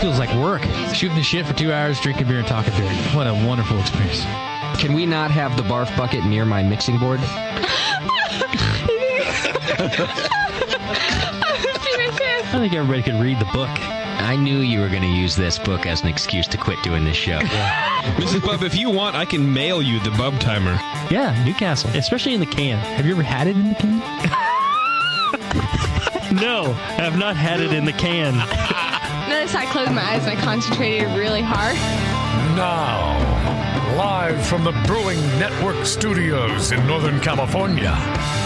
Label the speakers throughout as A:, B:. A: Feels like work. Shooting the shit for two hours, drinking beer and talking beer. What a wonderful experience.
B: Can we not have the barf bucket near my mixing board?
A: I think everybody could read the book.
B: I knew you were going to use this book as an excuse to quit doing this show.
C: Mrs. Bub, if you want, I can mail you the Bub Timer.
A: Yeah, Newcastle, especially in the can. Have you ever had it in the can? no, I've not had it in the can.
D: Notice I closed my eyes and I concentrated really hard.
E: Now, live from the Brewing Network studios in Northern California,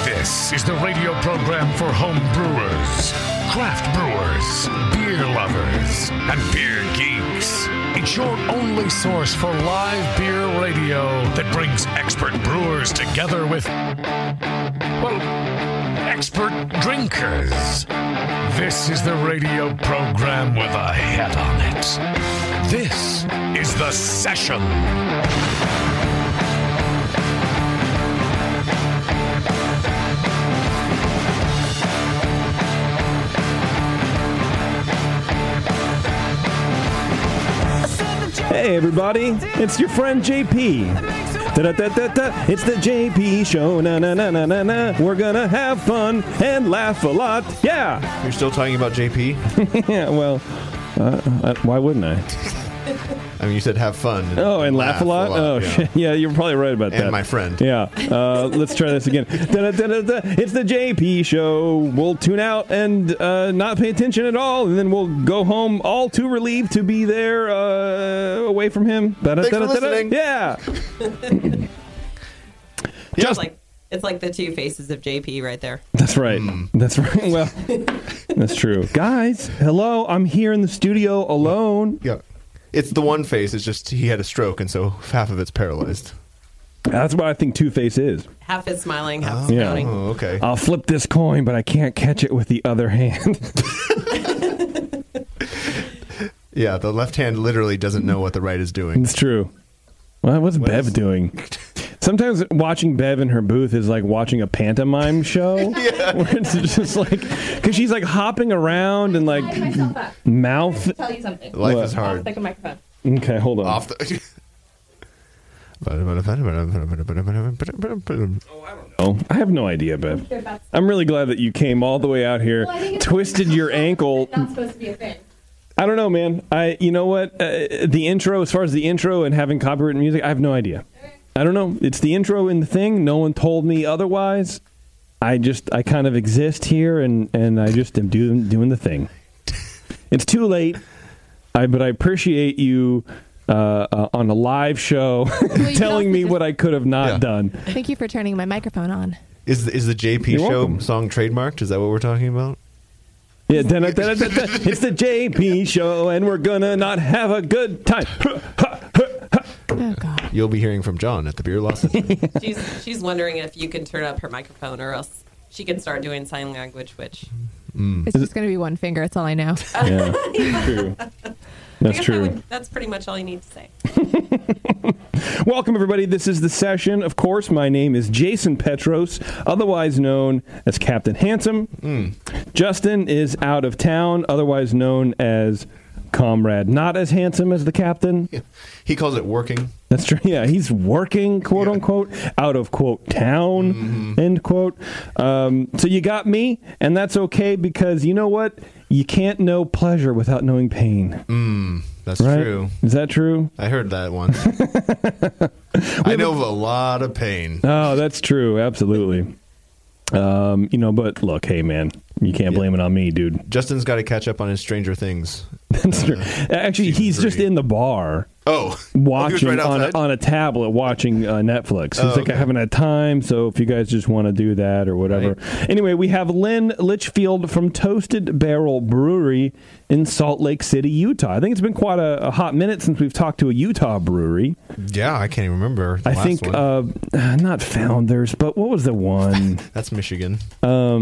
E: this is the radio program for home brewers, craft brewers, beer lovers, and beer geeks. It's your only source for live beer radio that brings expert brewers together with, well, expert drinkers. This is the radio program with a head on it. This is The Session.
F: Hey everybody, it's your friend JP. Da-da-da-da-da. It's the JP show. Na na na na na na. We're gonna have fun and laugh a lot. Yeah.
G: You're still talking about JP?
F: Yeah. Well, uh, uh, why wouldn't I?
G: I mean, you said have fun. and-
F: Oh, and laugh, a lot. oh,
G: yeah.
F: shit. yeah. You're probably right about that.
G: And my friend.
F: Yeah. Uh, let's try this again. Da-da-da-da-da. It's the JP show. We'll tune out and uh, not pay attention at all, and then we'll go home all too relieved to be there uh, away from him. Da-da-da-da-da.
G: listening.
F: Yeah.
H: It's like it's like the two faces of JP right there.
F: That's right.
G: Hmm.
F: That's right. Well, that's true. Guys, hello. I'm here in the studio alone.
G: Yeah. It's the one face. It's just he had a stroke, and so half of it's paralyzed.
F: That's what I think Two Face is.
H: Half is smiling, half is
F: Yeah.
H: pouting.
G: Oh, okay.
F: I'll flip this coin, but I can't catch it with the other hand.
G: Yeah, the left hand literally doesn't know what the right is doing.
F: it's true. Well, what's Bev doing? Sometimes watching Bev in her booth is like watching a pantomime show, where it's just like because she's like hopping around and like mouth.
D: Tell you something.
G: Life
F: What?
G: is hard.
D: microphone.
F: Okay, hold on.
G: Off the.
F: Oh, I have no idea, Bev. I'm really glad that you came all the way out here,
D: Well, I think it's-
F: twisted your ankle,
D: Not supposed to be a thing.
F: I don't know, man. I you know what? Uh, the intro, as far as the intro and having copyrighted music, I have no idea. I don't know. It's the intro in the thing. No one told me otherwise. I just I kind of exist here, and and I just am doing doing the thing. It's too late. I but I appreciate you. Uh, uh, on a live show,
D: you
F: telling
D: also
F: me
D: just-
F: what I could have not
G: Yeah.
F: done.
D: Thank you for turning my microphone on.
G: Is the, is the JP
F: You're
G: show
F: welcome.
G: song trademarked? Is that what we're talking about?
F: Yeah, da-na, da-na, da-na. it's the JP show, and we're gonna not have a good time.
D: Oh God.
G: You'll be hearing from John at the beer loss.
H: She's she's wondering if you can turn up her microphone or else she can start doing sign language, which
D: It's just gonna be one finger. That's all I know.
F: Yeah, true. That's
H: I guess I
F: true.
H: would, that's pretty much all you need to say.
F: Welcome, everybody. This is The Session. Of course, my name is Jason Petros, otherwise known as Captain Handsome.
H: Hmm.
F: Justin is out of town, otherwise known as Comrade. Not as handsome as the captain.
G: he calls it working.
F: That's true. Yeah, he's working, quote unquote, out of quote town,
G: Mm-hmm.
F: end quote. Um, so you got me, and that's okay because you know what? You can't know pleasure without knowing pain.
G: That's
F: right?
G: true.
F: Is that true?
G: I heard that once. I know of a lot of pain.
F: Oh, that's true. Absolutely. Um, you know, but look, hey, man, you can't blame it on me, dude.
G: Justin's got to catch up on his Stranger Things.
F: That's true. Actually, he's just
G: three.
F: in the bar
G: Oh,
F: watching on, a,
G: outside? Oh,
F: on a tablet watching uh, Netflix. He's like, I haven't had time, so if you guys just want to do that or whatever. Anyway, we have Lynn Litchfield from Toasted Barrel Brewery in Salt Lake City, Utah. I think it's been quite a, a hot minute since we've talked to a Utah brewery.
G: yeah, I can't even remember. the
F: I
G: last
F: think
G: one.
F: uh, not Founders, but what was the one?
G: that's Michigan.
F: uh,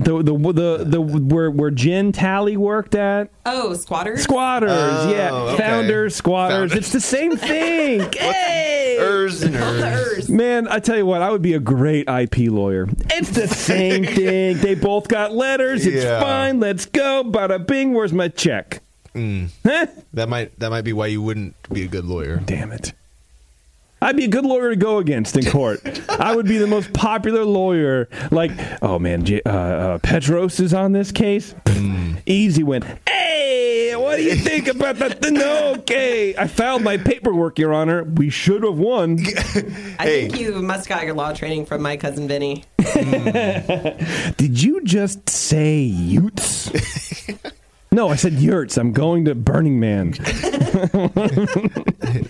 F: the, the the the where where Jen Tally worked at.
H: Oh, squatters.
F: Squatters,
G: Oh,
F: yeah,
G: okay.
F: founders, squatters.
G: Founders.
F: It's the same thing. hey,
G: Ers and ers.
F: man, I tell you what, I would be a great IP lawyer. It's the same thing. They both got letters. It's
G: Yeah.
F: fine. Let's go. Bada bing. Where's my check? Huh?
G: That might that might be why you wouldn't be a good lawyer.
F: Damn it. I'd be a good lawyer to go against in court. I would be the most popular lawyer. Like, oh man, J- uh, uh, Petros is on this case. Easy win. Hey, what do you think about that? No, okay. I filed my paperwork, Your Honor. We should have won.
H: I think you must got your law training from my cousin Vinny.
F: Did you just say Utes? no, I said Yurts. I'm going to Burning Man.
G: There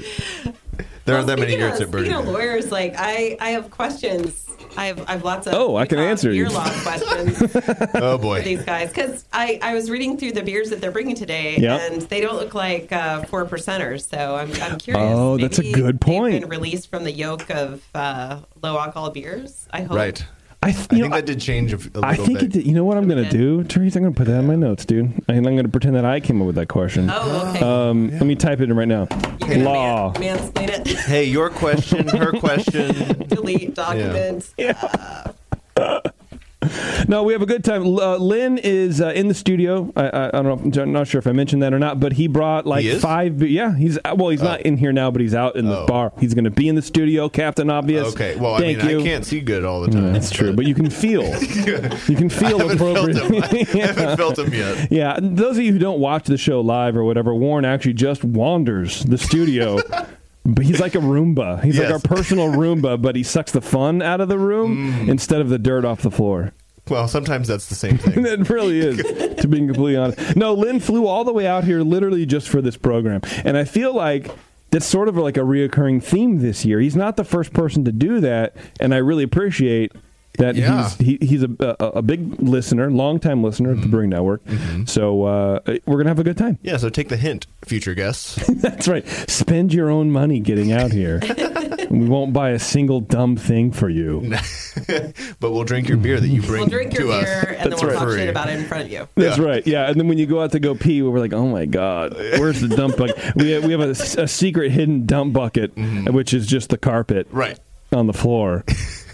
H: Well,
G: aren't that many
H: speaking
G: nerds
H: of,
G: at Burger
H: Speaking of
G: King.
H: lawyers, like I, I have questions. I have, I have lots of.
F: Oh, I can
H: uh,
F: answer you.
H: beer law questions for
G: Oh boy,
H: these guys because I, I was reading through the beers that they're bringing today,
F: Yeah.
H: and they don't look like uh, four percenters. So I'm, I'm curious.
F: Oh, that's a
H: Maybe
F: good
H: They've
F: point.
H: been released from the yoke of uh, low alcohol beers. I hope.
G: right?
F: I, th-
G: I
F: you
G: think
F: know,
G: that did change a, f- a
F: I
G: little
F: think
G: bit.
F: it did. You know what I'm going to do, Therese? I'm going to put that in my notes, dude. And I'm going to pretend that I came up with that question.
H: Oh, okay.
F: Um, Let me type it in right now.
H: You're gonna
F: Law.
H: Man, mansplain it.
G: Hey, your question, her question.
H: Delete documents.
F: No, we have a good time. L- Uh, Lynn is uh, in the studio. I, I, I don't know. if- I'm not sure if I mentioned that or not, but he brought like
G: He is?
F: five. be- Yeah, he's uh, well, he's not in here now, but he's out in the
G: Oh.
F: bar. He's going to be in the studio, Captain Obvious.
G: Okay, well, I
F: thank
G: mean,
F: you.
G: I can't see good all the time.
F: That's true, but you can feel. you can feel
G: haven't felt him.
F: appropriately.
G: I haven't felt him yet.
F: Yeah, those of you who don't watch the show live or whatever, Warren actually just wanders the studio. But he's like a Roomba. He's like
G: Yes.
F: our personal Roomba, but he sucks the fun out of the room
G: Mm.
F: instead of the dirt off the floor.
G: Well, sometimes that's the same thing.
F: It really is, to be completely honest. No, Lynn flew all the way out here literally just for this program. And I feel like that's sort of like a reoccurring theme this year. He's not the first person to do that. And I really appreciate that
G: Yeah.
F: he's, he, he's a, a, a big listener, longtime listener of the Brewing Network. So uh, we're going to have a good time.
G: Yeah, so take the hint, future guests.
F: That's right. Spend your own money getting out here. we won't buy a single dumb thing for you.
G: but we'll drink your beer that you bring
H: We'll drink
G: to
H: your
G: us.
H: beer and then
G: That's
H: we'll
G: right.
H: talk shit about it in front of you.
F: That's right. Yeah, and then when you go out to go pee, we're like, "Oh my god, where's the dump bucket?" We have, we have a, s- a secret hidden dump bucket, which is just the carpet
G: Right.
F: on the floor,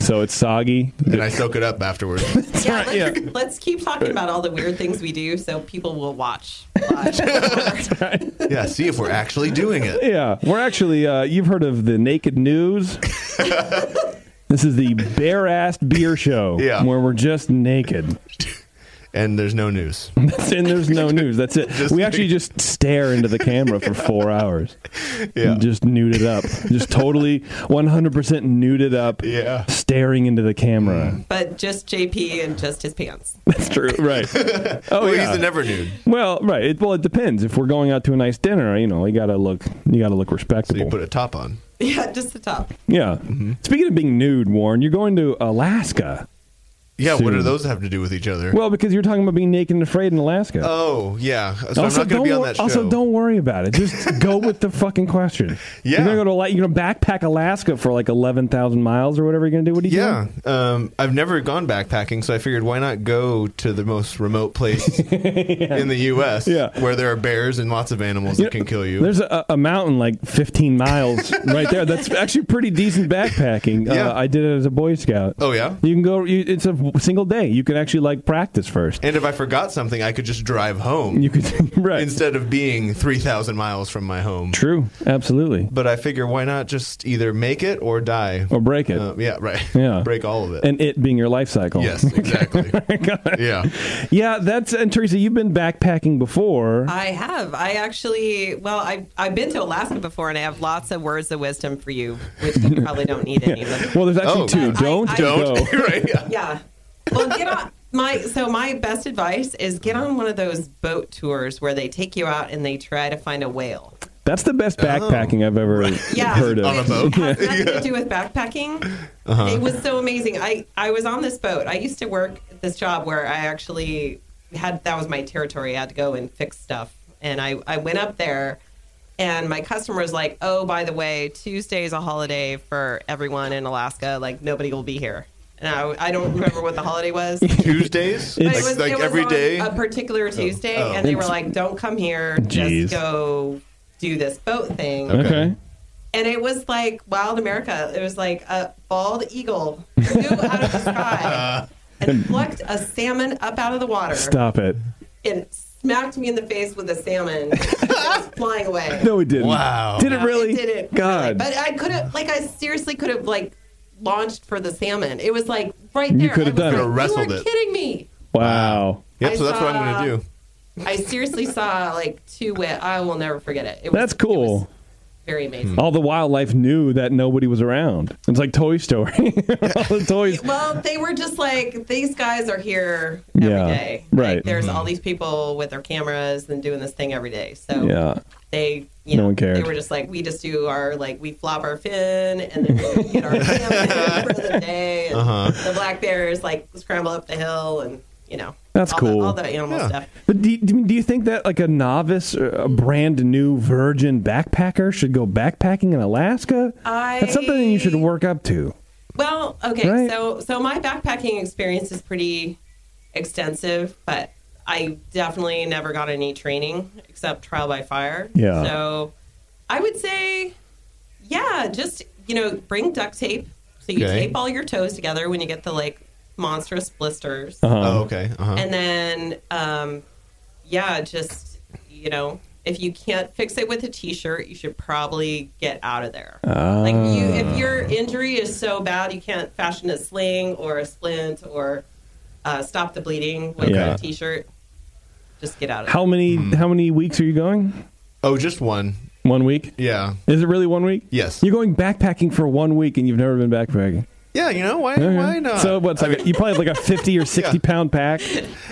F: so it's soggy.
G: And I soak it up afterwards.
H: Yeah, let's, let's keep talking about all the weird things we do so people will watch. Watch.
G: yeah, see if we're actually doing it.
F: Yeah, we're actually. Uh, you've heard of the Naked News. This is the bare ass beer show
G: Yeah.
F: where we're just naked
G: And there's no news.
F: and there's no news. That's it. we actually just stare into the camera for four hours.
G: Yeah.
F: Just nude it up. Just totally 100% nude it up.
G: Yeah.
F: Staring into the camera.
H: but just JP and just his pants.
F: That's true. Right. Oh,
G: well,
F: yeah.
G: he's the never nude.
F: well, right. It, well, it depends. If we're going out to a nice dinner, you know, you gotta look, you gotta look
G: So
F: respectable.
G: you put Mm-hmm. a top on.
H: Yeah, just the top.
F: yeah. Speaking of being nude, Warren, you're going to Alaska.
G: Yeah, what do
F: Soon.
G: those have to do with each other?
F: Well, because you're talking about being naked and afraid in Alaska.
G: oh, yeah.
F: also,
G: So I'm not going to be
F: don't
G: on
F: wor-
G: that show.
F: also, don't worry about it. Just go with the fucking question.
G: Yeah.
F: You're gonna go to Ala- you're gonna backpack Alaska for like eleven thousand miles or whatever you're gonna do. What are you
G: Yeah,
F: doing?
G: um, I've never gone backpacking, so I figured why not go to the most remote place in the U.S.
F: Yeah.
G: where there are bears and lots of animals that can kill you.
F: There's a, a mountain like 15 miles right there. That's actually pretty decent backpacking.
G: Yeah.
F: Uh, I did it as a Boy Scout.
G: Oh, yeah?
F: You can go. You, it's a w- single day. You could actually like practice first.
G: And if I forgot something, I could just drive home
F: You could right.
G: instead of being 3,000 miles from my home.
F: True. Absolutely.
G: But I figure why not just either make it or die?
F: Or break it.
G: Uh, yeah, right.
F: Yeah.
G: Break all of it.
F: and it being your life cycle.
G: yes, exactly. yeah.
F: Yeah, that's and Teresa, you've been backpacking before.
H: I have. I actually, well, I, I've been to Alaska before and I have lots of words of wisdom for you, which you probably don't need any of them.
F: well, there's actually
G: Oh.
F: 2
G: I-
F: don't
H: I-
G: Don't.
F: go.
G: right. Yeah.
H: Yeah. Well, get on my so my best advice is get on one of those boat tours where they take you out and they try to find a whale.
F: That's the best backpacking I've ever
H: Yeah,
F: heard of.
G: Oh. On a boat. Uh-huh.
H: It has nothing to do with backpacking. It was so amazing. I I was on this boat. I used to work at this job where I actually had that was my territory. I had to go and fix stuff, and I I went up there. And my customer was like, "Oh, by the way, Tuesday is a holiday for everyone in Alaska. Like nobody will be here." And I, I don't remember what the holiday was.
G: Tuesdays?
H: But
G: like
H: it was-
G: like
H: it was
G: every
H: on
G: day?
H: a particular Tuesday,
G: Oh.
H: and they were like, "Don't come here.
F: Jeez.
H: Just go do this boat thing."
F: Okay.
H: And it was like wild America. It was like a bald eagle flew out of the sky and plucked a salmon up out of the water
F: Stop it.
H: and smacked me in the face with a salmon and was flying away.
F: No, it didn't.
G: Wow.
F: Did it really?
H: It didn't. really.
F: God.
H: But I could have, like, I seriously could have, like, launched for the salmon. It was like right
F: You
H: there.
F: could have
H: I was
F: done it.
H: like,
G: Wrestled
H: you are
G: it.
H: kidding me.
F: wow.
G: Yep, so
H: I
G: that's what I'm
H: saw-
G: going to do.
H: I seriously saw like two whale. I will never forget it. it was,
F: That's
H: it
F: cool.
H: was very amazing.
F: All the wildlife knew that nobody was around. It's like Toy Story. All the toys.
H: Well, they were just like these guys are here every day.
F: Yeah,
H: Like,
F: right. Mm-hmm.
H: there's all these people with their cameras and doing this thing every day. So
F: Yeah.
H: they, you
F: No
H: know,
F: one cared.
H: They were just like, we just do our like we flop our fin and then we get our salmon for the day. And The black bears like scramble up the hill and you know
F: That's
H: all
F: cool.
H: The, all the animal stuff.
F: But do you, do you- do you think that like a novice, or a brand new virgin backpacker should go backpacking in Alaska?
H: I-
F: That's something you should work up to.
H: Well, okay,
F: Right?
H: so so my backpacking experience is pretty extensive, but I definitely never got any training except trial by fire.
F: Yeah.
H: So I would say, yeah, just you know, bring duct tape so you
G: Okay.
H: tape all your toes together when you get the like monstrous blisters,
F: Um,
G: Oh, okay. Uh-huh.
H: and then um, yeah, just you know. If you can't fix it with a T-shirt, you should probably get out of there. Like you,
F: Ah.
H: if your injury is so bad you can't fashion a sling or a splint or uh, stop the bleeding with
F: Yeah.
H: a t-shirt, just get out of
F: How many
G: Hmm.
F: how many weeks are you going?
G: Oh, just one.
F: One week?
G: Yeah.
F: Is it really one week?
G: Yes.
F: You're going backpacking for one week and you've never been backpacking.
G: Yeah, you know, why, why not?
F: So what's like you probably have like a fifty or sixty pound pack.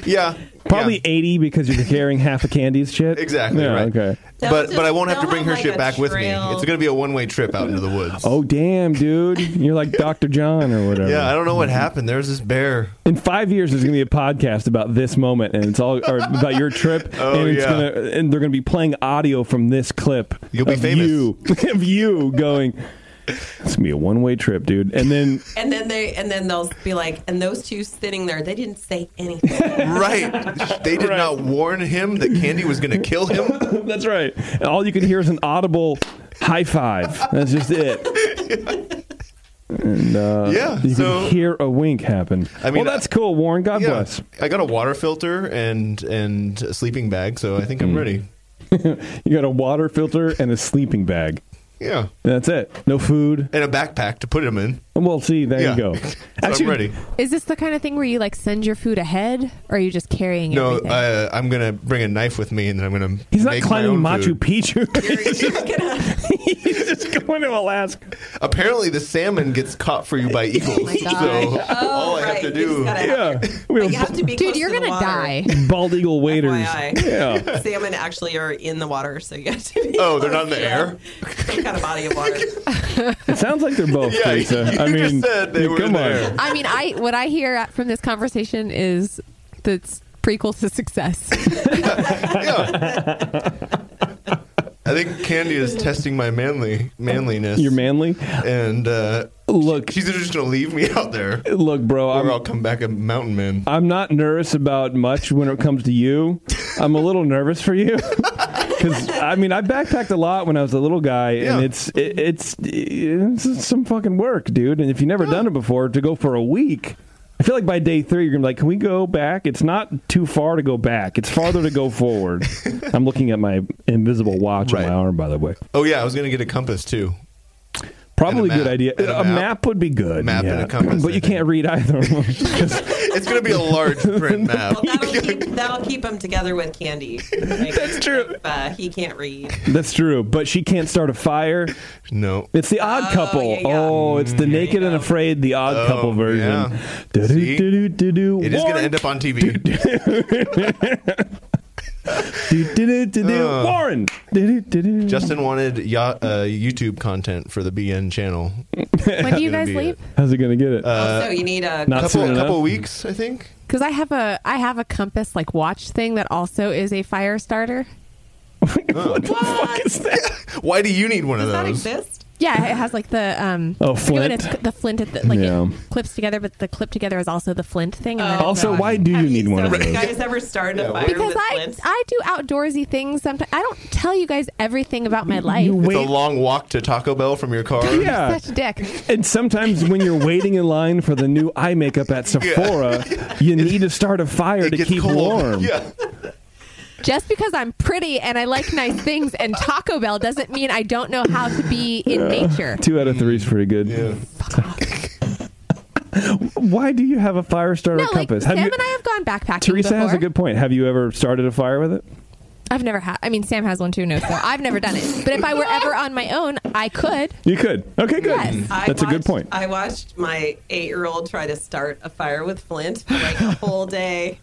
G: yeah.
F: Probably
G: yeah.
F: eighty because you're carrying half a candy's shit.
G: Exactly,
F: Yeah,
G: right.
F: okay.
H: They'll
G: but
H: just-
G: but I won't have to
H: they'll
G: bring her
H: have, like,
G: shit
H: a
G: back with me.
H: trail.
G: It's going to be a one way trip out into the woods.
F: Oh damn, dude. You're like Dr. John or whatever.
G: yeah. I don't know what happened. There's this bear.
F: In five years, there's gonna be a podcast about this moment, and it's all or about your trip,
G: Oh,
F: and it's
G: yeah.
F: gonna and they're gonna be playing audio from this clip.
G: You'll be
F: of
G: famous.
F: You, of you going. It's gonna be a one way trip, dude. And then
H: it. And then they, and then they'll be like, and those two sitting there, they didn't say anything.
G: Right. They did not warn him that Candy was going to kill him.
F: that's right. And all you can hear is an audible high five. That's just it. And uh,
G: Yeah,
F: you
G: so-
F: can hear a wink happen.
G: I mean,
F: well, that's cool, Warren. God
G: Yeah.
F: bless.
G: I got a water filter and and a sleeping bag, so I think
F: Hmm.
G: I'm ready.
F: You got a water filter and a sleeping bag.
G: Yeah.
F: That's it. No food.
G: And a backpack to put him in.
F: Well, see, there
G: Yeah.
F: you go.
G: So
F: Actually,
G: I'm ready.
I: Is this the kind of thing where you like send your food ahead, or are you just carrying
G: No,
I: everything?
G: uh, I'm going to bring a knife with me and then I'm going to.
F: He's not
G: make
F: climbing
G: my own
F: Machu
G: food.
F: Picchu.
H: You're just gonna-
F: He's just going to Alaska.
G: Apparently, the salmon gets caught for you by eagles.
H: Oh
G: so
I: gosh.
G: all I have
H: right,
G: to
H: you
G: do.
H: just gotta-
F: Yeah. We
H: you
F: have
H: have to be
I: Dude,
H: close
I: you're
H: to the
I: gonna
H: water.
I: die.
F: bald eagle waiters.
H: FYI.
F: Yeah.
H: Salmon actually are in the water, so you have to be.
G: Oh, they're
H: close
G: not in the
H: to
G: air?
H: Some kind of body of water.
F: It sounds like they're both.
G: Yeah, you-
F: Teresa.
G: you
F: I
G: just
F: mean,
G: said they
F: yeah,
G: were
F: come
G: there.
F: on.
I: I mean, I what I hear from this conversation is that's prequel to success.
G: I think Candy is testing my manly manliness.
F: You're manly.
G: and uh,
F: Look,
G: she's either just gonna leave me out there,
F: look, bro.
G: or
F: I'm,
G: I'll come back a mountain man.
F: I'm not nervous about much when it comes to you. I'm a little nervous for you. Because I mean, I backpacked a lot when I was a little guy,
G: Yeah.
F: and it's it, it's it's some fucking work, dude. And if you've never done it before, to go for a week, I feel like by day three, you're gonna be like, "Can we go back?" It's not too far to go back. It's farther to go forward. I'm looking at my invisible watch
G: Right.
F: on my arm, by the way.
G: Oh yeah, I was gonna get a compass too.
F: Probably
G: And a
F: good
G: map.
F: idea.
G: And a
F: A,
G: map.
F: map. would be good.
G: Map and a compass,
F: but
G: I
F: you can't read either of them.
G: It's gonna be a large print map.
H: Well, that'll keep, that'll keep him together with Candy. That's
F: true.
H: If, uh, he can't read.
F: That's true. But she can't start a fire.
G: No.
F: It's the Odd
H: Oh,
F: Couple.
H: yeah, yeah.
F: Oh, it's the Naked and
H: go.
F: Afraid, the Odd
G: Mm-hmm. Oh,
F: Couple
G: yeah.
F: version.
G: See?
F: Do-do-do-do-do-do.
G: It is gonna
F: Warren!
G: end up on TV.
F: Do-do-do-do-do.
G: Oh.
F: Warren. Do-do-do-do.
G: Justin wanted ya- uh, YouTube content for the BN channel.
I: When do you guys
G: Gonna be
I: leave?
F: How's he gonna get it?
H: also, you need a.
F: Uh, Not
G: Uh, Couple,
F: soon enough.
G: couple weeks, I think.
I: Because I have a I have a compass like watch thing that also is a fire starter.
F: what the fuck is that?
G: Why do you need one
H: does
G: of
H: that
G: those?
H: exist?
I: Yeah, it has like the um
F: Oh,
I: I forget what
F: flint?
I: it's- the flint at the, like
F: Yeah.
I: it clips together, but the clip together is also the flint thing. and then it's
F: Also,
I: a-
F: why do you
H: Have
F: need one
H: so
F: of
H: You
F: those?
H: guys ever started a fire
I: Because
H: with
I: I
H: lint?
I: I do outdoorsy things sometimes. I don't tell you guys everything about my life.
F: You
G: It's a
F: wait.
G: long walk to Taco Bell from your car.
F: Yeah.
I: Such a dick.
F: And sometimes when you're waiting in line for the new eye makeup at Sephora, you need to start a fire
G: It
F: to
G: gets
F: keep
G: cold.
F: warm.
G: Yeah.
I: Just because I'm pretty and I like nice things and Taco Bell doesn't mean I don't know how to be in nature.
F: Two out of three is pretty good.
G: Yeah.
F: Why do you have a fire starter
I: No, like
F: compass?
I: Sam
F: have you,
I: and I have gone backpacking
F: Teresa
I: before.
F: has a good point. Have you ever started a fire with it?
I: I've never had. I mean, Sam has one too. No, so I've never done it. But if I were ever on my own, I could.
F: You could. Okay, good.
I: Yes.
H: I
F: That's a good
H: watched-
F: point.
H: I watched my eight-year-old try to start a fire with flint for like a whole day.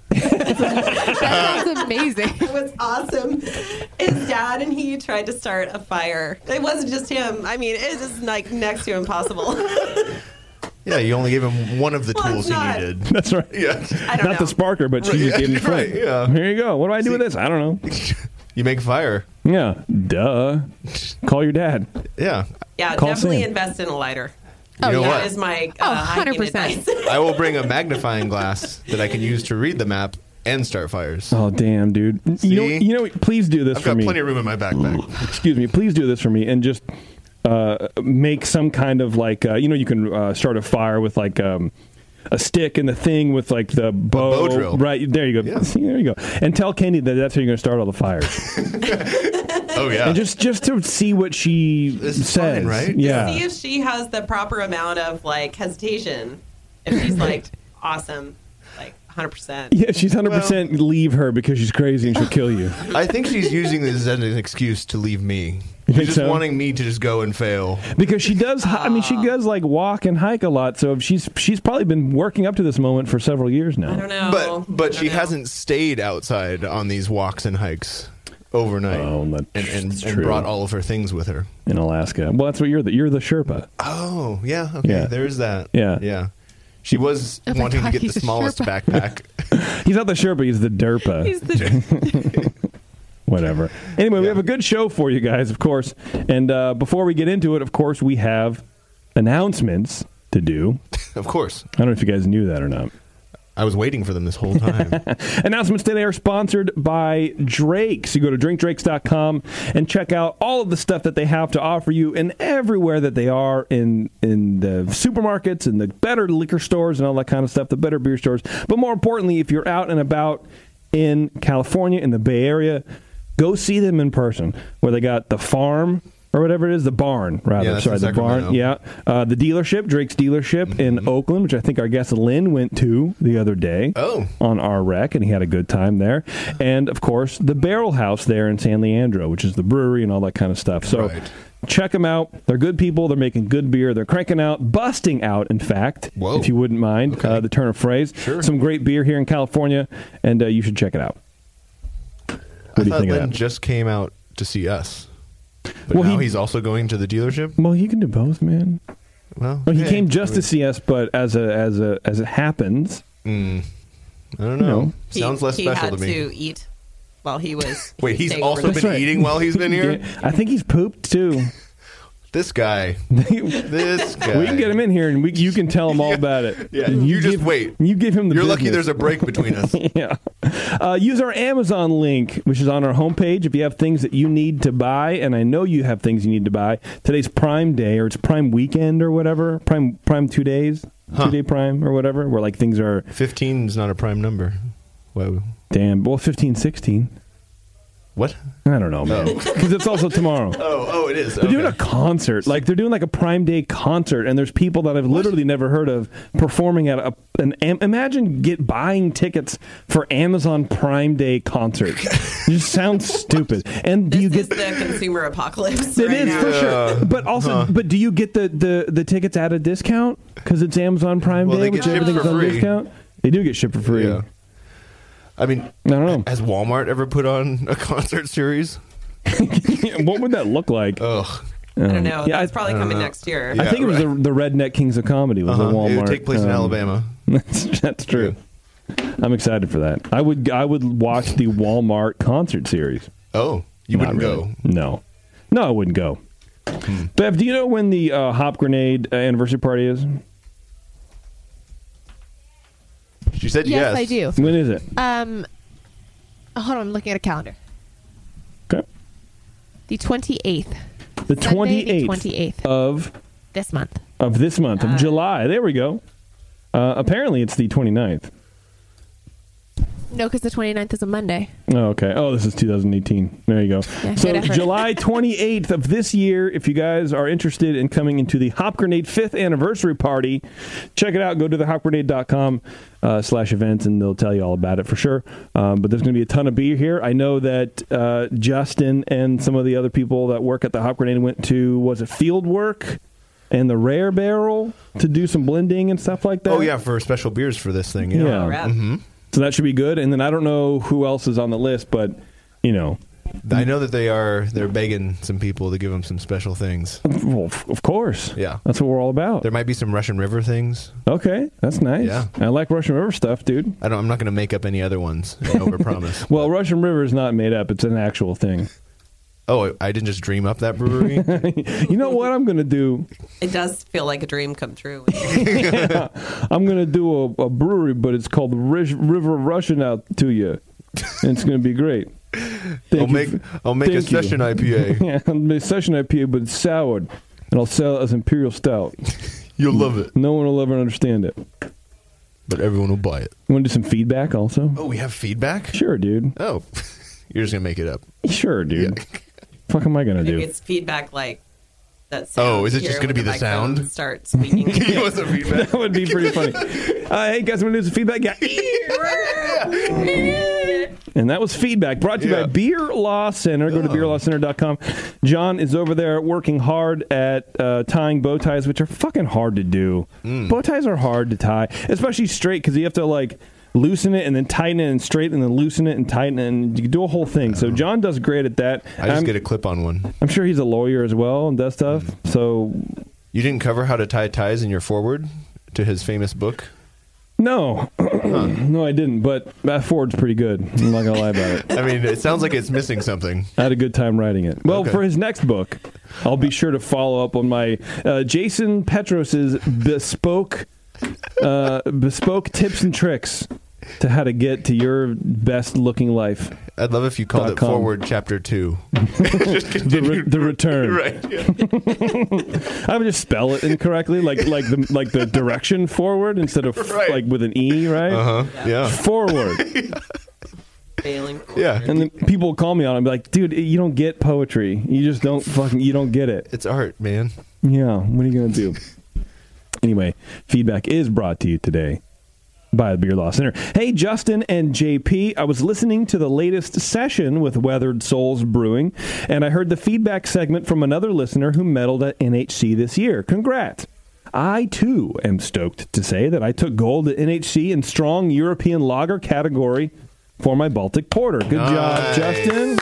I: That sounds
D: Uh,
I: amazing.
H: It was awesome. His dad and he tried to start a fire. It wasn't just him. I mean, it is like next to impossible.
G: Yeah, you only gave him one of the
H: Well,
G: tools he
H: not-
G: needed.
F: That's right.
G: Yeah.
H: I don't
F: Not the
H: know.
F: sparker, but she just
G: yeah,
F: gave him the
G: right,
F: flint.
G: yeah.
F: Here you go. What do I do with this? I don't know.
G: You make fire.
F: Yeah. Duh. Call your dad.
G: Yeah.
H: Yeah,
F: Call
H: definitely
F: Sam.
H: invest in a lighter.
I: Oh,
G: You know
I: yeah.
G: what?
H: That is my
I: Oh,
H: uh, hiking
I: 100%.
H: advice.
G: I will bring a magnifying glass that I can use to read the map and start fires.
F: Oh damn, dude. You know,
G: See?
F: you know. what? Please do this
G: I've
F: for
G: got
F: me.
G: plenty of room in my backpack.
F: Excuse me. Please do this for me and just uh, make some kind of like uh, you know you can uh, start a fire with like. Um, a stick and the thing with like the bow,
G: drill.
F: right there you go.
G: Yeah.
F: See, there you go. And tell Candy that that's how you're going to start all the fires.
G: Oh yeah.
F: and just just to see what she
G: This is
F: says,
G: fine, right?
F: Yeah.
H: See if she has the proper amount of like hesitation. If she's like awesome, like 100%.
F: Yeah, she's hundred percent. Leave her because she's crazy and she'll kill you.
G: I think she's using this as an excuse to leave me.
F: think
G: She's just
F: so?
G: wanting me to just go and fail.
F: Because she does, hi- I mean, she does like walk and hike a lot. So if she's she's probably been working up to this moment for several years now.
H: I don't know.
G: But
H: I
G: but
H: don't
G: she
H: know.
G: hasn't stayed outside on these walks and hikes overnight.
F: Oh, that's
G: and and, and
F: true.
G: brought all of her things with her.
F: in Alaska. Well, that's what you're the you're the Sherpa.
G: Oh, yeah. Okay.
F: Yeah.
G: There is that.
F: Yeah.
G: Yeah. She was
I: Oh my
G: wanting
I: God,
G: to get
I: he's
G: the
I: a
G: smallest
I: Sherpa.
G: backpack.
F: He's not the Sherpa. He's the Derpa.
I: He's the-
F: Whatever. Anyway, we have a good show for you guys, of course. And uh, before we get into it, of course, we have announcements to do.
G: of course.
F: I don't know if you guys knew that or not.
G: I was waiting for them this whole time.
F: Announcements today are sponsored by Drake's. You go to drinkdrakes.com and check out all of the stuff that they have to offer you and everywhere that they are in in the supermarkets and the better liquor stores and all that kind of stuff, the better beer stores. But more importantly, if you're out and about in California in the Bay Area, go see them in person where they got the farm or whatever it is, the barn rather.
G: Yeah, that's
F: Sorry,
G: in
F: the barn.
G: Sacramento.
F: Yeah, uh, the dealership, Drake's dealership in
G: Mm-hmm.
F: Oakland, which I think our guest Lynn went to the other day
G: Oh.
F: on our rec, and he had a good time there. And of course, the Barrel House there in San Leandro, which is the brewery and all that kind of stuff. So
G: Right.
F: check them out. They're good people. They're making good beer. They're cranking out, busting out, in fact,
G: Whoa.
F: if you wouldn't mind uh, the turn of phrase.
G: Sure.
F: Some great beer here in California, and uh, you should check it out.
G: I
F: What do you
G: thought
F: think of
G: Len
F: that?
G: just came out to see us. But
F: Well,
G: now
F: he-
G: he's also going to the dealership?
F: Well, he can do both, man.
G: Well,
F: Well, he
G: hey,
F: came just to see us, but as a as a as it happens,
G: I don't know.
F: No.
H: He-
G: Sounds less
H: he
G: special
H: had
G: to me.
H: eat while he was.
G: Wait, he's
H: staying
G: also
H: over
G: been
F: That's right.
G: eating while he's been here?
F: I think he's pooped too.
G: This guy. this guy.
F: We can get him in here, and we, you can tell him all about it.
G: Yeah, you, just
F: give-
G: wait.
F: You give him the.
G: You're lucky
F: business.
G: there's a break between us.
F: yeah. Uh, use our Amazon link, which is on our homepage, if you have things that you need to buy. And I know you have things you need to buy. Today's Prime Day, or it's Prime Weekend, or whatever. Prime Prime two days, two day Prime, or whatever. Where like things are
G: 15 is not a prime number. Whoa.
F: damn well 15, 16.
G: What?
F: I don't know, man, because it's also tomorrow.
G: Oh, oh, it is.
F: They're doing a
G: Okay.
F: concert, like they're doing like a Prime Day concert, and there's people that I've literally never heard of performing at a, an. Am, imagine get buying tickets for Amazon Prime Day concert. it just sounds stupid. And do you
H: This
F: get?
H: is the consumer apocalypse.
F: It
H: right
F: is
H: now.
F: for sure, but also, but do you get the the the tickets at a discount because it's Amazon Prime
G: Well,
F: Day,
G: they get
F: which
G: shipped
F: everything's
G: for
F: on
G: free.
F: discount? They do get shipped for free.
G: Yeah. I mean,
F: I don't
G: has Walmart ever put on a concert series?
F: know. what would that look like?
G: Ugh.
H: I don't know.
F: Yeah, I-
H: That's probably coming next year.
F: I think it was the, the Redneck Kings of Comedy was
G: Uh-huh.
F: the Walmart.
G: It would take place in
F: um,
G: Alabama.
F: That's, that's true. I'm excited for that. I would I would watch the Walmart concert series.
G: Oh, you
F: Not
G: wouldn't
F: really.
G: go.
F: No, no, I wouldn't go. Bev, do you know when the uh, Hop Grenade uh, anniversary party is?
G: She said
I: Yes,
G: yes.
I: I do.
F: When is it?
I: Um, oh, hold on, I'm looking at a calendar.
F: Okay.
I: The 28th.
F: The
I: Sunday,
F: twenty
I: the
F: eighth
I: 28th
F: of
I: this month.
F: of this month of July. There we go. Uh, apparently, it's the 29th.
I: No, because the 29th is a Monday.
F: Oh, okay. Oh, this is 2018. There you go.
I: Yeah, good
F: so
I: effort.
F: July 28th of this year, if you guys are interested in coming into the Hop Grenade 5th anniversary party, check it out. Go to thehopgrenade.com uh, slash events, and they'll tell you all about it for sure. Um, but there's going to be a ton of beer here. I know that uh, Justin and some of the other people that work at the Hop Grenade went to, was it Field Work and the Rare Barrel to do some blending and stuff like that?
G: Oh yeah, for special beers for this thing.
F: Yeah.
G: Yeah. Mm-hmm.
H: Rep.
F: So that should be good. And then I don't know who else is on the list, but, you know.
G: I know that they are. They're begging some people to give them some special things.
F: Well, f- of course.
G: Yeah.
F: That's what we're all about.
G: There might be some Russian River things.
F: Okay, that's nice.
G: Yeah.
F: I like Russian River stuff, dude.
G: I don't. I'm not going to make up any other ones. and Overpromise.
F: Well, Russian River is not made up; it's an actual thing.
G: oh, I didn't just dream up that brewery.
F: You know what I'm going to do?
H: It does feel like a dream come true.
F: I'm going to do a, a brewery, but it's called Ri- River Russian out to you, and it's going to be great. Thank you
G: I'll make.
F: f-
G: I'll make a
F: thank you.
G: session IPA.
F: yeah, I'll make a session IPA, but it's soured, and I'll sell it as Imperial Stout.
G: You'll love it,
F: No one will ever understand it.
G: but everyone will buy it.
F: You want to do some feedback, also?
G: Oh, we have feedback.
F: Sure, dude.
G: Oh, you're just going to make it up.
F: Sure, dude. Fuck, am I going to do?
H: Maybe it's feedback like that.
G: Oh,
H: sound
G: is it
H: here
G: just gonna
H: when
G: be the
H: microphone
G: sound?
H: Starts speaking.
G: You want some feedback?
F: That would be pretty funny. Uh, hey guys, I'm gonna do some feedback. Yeah. and that was feedback brought to you
G: Yeah.
F: by Beer Law Center. Go to beerlawcenter.com. John is over there working hard at uh, tying bow ties, which are fucking hard to do.
G: Mm.
F: Bow ties are hard to tie, especially straight, because you have to like loosen it and then tighten it and straighten and then loosen it and tighten it and you do a whole thing. So John does great at that.
G: I just
F: I'm,
G: get Mm. a clip on one.
F: I'm sure he's a lawyer as well and does stuff. So
G: You didn't cover how to tie ties in your forward to his famous book.
F: No, no, I didn't. But that Ford's pretty good. I'm not gonna lie about it.
G: I mean, it sounds like it's missing something.
F: I had a good time writing it. Well,
G: Okay.
F: for his next book, I'll be sure to follow up on my uh, Jason Petros's bespoke uh, bespoke tips and tricks to how to get to your best looking life.
G: I'd love if you called
F: Dot
G: it
F: com.
G: forward chapter two.
F: The, re- the return.
G: right. Yeah.
F: I would just spell it incorrectly, like like the like the direction forward instead of f-
G: Right.
F: like with an e, right?
G: Uh-huh. Yeah.
F: Forward.
H: Failing.
G: Yeah.
F: And then people call me on it and be like, dude, you don't get poetry. You just don't fucking, you don't get it.
G: It's art, man.
F: Yeah, what are you going to do? anyway, feedback is brought to you today by the Beer Law Center. Hey, Justin and JP, I was listening to the latest session with Weathered Souls Brewing, and I heard the feedback segment from another listener who medaled at NHC this year. Congrats! I too am stoked to say that I took gold at NHC in strong European lager category for my Baltic Porter. Good job,
G: Nice.
F: Justin.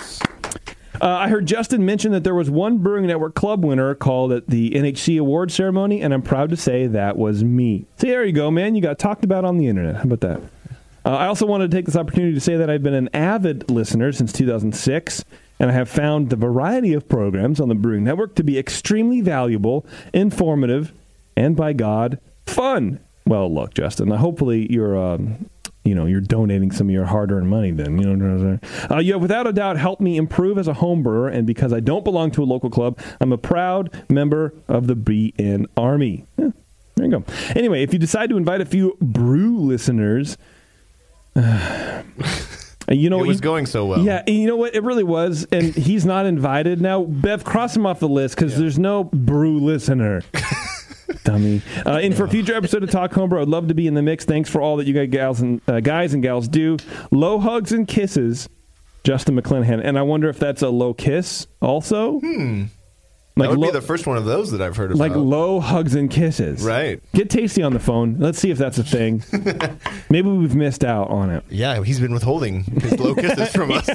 F: Uh, I heard Justin mention that there was one Brewing Network Club winner called at the NHC award ceremony, and I'm proud to say that was me. So there you go, man. You got talked about on the internet. How about that? Uh, I also wanted to take this opportunity to say that I've been an avid listener since 2006 and I have found the variety of programs on the Brewing Network to be extremely valuable, informative, and by God, fun. Well, look, Justin, hopefully you're. Um, you know, you're donating some of your hard-earned money. Then you know what I'm saying. Uh, you have without a doubt helped me improve as a home brewer, and because I don't belong to a local club, I'm a proud member of the BN Army. Yeah, there you go. Anyway, if you decide to invite a few brew listeners, uh, you know
G: it
F: what
G: was
F: you-
G: going so well.
F: yeah, and you know what? It really was, and he's not invited now. Bev, cross him off the list because there's no brew listener. Dummy. Uh, and for a future episode of Talk Homebrew, I'd love to be in the mix. Thanks for all that you guys, gals and uh, guys and gals do. Low hugs and kisses, Justin McClanahan. And I wonder if that's a low kiss also. Hmm. Like
G: that would
F: low,
G: be the first one of those that I've heard about.
F: like low hugs and kisses.
G: Right.
F: Get Tasty on the phone. Let's see if that's a thing. Maybe we've missed out on it.
G: Yeah, he's been withholding his low kisses from us.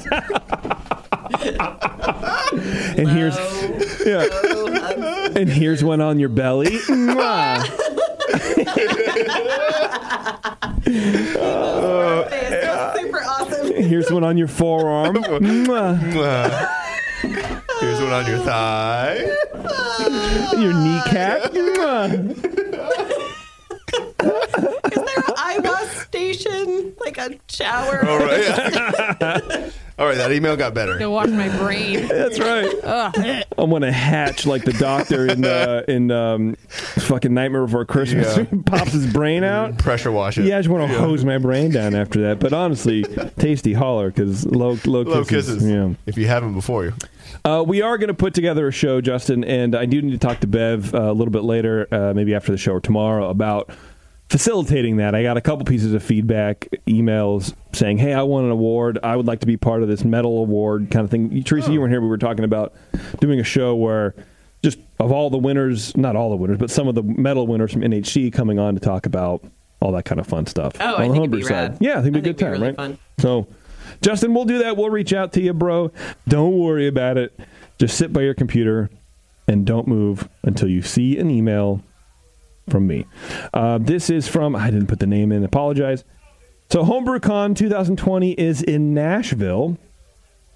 F: And here's
H: Oh,
F: yeah. and here's one on your belly. Mwah.
H: That's super awesome.
F: Here's one on your forearm. Mwah.
G: Here's one on your thigh.
F: Your kneecap. Mwah.
H: Is there an iWash station? Like a shower?
F: Oh.
G: All right. All right, that email got better.
D: to wash my brain.
F: That's right.
G: Ah.
F: I'm gonna hatch like the doctor in uh, in um, fucking Nightmare Before Christmas.
G: Yeah.
F: Pops his brain out.
G: Pressure wash it.
F: Yeah, I just want to hose my brain down after that. But honestly, tasty holler because low low
G: Low
F: kisses.
G: kisses.
F: Yeah.
G: If you haven't before you.
F: Uh, we are going to put together a show, Justin, and I do need to talk to Bev uh, a little bit later, uh, maybe after the show or tomorrow, about facilitating that. I got a couple pieces of feedback, emails saying, "Hey, I won an award. I would like to be part of this medal award kind of thing." You- Teresa,
H: Oh.
F: you weren't here. We were talking about doing a show where just of all the winners, not all the winners, but some of the medal winners from NHC coming on to talk about all that kind of fun stuff.
H: Oh, I
F: on the
H: think it'd
F: homebrew
H: be
F: side.
H: rad.
F: Yeah, I think it'd be
H: I
F: a good
H: think
F: time,
H: it'd be really
F: right?
H: fun.
F: So, Justin, we'll do that. We'll reach out to you, bro. Don't worry about it. Just sit by your computer and don't move until you see an email from me. Uh, this is from, I didn't put the name in, apologize. So, HomebrewCon 2020 is in Nashville.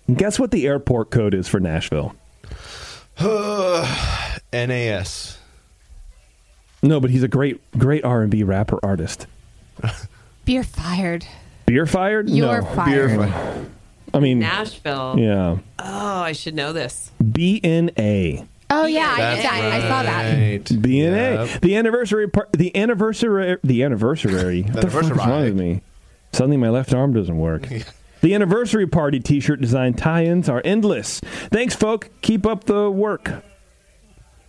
F: And guess what the airport code is for Nashville?
G: NAS.
F: No, but he's a great, great R&B rapper artist.
I: Beer fired.
F: Beer fired?
I: You're
F: no.
I: fired.
F: I mean,
H: Nashville.
F: yeah.
H: Oh, I should know this.
F: BNA.
I: Oh yeah, I did that. I saw that.
F: BNA. The anniversary part. The anniversary. The anniversary. what the fuck is wrong
G: anniversary.
F: with me? Suddenly, my left arm doesn't work. The anniversary party T-shirt design tie-ins are endless. Thanks, folk. Keep up the work.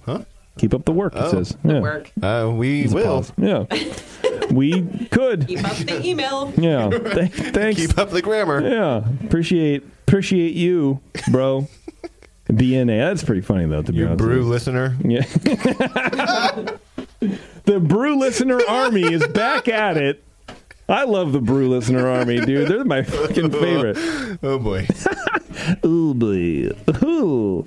G: Huh? Oh.
F: Keep up the work. It says. Yeah.
H: Work.
G: Uh, we will.
F: Yeah. we could.
H: Keep up the email.
F: Yeah. Th- thanks.
G: Keep up the grammar.
F: Yeah. Appreciate appreciate you, bro. BNA. That's pretty funny though. To be honest. with you.
G: Brew listener.
F: Yeah. the Brew Listener Army is back at it. I love the Brew Listener Army, dude. They're my fucking favorite.
G: Oh, boy.
F: Ooh, boy. Ooh.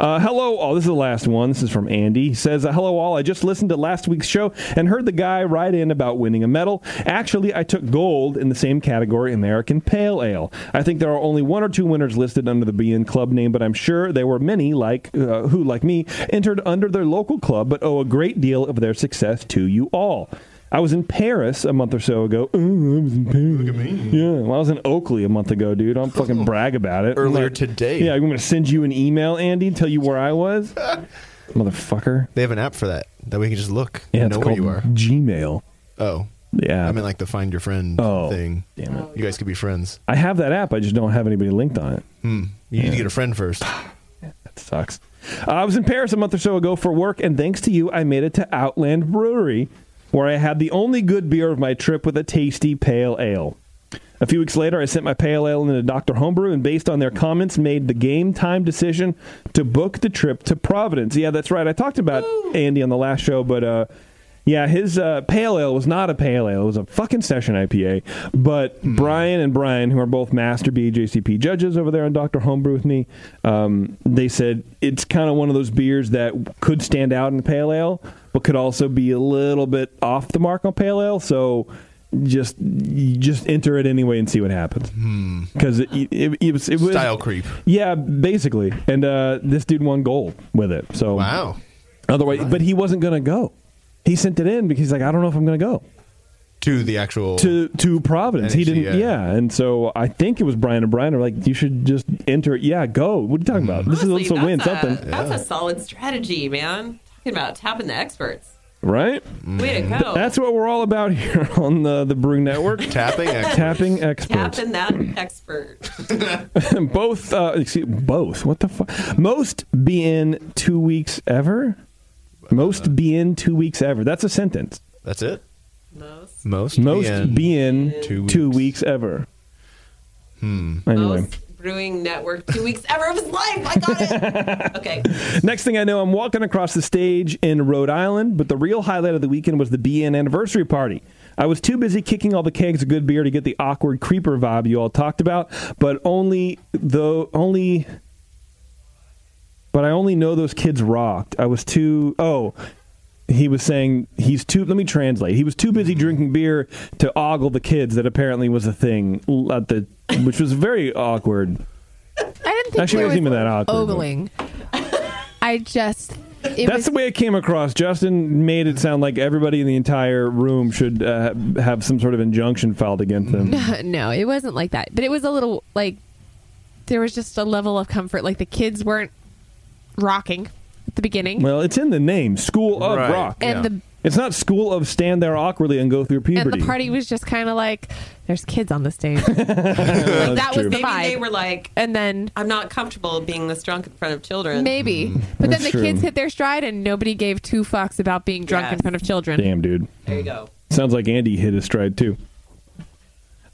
F: Uh, hello, all. This is the last one. This is from Andy. He says, uh, Hello, all. I just listened to last week's show and heard the guy write in about winning a medal. Actually, I took gold in the same category, American Pale Ale. I think there are only one or two winners listed under the BN Club name, but I'm sure there were many like uh, who, like me, entered under their local club but owe a great deal of their success to you all. I was in Paris a month or so ago. Ooh, I was in Paris. Look at me. Yeah, well, I was in Oakley a month ago, dude. Don't fucking brag about it.
G: Earlier
F: Look.
G: today.
F: Yeah, I'm going to send you an email, Andy, and tell you where I was. Motherfucker.
G: They have an app for that. That way you can just look
F: Yeah,
G: and
F: it's
G: know where
F: called
G: you are.
F: Gmail.
G: Oh.
F: Yeah.
G: I mean, like the find your friend
F: Oh,
G: thing.
F: damn it.
G: You guys could be friends.
F: I have that app. I just don't have anybody linked on it.
G: You need to get a friend first.
F: That sucks. Uh, I was in Paris a month or so ago for work, and thanks to you, I made it to Outland Brewery, where I had the only good beer of my trip with a tasty pale ale. A few weeks later, I sent my pale ale into Dr. Homebrew, and based on their comments, made the game time decision to book the trip to Providence. Yeah, that's right. I talked about Andy on the last show, but uh, yeah, his uh, pale ale was not a pale ale; it was a fucking session IPA. But
G: Hmm.
F: Brian and Brian, who are both master BJCP judges over there on Dr. Homebrew with me, um, they said it's kind of one of those beers that could stand out in a pale ale, but could also be a little bit off the mark on pale ale. So just you just enter it anyway and see what happens. Because it, it, it was it was
G: Hmm. Style creep.
F: Yeah, basically. And uh, this dude won gold with it. So
G: Wow.
F: Otherwise, but he wasn't gonna go. He sent it in because he's like, I don't know if I'm gonna go
G: To the actual.
F: to to Providence. he didn't.
G: NHC,
F: Oh. Yeah.
G: yeah.
F: and so I think it was Brian and Brian are like, you should just enter. it." Yeah, go. What are you talking about? This
H: Honestly,
F: is also win
H: that's a-
F: something,
H: That's a solid strategy, man. Talking about tapping the experts.
F: right?
H: Way to go.
F: Mm. That's what we're all about here on the the Brew Network.
G: tapping. experts.
F: Tapping experts.
H: tapping that expert.
F: both uh excuse, both what the fuck most be in two weeks ever most be in two weeks ever that's a sentence
G: That's it.
H: Most,
G: Most.
F: most
G: BN.
F: be in two
G: Two
F: weeks,
G: weeks.
F: ever hmm anyway
H: most brewing network two weeks ever of his life. I got it. Okay.
F: Next thing I know, I'm walking across the stage in Rhode Island, but the real highlight of the weekend was the BN anniversary party. I was too busy kicking all the kegs of good beer to get the awkward creeper vibe you all talked about, but only though only but I only know those kids rocked. I was too oh he was saying he's too let me translate. He was too busy drinking beer to ogle the kids that apparently was a thing at the which was very awkward.
I: I didn't think
F: Actually,
I: we
F: it wasn't
I: were
F: even that awkward, but-
I: Ogling. I just. It
F: That's
I: was,
F: the way it came across. Justin made it sound like everybody in the entire room should uh, have some sort of injunction filed against them.
I: no, it wasn't like that. But it was a little like there was just a level of comfort. Like the kids weren't rocking at the beginning,
F: well, it's in the name, School of
G: Right.
F: Rock.
I: and
G: yeah.
I: the
F: It's not School of Stand There Awkwardly and Go Through Puberty.
I: and the party was just kind of like there's kids on the stage. like, that was
F: true.
I: the
H: Maybe
I: vibe.
H: they were like,
I: and then
H: I'm not comfortable being this drunk in front of children.
I: maybe, but then
F: That's
I: the
F: true.
I: kids hit their stride, and nobody gave two fucks about being drunk in
H: Yes.
I: front of children.
F: Damn, dude.
H: There you go.
F: Sounds like Andy hit his stride too.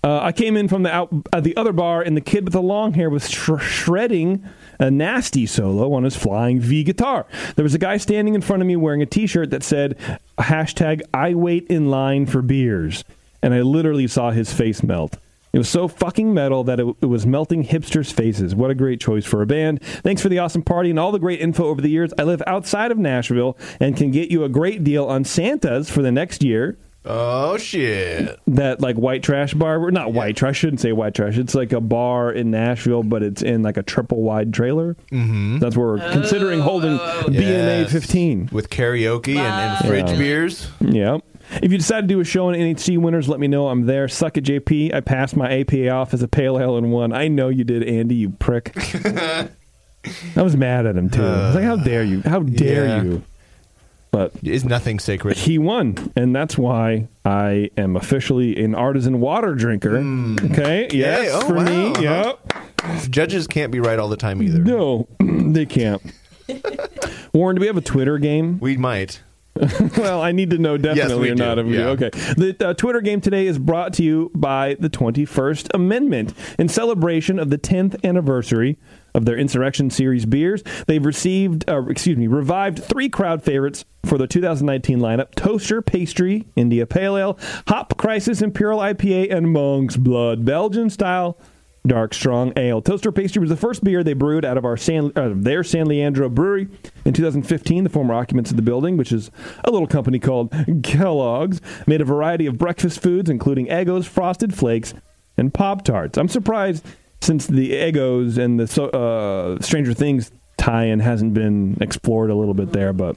F: Uh, I came in from the out, uh, the other bar, and the kid with the long hair was sh- shredding a nasty solo on his flying V guitar. There was a guy standing in front of me wearing a T-shirt that said hashtag I wait in line for beers, and I literally saw his face melt. It was so fucking metal that it, it was melting hipsters' faces. What a great choice for a band. Thanks for the awesome party and all the great info over the years. I live outside of Nashville and can get you a great deal on Santa's for the next year
G: Oh shit.
F: that like white trash bar. We're not white trash. I shouldn't say white trash. It's like a bar in Nashville, but it's in like a triple wide trailer. Mm-hmm. That's where we're considering holding BNA
G: oh. Yes.
F: 15.
G: with karaoke and, and fridge
F: Yeah.
G: beers.
F: Yeah. If you decide to do a show on NHC winners, let me know. I'm there. Suck it, JP. I passed my APA off as a pale ale and one. I know you did, Andy. You prick. I was mad at him too. I was like, "How dare you? How dare
G: Yeah.
F: you?" But
G: Is nothing sacred.
F: he won, and that's why I am officially an artisan water drinker. Okay, yes,
G: Hmm. oh,
F: for me,
G: wow, huh?
F: yep.
G: Judges can't be right all the time either.
F: No, they can't. Warren, do we have a Twitter game?
G: We might.
F: well, I need to know definitely
G: we
F: or not
G: do,
F: of you.
G: yeah.
F: Okay. The uh, Twitter game today is brought to you by the 21st Amendment. In celebration of the 10th anniversary of their Insurrection Series beers, they've received, uh, excuse me, revived three crowd favorites for their 2019 lineup Toaster Pastry, India Pale Ale, Hop Crisis Imperial IPA, and Monk's Blood Belgian style. Dark Strong Ale. Toaster Pastry was the first beer they brewed out of our San, out of their San Leandro brewery in 2015. The former occupants of the building, which is a little company called Kellogg's, made a variety of breakfast foods, including Eggos, Frosted Flakes, and Pop Tarts. I'm surprised since the Eggos and the so, uh, Stranger Things tie-in hasn't been explored a little bit there, but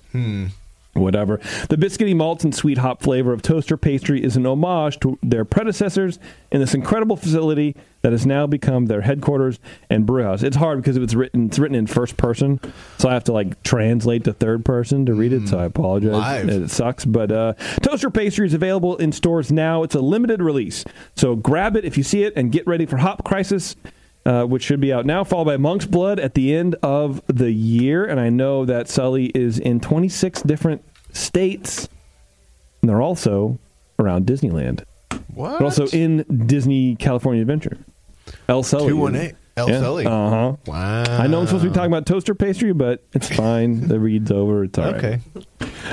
F: whatever. The biscuity malts and sweet hop flavor of toaster pastry is an homage to their predecessors in this incredible facility that has now become their headquarters and brewhouse. It's hard because it's written it's written in first person, so I have to like translate to third person to read it. So I apologize.
G: Live.
F: It sucks, but uh, toaster pastry is available in stores now. It's a limited release, so grab it if you see it and get ready for Hop Crisis. Uh, which should be out now, followed by Monk's Blood at the end of the year. And I know that Sully is in 26 different states, and they're also around Disneyland.
G: What?
F: They're also in Disney California Adventure. El Sully. is-
G: 218. El
F: Yeah.
G: Sully.
F: Uh-huh.
G: Wow.
F: I know I'm supposed to be talking about toaster pastry, but it's fine. the read's over. It's all right.
G: Okay.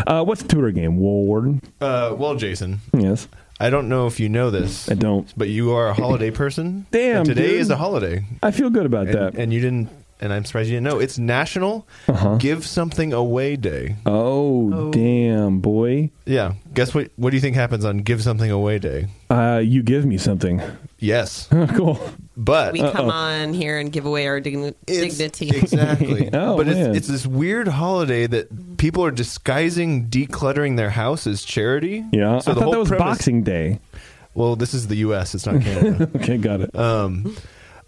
F: Uh, what's the Twitter game? Warden?
G: Uh, well, Jason,
F: Yes.
G: I don't know if you know this.
F: I don't.
G: But you are a holiday person.
F: Damn,
G: And today
F: dude.
G: is a holiday.
F: I feel good about
G: And,
F: that.
G: and you didn't and I'm surprised you didn't know. It's National
F: Uh-huh.
G: Give Something Away Day.
F: Oh, damn, boy.
G: Yeah. Guess what? What do you think happens on Give Something Away Day?
F: Uh, you give me something.
G: Yes,
F: cool.
G: but
H: We come on here and give away our dign-
G: It's-
H: dignity.
G: Exactly.
F: Oh,
G: but
F: man.
G: It's, it's this weird holiday that people are disguising decluttering their house as charity.
F: Yeah.
G: So
F: I
G: the
F: thought
G: whole
F: that was
G: premise-
F: Boxing Day.
G: Well, this is the U.S. It's not Canada. Um,
F: Okay, got it.
G: Uh,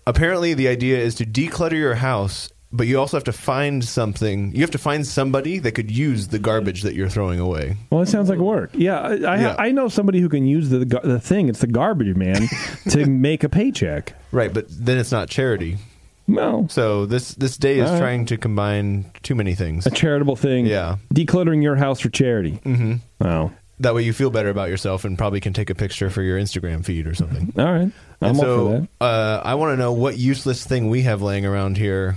G: Apparently, the idea is to declutter your house, but you also have to find something. You have to find somebody that could use the garbage that you're throwing away.
F: well, it sounds like work. Yeah, I, I,
G: Yeah.
F: I know somebody who can use the gar- the thing. It's the garbage man to make a paycheck.
G: Right, but then it's not charity.
F: No,
G: So this this day is
F: All right.
G: trying to combine too many things.
F: a charitable thing.
G: Yeah.
F: decluttering your house for charity. Mm-hmm. Wow.
G: That way, you feel better about yourself and probably can take a picture for your Instagram feed or something.
F: All right, I'm
G: And
F: all
G: so,
F: for that.
G: Uh, I want to know what useless thing we have laying around here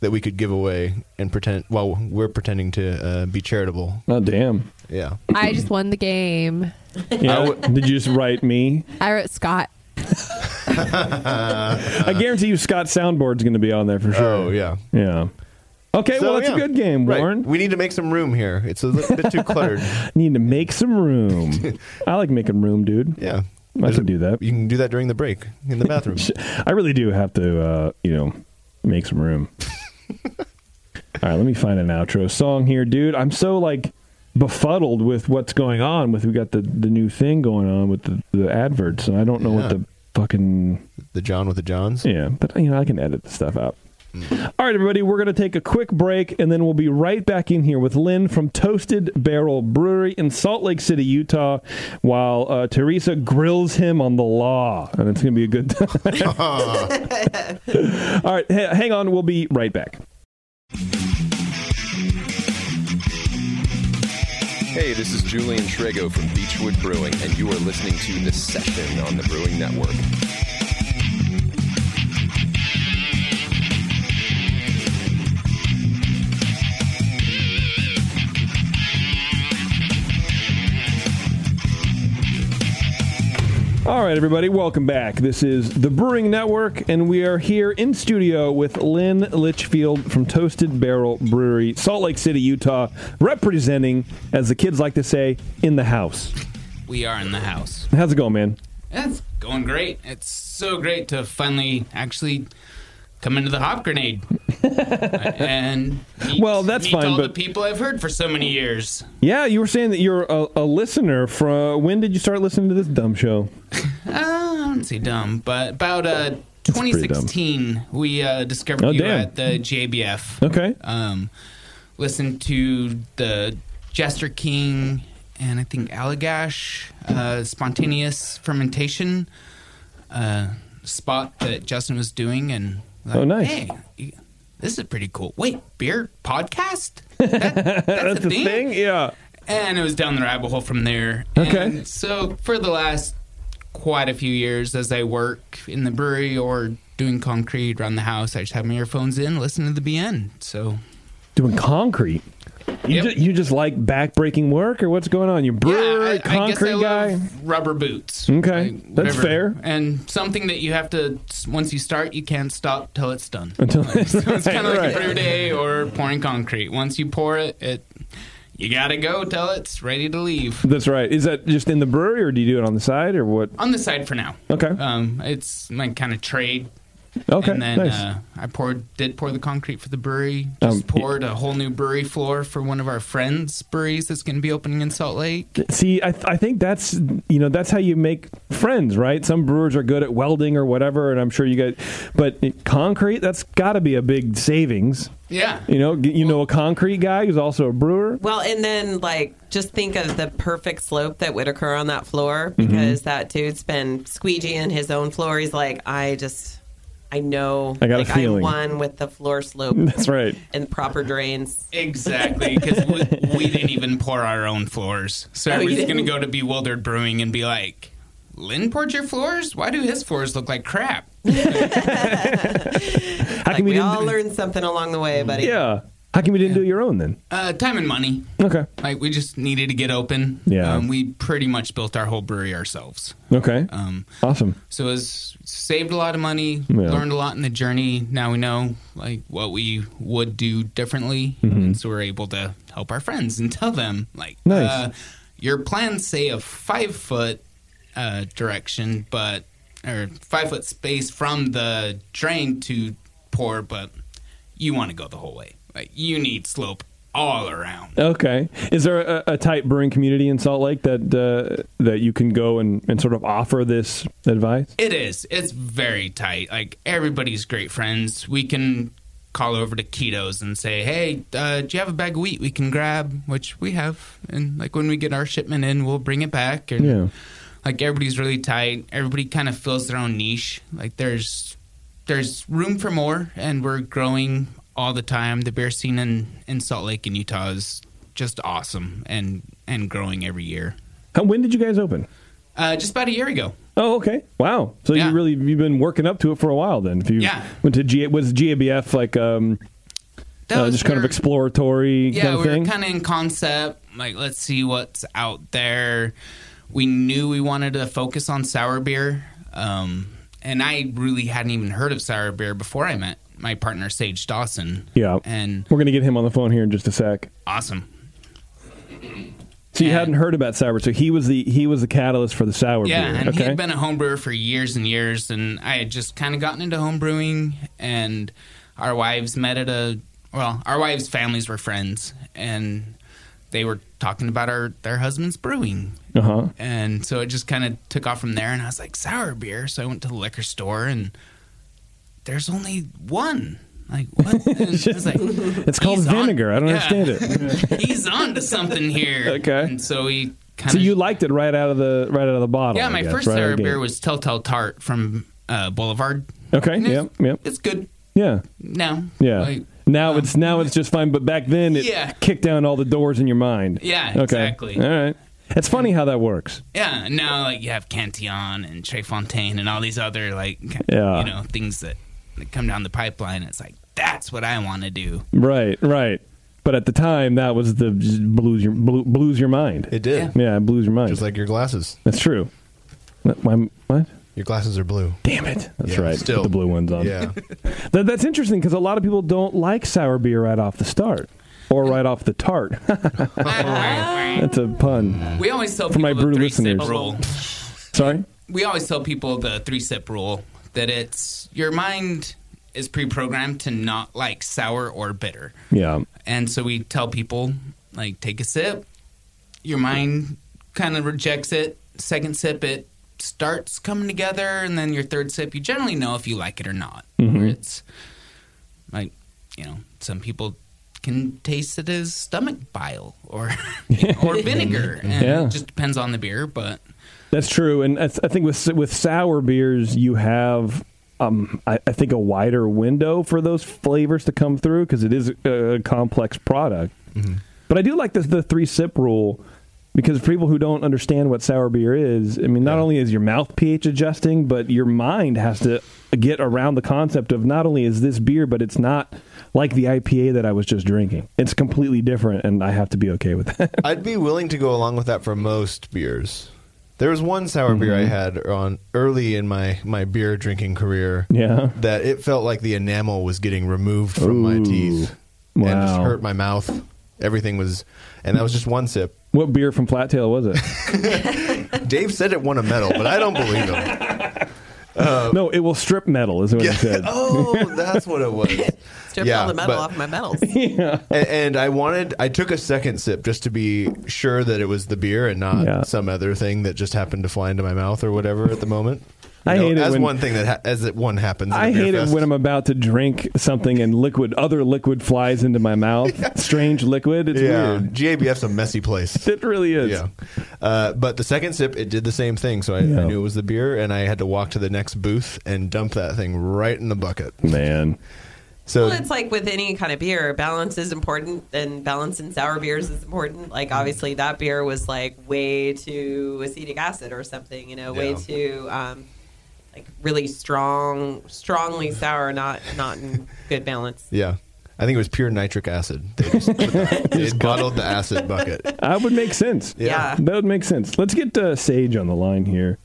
G: that we could give away and pretend while we're pretending to uh, be charitable.
F: Oh damn!
G: Yeah.
I: I just won the game.
F: Yeah. Did you just write me?
I: I wrote Scott.
F: I guarantee you, Scott soundboard's going to be on there for sure.
G: Oh yeah.
F: yeah. Okay,
G: So,
F: well, it's
G: yeah.
F: a good game,
G: Right.
F: Warren.
G: We need to make some room here. It's a little bit too cluttered.
F: Need to make some room. I like making room, dude.
G: Yeah.
F: I
G: There's
F: can
G: a-
F: do that.
G: You can do that during the break in the bathroom.
F: I really do have to, uh, you know, make some room. All right, let me find an outro song here, dude. I'm so like befuddled with what's going on. With we got the the new thing going on with the, the adverts, and I don't know what
G: Yeah.
F: the fucking
G: the John with the Johns.
F: yeah. But you know, I can edit the stuff out. All right, everybody, we're going to take a quick break, and then we'll be right back in here with Lynn from Toasted Barrel Brewery in Salt Lake City, Utah, while uh, Teresa grills him on the law, and it's going to be a good time. All right, ha- hang on. We'll be right back.
C: Hey, this is Julian Trego from Beechwood Brewing, and you are listening to The Session on the Brewing Network.
F: All right, everybody, welcome back. This is the Brewing Network, and we are here in studio with Lynn Litchfield from Toasted Barrel Brewery, Salt Lake City, Utah, representing, as the kids like to say, in the house.
J: We are in the house.
F: How's it going, man?
J: It's going great. It's so great to finally actually come into the hop grenade and meet,
F: Well, that's
J: meet
F: fine,
J: all
F: but-
J: the people I've heard for so many years.
F: Yeah, you were saying that you're a, a listener. From when did you start listening to this dumb show?
J: Uh, I wouldn't say dumb, but about uh,
F: pretty dumb.
J: 2016, we uh, discovered
F: Oh,
J: you
F: damn.
J: at the JBF.
F: Okay,
J: Um, listened to the Jester King and I think Allagash, uh, spontaneous fermentation uh, spot that Justin was doing, and like,
F: Oh, nice.
J: Hey, you- this is pretty cool. Wait, beer podcast? That- that's
F: that's the thing. Yeah.
J: and it was down the rabbit hole from there.
F: Okay.
J: And so for the last quite a few years, as I work in the brewery or doing concrete around the house, I just have my earphones in, listen to the BN. So
F: doing concrete. You,
J: Yep.
F: ju- you just like backbreaking work, or what's going on? You're brewer,
J: I- I guess I
F: concrete guy.
J: love rubber boots.
F: Okay. That's
J: whatever.
F: fair.
J: And something that you have to once you start, you can't stop till it's done.
F: Until
J: It's kind of like a brew day or pouring concrete. Once you pour it, it you gotta go till it's ready to leave.
F: That's right. Is that just in the brewery, or do you do it on the side, or what?
J: On the side for now.
F: Okay.
J: Um, it's my kind of trade
F: Okay,
J: And then
F: nice.
J: uh, I poured, did pour the concrete for the brewery. Just
F: Um,
J: poured a whole new brewery floor for one of our friends' breweries that's going to be opening in Salt Lake.
F: See, I, th- I think that's you know that's how you make friends, right? Some brewers are good at welding or whatever, and I'm sure you guys. But it- concrete, that's got to be a big savings.
J: Yeah.
F: You know, g- you know a concrete guy who's also a brewer.
H: Well, and then like just think of the perfect slope that would occur on that floor
F: Mm-hmm.
H: because that dude's been squeegeeing his own floor. He's like, I just, I know,
F: I got a
H: like,
F: feeling.
H: I won with the floor slope
F: That's right.
H: and proper drains.
J: Exactly, because we, we didn't even pour our own floors. So
H: Oh, you
J: everybody's going
H: didn't?
J: to go to Bewildered Brewing and be like, Lynn poured your floors? Why do his floors look like crap?
F: How
H: Like we
F: didn't-
H: all learned something along the way, buddy.
F: Yeah. How come you didn't do your own then?
E: Uh, time and money.
F: Okay.
E: Like we just needed to get open.
F: Yeah.
E: Um, we pretty much built our whole brewery ourselves.
F: Okay.
E: Um,
F: awesome.
E: So it was saved a lot of money,
F: Yeah.
E: learned a lot in the journey. Now we know like what we would do differently,
H: Mm-hmm.
F: Mhm.
E: and so we're able to help our friends and tell them like,
F: Nice.
E: uh, your plans say a five foot uh, direction, but or five foot space from the drain to pour, but you want to go the whole way. Like you need slope all around.
F: Okay. Is there a, a tight brewing community in Salt Lake that uh, that you can go and, and sort of offer this advice?
E: It is. It's very tight. Like everybody's great friends. We can call over to Ketos and say, "Hey, uh, do you have a bag of wheat we can grab?" Which we have. And like when we get our shipment in, we'll bring it back. And
F: Yeah.
E: like everybody's really tight. Everybody kind of fills their own niche. Like there's there's room for more, and we're growing all the time. The beer scene in in Salt Lake and Utah is just awesome and and growing every year.
F: How, when did you guys open?
E: Uh, just about a year ago.
F: Oh, okay. Wow. So you really you've been working up to it for a while then. If you
E: Yeah.
F: went to G, was GABF like um,
E: That
F: uh,
E: was
F: just kind of
E: where-
F: exploratory
E: yeah,
F: kind of
E: we
F: thing?
E: were kind of in concept. Like, let's see what's out there. We knew we wanted to focus on sour beer, um, and I really hadn't even heard of sour beer before I met my partner Sage Dawson.
F: yeah.
E: And
F: we're gonna get him on the phone here in just a sec.
E: Awesome.
F: So you hadn't heard about sour, so he was the he was the catalyst for the sour
E: yeah,
F: beer.
E: and
F: okay.
E: he had been a homebrewer for years and years, and I had just kind of gotten into homebrewing, and our wives met at a well, our wives' families were friends, and they were talking about our their husbands brewing,
F: uh huh.
E: And so it just kind of took off from there. And I was like, sour beer. So I went to the liquor store and there's only one. Like, what? And I was like,
F: It's called vinegar. I don't
E: Yeah.
F: understand it.
E: he's on to something here. Okay. And so he,
F: so you liked it right out of the right out of the bottle.
E: yeah,
F: I
E: my
F: guess,
E: first
F: right out of
E: sour
F: the
E: beer
F: gate.
E: was Telltale Tart from uh, Boulevard.
F: Okay.
E: And
F: Yeah.
E: it's-
F: Yeah.
E: It's good
F: Yeah.
E: now.
F: Yeah.
E: Like, uh,
F: now it's now it's just fine, but back then it
E: Yeah.
F: kicked down all the doors in your mind.
E: Yeah,
F: Okay.
E: exactly.
F: All right. It's funny how that works.
E: yeah. Now, like, you have Cantillon and Trey Fontaine and all these other, like,
F: Yeah.
E: you know, things that, that come down the pipeline. It's like, that's what I want to do.
F: Right. Right. But at the time, that was the just blues your blew, blues your mind. It
G: did.
F: Yeah, it blues your mind.
G: Just like your glasses.
F: That's true. What? my- what?
G: Your glasses are blue.
F: Damn it. That's
G: Yeah,
F: right.
G: still.
F: Put the blue ones on.
G: Yeah.
F: That, that's interesting because a lot of people don't like sour beer right off the start or right off the tart. that's a pun.
E: We always tell
F: for my
E: people the
F: brutal
E: three sip
F: listeners.
E: rule.
F: Sorry.
E: We always tell people the three sip rule that it's your mind is pre programmed to not like sour or bitter.
F: Yeah.
E: And so we tell people, like, take a sip. Your mind kind of rejects it. Second sip, it starts coming together. And then your third sip, you generally know if you like it or not.
F: Mhm.
E: It's like, you know, some people can taste it as stomach bile or or vinegar. And
F: Yeah.
E: it just depends on the beer, but
F: That's true, and I, th- I think with with sour beers, you have um, I, I think a wider window for those flavors to come through because it is a, a complex product. But I do like the, the three sip rule because for people who don't understand what sour beer is, I mean, not only is your mouth pH adjusting, but your mind has to get around the concept of not only is this beer, but it's not like the IPA that I was just drinking. It's completely different, and I have to be okay with that.
G: I'd be willing to go along with that for most beers. There was one sour beer
F: Mm-hmm.
G: I had on early in my, my beer drinking career.
F: Yeah.
G: That it felt like the enamel was getting removed from my teeth and just
F: Wow.
G: hurt my mouth. Everything was, and that was just one sip.
F: What beer from Flattail was it?
G: Dave said it won a medal, but I don't believe him.
F: no, it will strip metal, is what it said.
G: Oh, that's what it was.
H: Stripped all the metal off my medals.
G: A- And, I wanted, I took a second sip just to be sure that it was the beer and not some other thing that just happened to fly into my mouth or whatever at the moment.
F: I hate it
G: as
F: when-
G: one thing that ha- as it one happens. at a
F: I
G: beer
F: hate
G: fest.
F: it when I'm about to drink something and liquid, other liquid flies into my mouth. Strange liquid. It's
G: yeah,
F: weird.
G: GABF's a messy place.
F: It really is.
G: Yeah, uh, but the second sip, it did the same thing. So I, I
F: Yeah.
G: knew it was the beer, and I had to walk to the next booth and dump that thing right in the bucket.
F: Man,
G: so
H: Well, it's like with any kind of beer, balance is important, and balance in sour beers is important. Like obviously, that beer was like way too acetic acid or something, you know, way
K: Yeah.
H: too um, like really strong, strongly sour, not not in good balance.
G: Yeah.
L: I think it was pure nitric acid. They just put the, they bottled the acid bucket.
F: That would make sense.
L: Yeah.
F: That would make sense. Let's get uh, Sage on the line here,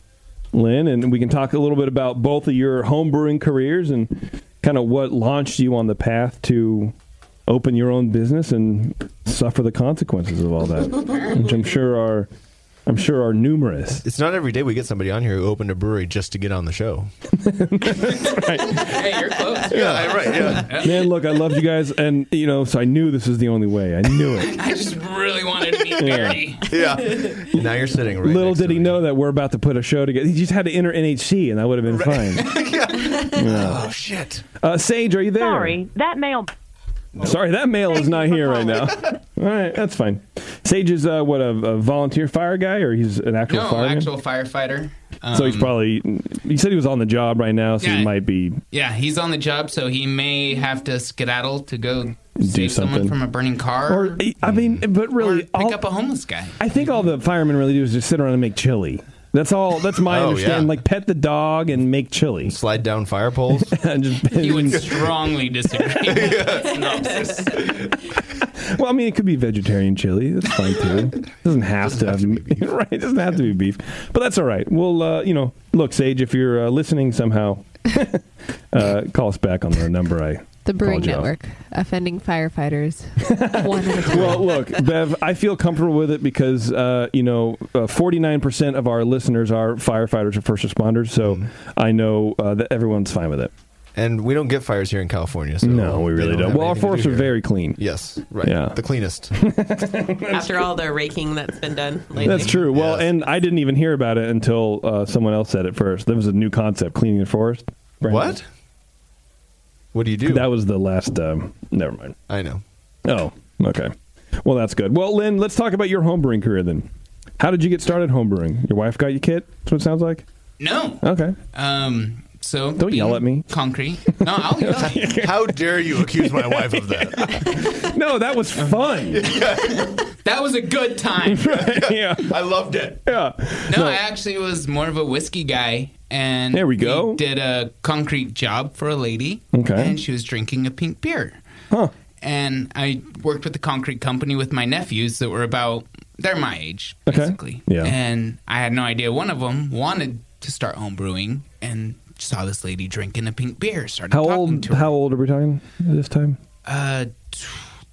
F: Lynn, and we can talk a little bit about both of your home brewing careers and kind of what launched you on the path to open your own business and suffer the consequences of all that, which I'm sure are. I'm sure are numerous.
L: It's not every day we get somebody on here who opened a brewery just to get on the show.
G: hey, you're close.
L: Yeah, right. Yeah.
F: Man, look, I loved you guys, and you know, so I knew this was the only way. I knew it.
G: I just really wanted to meet Barry.
L: Yeah. Now you're sitting right.
F: Little did he know that we're about to put a show together. He just had to enter NHC, and that would have been fine. Yeah.
L: Oh shit.
F: Uh, Sage, are you there?
M: Sorry, that mail.
F: Sorry, that male is not here right now. All right, that's fine. Sage is uh, what a, a volunteer fire guy, or he's an actual
G: No,
F: fireman.
G: actual firefighter. Um,
F: so he's probably. He said he was on the job right now, so he
G: Yeah.
F: might be.
G: Yeah, he's on the job, so he may have to skedaddle to go save
F: something.
G: someone from a burning car.
F: Or I mean, but really,
G: pick up a homeless guy.
F: I think all the firemen really do is just sit around and make chili. That's all. That's my
L: Oh, yeah.
F: understanding. Like pet the dog and make chili.
L: Slide down fire poles.
F: And just-
G: He would strongly disagree. with that synopsis.
F: Well, I mean, it could be vegetarian chili. That's fine too. It doesn't have to have, right. It doesn't have to be beef, but that's all right. Well, uh, you know, look, Sage, if you're uh, listening somehow, uh, call us back on the number I.
I: The Brewing
F: told you.
I: Network, offending firefighters. One at a time.
F: Well, look, Bev, I feel comfortable with it because uh, you know, forty nine percent of our listeners are firefighters or first responders, so I know uh, that everyone's fine with it.
L: And we don't get fires here in California. So
F: no, we
L: they
F: really don't.
L: have
F: Well, our
L: anything to
F: forests
L: do
F: are
L: here.
F: very clean.
L: Yes, right.
F: Yeah.
L: The cleanest.
H: After all the raking that's been done lately.
F: That's true. Well, and I didn't even hear about it until uh, someone else said it first. That was a new concept, cleaning the forest. Brandon.
L: What? What do you do?
F: That was the last. Um, never mind.
L: I know.
F: Oh, okay. Well, that's good. Well, Lynn, let's talk about your homebrewing career then. How did you get started homebrewing? Your wife got you kit? That's what it sounds like.
G: No.
F: Okay.
G: Um. So
F: Don't yell
G: being
F: at me.
G: Concrete. No, I'll yell at you.
L: How dare you accuse my wife of that?
F: No, that was fun.
G: uh-huh. That was a good time.
F: yeah.
L: I loved it.
F: Yeah.
G: No, I actually was more of a whiskey guy, and
F: There we go.
G: did a concrete job for a lady,
F: Okay.
G: and she was drinking a pink beer.
F: Huh.
G: And I worked with the concrete company with my nephews that were about they're my age,
F: Okay.
G: basically.
F: Yeah.
G: And I had no idea. One of them wanted to start home brewing and saw this lady drinking a pink beer. Started
F: How
G: talking
F: old
G: To her.
F: how old are we talking this time?
G: Uh, t-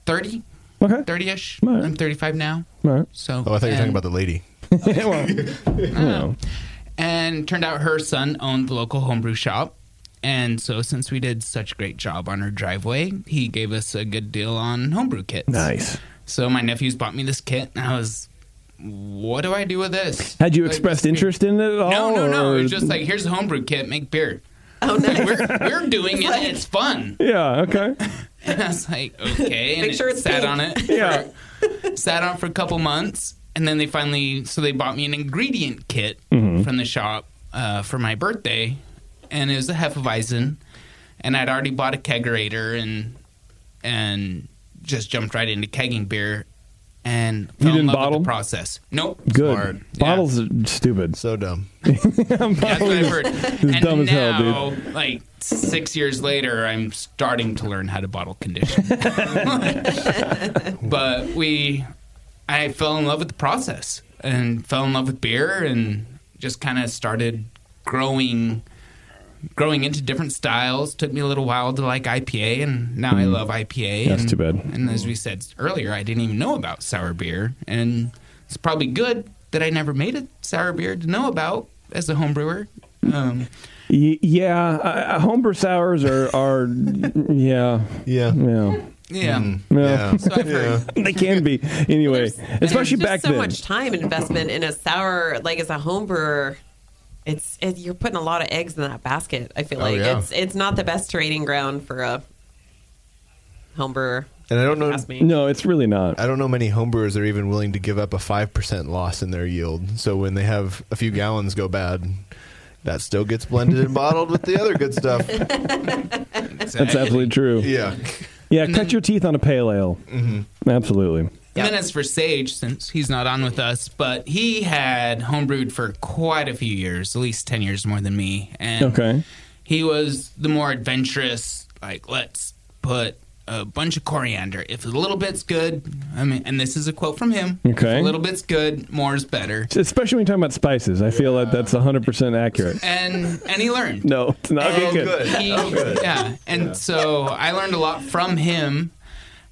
G: 30,
F: Okay.
G: 30 ish.
F: All right.
G: I'm thirty five now.
F: All right.
G: So.
L: Oh, I thought you were talking
G: and-
L: about the lady.
F: well, you know.
G: and turned out her son owned the local homebrew
L: Oh.
G: shop. And so, since we did such a great job on her driveway, he gave us a good deal on homebrew kits.
F: Nice.
G: So my nephews bought me this kit, and I was, what do I do with this?
F: Had you
G: Like,
F: expressed
G: this beer-
F: interest in it at all?
G: No, no, no.
F: or-
G: It was just like, here's a homebrew kit, make beer.
H: Oh, nice.
G: We're, we're doing it. It's fun.
F: Yeah, okay.
G: And I was like, okay. And
H: Make
G: it
H: sure it's
G: sat
H: pink.
G: on it.
F: Yeah.
G: sat on it for a couple months, and then they finally so they bought me an ingredient kit
F: Mm-hmm.
G: from the shop uh, for my birthday, and it was a hefeweizen, and I'd already bought a kegerator and and just jumped right into kegging beer, and fell in
F: didn't
G: love
F: bottle?
G: with the process. Nope,
F: Good.
G: Smart. Yeah.
F: Bottles are stupid.
L: So dumb.
G: That's what I've heard. and
F: dumb as hell, dude.
G: now, like six years later, I'm starting to learn how to bottle condition. but we, I fell in love with the process and fell in love with beer and just kind of started growing, growing into different styles. Took me a little while to like IPA, and now I love IPA.
F: Mm-hmm. That's
G: and-
F: too bad.
G: And as we said earlier, I didn't even know about sour beer, and it's probably good that I never made a sour beer to know about as a home brewer. Um,
F: Y- yeah, uh, homebrew sours are are yeah,
L: Yeah. Mm-hmm.
F: yeah.
G: yeah.
F: Yeah.
G: So I've heard.
F: they can be anyway, especially
H: There's
F: back
H: just so
F: then.
H: much time investment in a sour, like as a home brewer. It's it, you're putting a lot of eggs in that basket. I feel
L: Oh,
H: like
L: yeah.
H: it's it's not the best trading ground for a home brewer.
L: And I don't know.
H: Ask me.
F: no, it's really not.
L: I don't know many homebrewers that are even willing to give up a five percent loss in their yield. So when they have a few gallons go bad, that still gets blended and bottled with the other good stuff.
F: That's absolutely true. Yeah,
L: Yeah.
F: cut your teeth on a pale ale. Absolutely.
G: And then as for Sage, since he's not on with us, but he had homebrewed for quite a few years, at least 10 years more than me. And
F: Okay.
G: he was the more adventurous, like, let's put a bunch of coriander. If a little bit's good, I mean, and this is a quote from him. If
F: Okay.
G: a little bit's good, more is better.
F: Especially when you're talking about spices, I feel like that's 100 percent accurate.
G: And and he learned.
F: No, it's not
G: And
F: good.
G: he- Yeah, and so I learned a lot from him.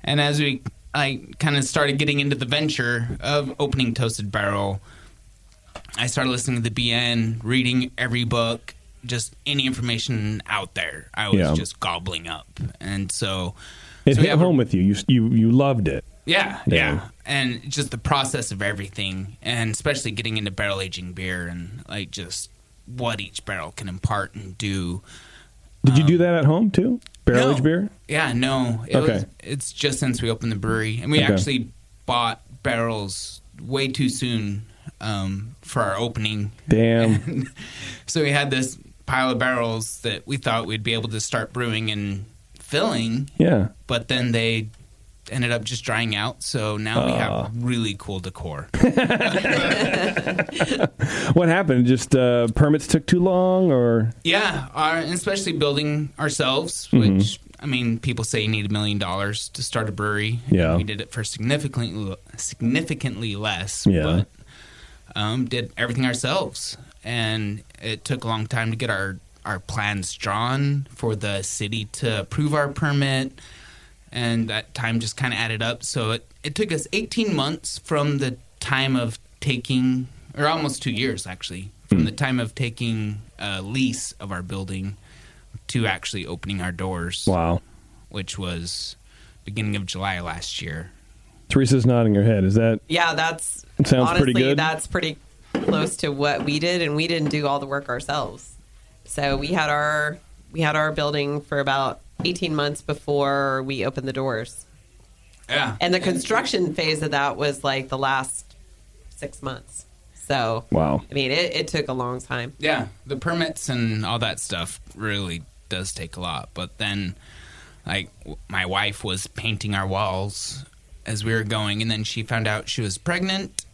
G: And as we I kind of started getting into the venture of opening Toasted Barrel, I started listening to the BN, reading every book, just any information out there. I was
F: Yeah.
G: just gobbling up, and so
F: It
G: so
F: hit home with you. You you you loved it.
G: yeah,
F: Yeah.
G: yeah, and just the process of everything, and especially getting into barrel aging beer and like just what each barrel can impart and do.
F: Did you do that at home too? Barrel aged beer.
G: Yeah, no, it
F: Okay.
G: was, it's just since we opened the brewery, and we
F: Okay.
G: actually bought barrels way too soon um, for our opening.
F: Damn.
G: So we had this pile of barrels that we thought we'd be able to start brewing and filling,
F: Yeah.
G: but then they ended up just drying out. So now we
F: Aw.
G: have really cool decor.
F: What happened? Just uh, permits took too long, or
G: Yeah, our, and especially building ourselves, which
F: Mhm.
G: I mean, people say you need a million dollars to start a brewery.
F: Yeah.
G: we did it for significantly significantly less.
F: Yeah.
G: but um, did everything ourselves, and it took a long time to get our our plans drawn for the city to approve our permit. And that time just kind of added up. So it, it took us 18 months from the time of taking, or almost two years actually, from the time of taking a lease of our building to actually opening our doors.
F: Wow.
G: Which was beginning of July last year.
F: Teresa's nodding her head. Is that
H: Yeah, that's
F: It sounds
H: honestly
F: pretty good.
H: that's pretty close to what we did, and we didn't do all the work ourselves. So we had our we had our building for about eighteen months before we opened the doors.
G: Yeah,
H: and the construction phase of that was like the last six months. So
F: Wow.
H: I mean, it, it took a long time.
G: Yeah, the permits and all that stuff really does take a lot. But then, like, w- my wife was painting our walls as we were going, and then she found out she was pregnant.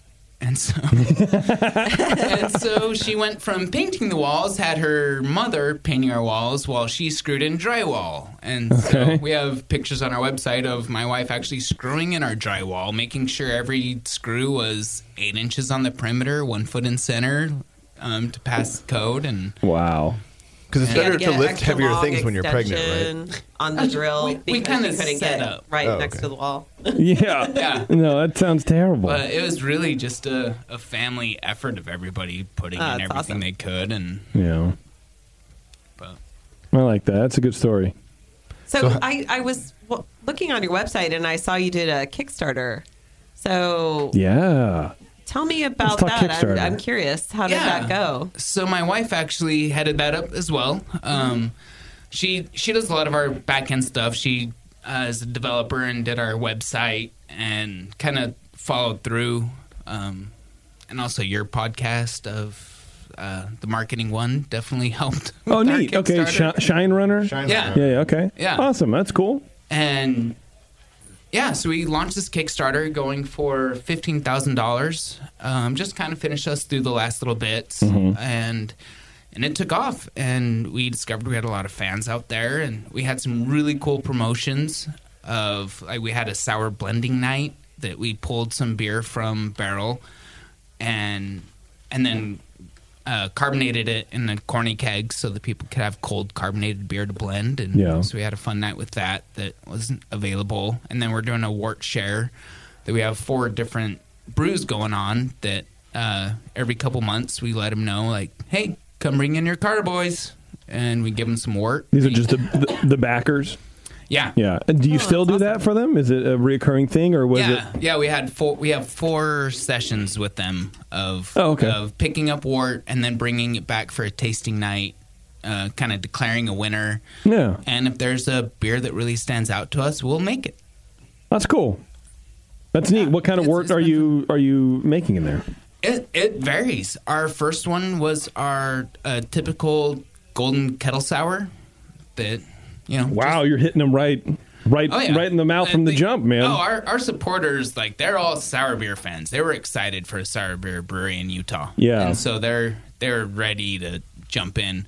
G: And so, and so she went from painting the walls, had her mother painting our walls while she screwed in drywall. And
F: Okay.
G: so we have pictures on our website of my wife actually screwing in our drywall, making sure every screw was eight inches on the perimeter, one foot in center um, to pass code. And
F: wow?
N: Because it's
G: Yeah,
N: better
G: to
N: to
G: get
N: lift
G: extra
N: heavier
G: long
N: things when you're pregnant, right?
H: Extension On the drill,
G: We- we
H: because
G: kinda
H: you couldn't
G: set
H: get
G: up.
H: right
N: Oh,
H: next to the wall.
F: Yeah.
G: Yeah.
F: No, that sounds terrible.
G: But it was really just a, a family effort of everybody putting
H: Oh,
G: in
H: that's
G: everything
H: awesome.
G: they could. And
F: yeah.
G: But-
F: I like that. That's a good story.
H: So I, I was well, looking on your website and I saw you did a Kickstarter. So
F: Yeah.
H: tell me about
G: talk
H: that. I'm,
G: Kickstarter.
H: I'm curious. How did
G: Yeah.
H: that go?
G: So my wife actually headed that up as well. Um, she she does a lot of our back end stuff. She uh, is a developer and did our website and kind of followed through. Um, and also your podcast of uh, the marketing one definitely helped. with
F: Oh,
G: our
F: neat. Okay,
G: Kickstarter.
F: Shi- Shine Runner.
G: Shine Yeah. Runner.
F: Oh, Yeah. yeah, Okay.
G: Yeah.
F: Awesome. That's cool.
G: and yeah, so we launched this Kickstarter going for fifteen thousand dollars. Um, just kind of finished us through the last little bits,
F: Mhm.
G: and and it took off. And we discovered we had a lot of fans out there, and we had some really cool promotions. Of like we had a sour blending night that we pulled some beer from barrel, and and then uh, carbonated it in a corny keg so that people could have cold carbonated beer to blend. And
F: Yeah.
G: so we had a fun night with that that wasn't available. And then we're doing a wart share that we have four different brews going on that uh, every couple months we let them know, like, hey, come bring in your carboys. And we give them some wort.
F: These are just the the, the backers.
G: Yeah.
F: Yeah. And do you still do that for them? Is it a reoccurring thing, or was
G: yeah,
F: it?
G: yeah, we had four. We have four sessions with them of
F: Oh, okay.
G: of picking up wart and then bringing it back for a tasting night, uh, kind of declaring a winner.
F: Yeah.
G: And if there's a beer that really stands out to us, we'll make it.
F: That's cool. That's neat. What kind of wort are you are you making in there?
G: It it varies. Our first one was our uh, typical golden kettle sour. That you know.
F: Wow, you're hitting them right, right,
G: Oh, yeah.
F: right in the mouth from the jump, man.
G: Oh, our, our supporters like they're all sour beer fans. They were excited for a sour beer brewery in Utah.
F: Yeah.
G: and so they're they're ready to jump in.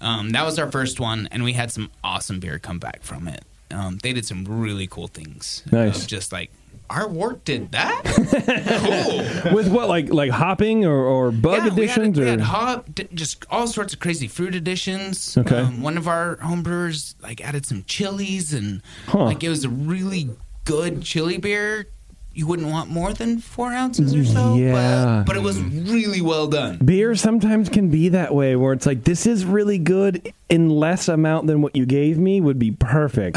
G: Um, that was our first one, and we had some awesome beer come back from it.
J: um, they did some really cool things.
F: Nice.
J: Of just like our wart did that.
F: With what, like like hopping or, or bug additions
J: We
F: or
J: had hop, d- just all sorts of crazy fruit additions. Um,
F: Okay.
J: one of our homebrewers like added some chilies and
F: Huh.
J: like it was a really good chili beer. You wouldn't want more than four ounces or so.
F: Yeah.
J: But, but it was really well done.
F: beer sometimes can be that way where it's like this is really good in less amount than what you gave me would be perfect.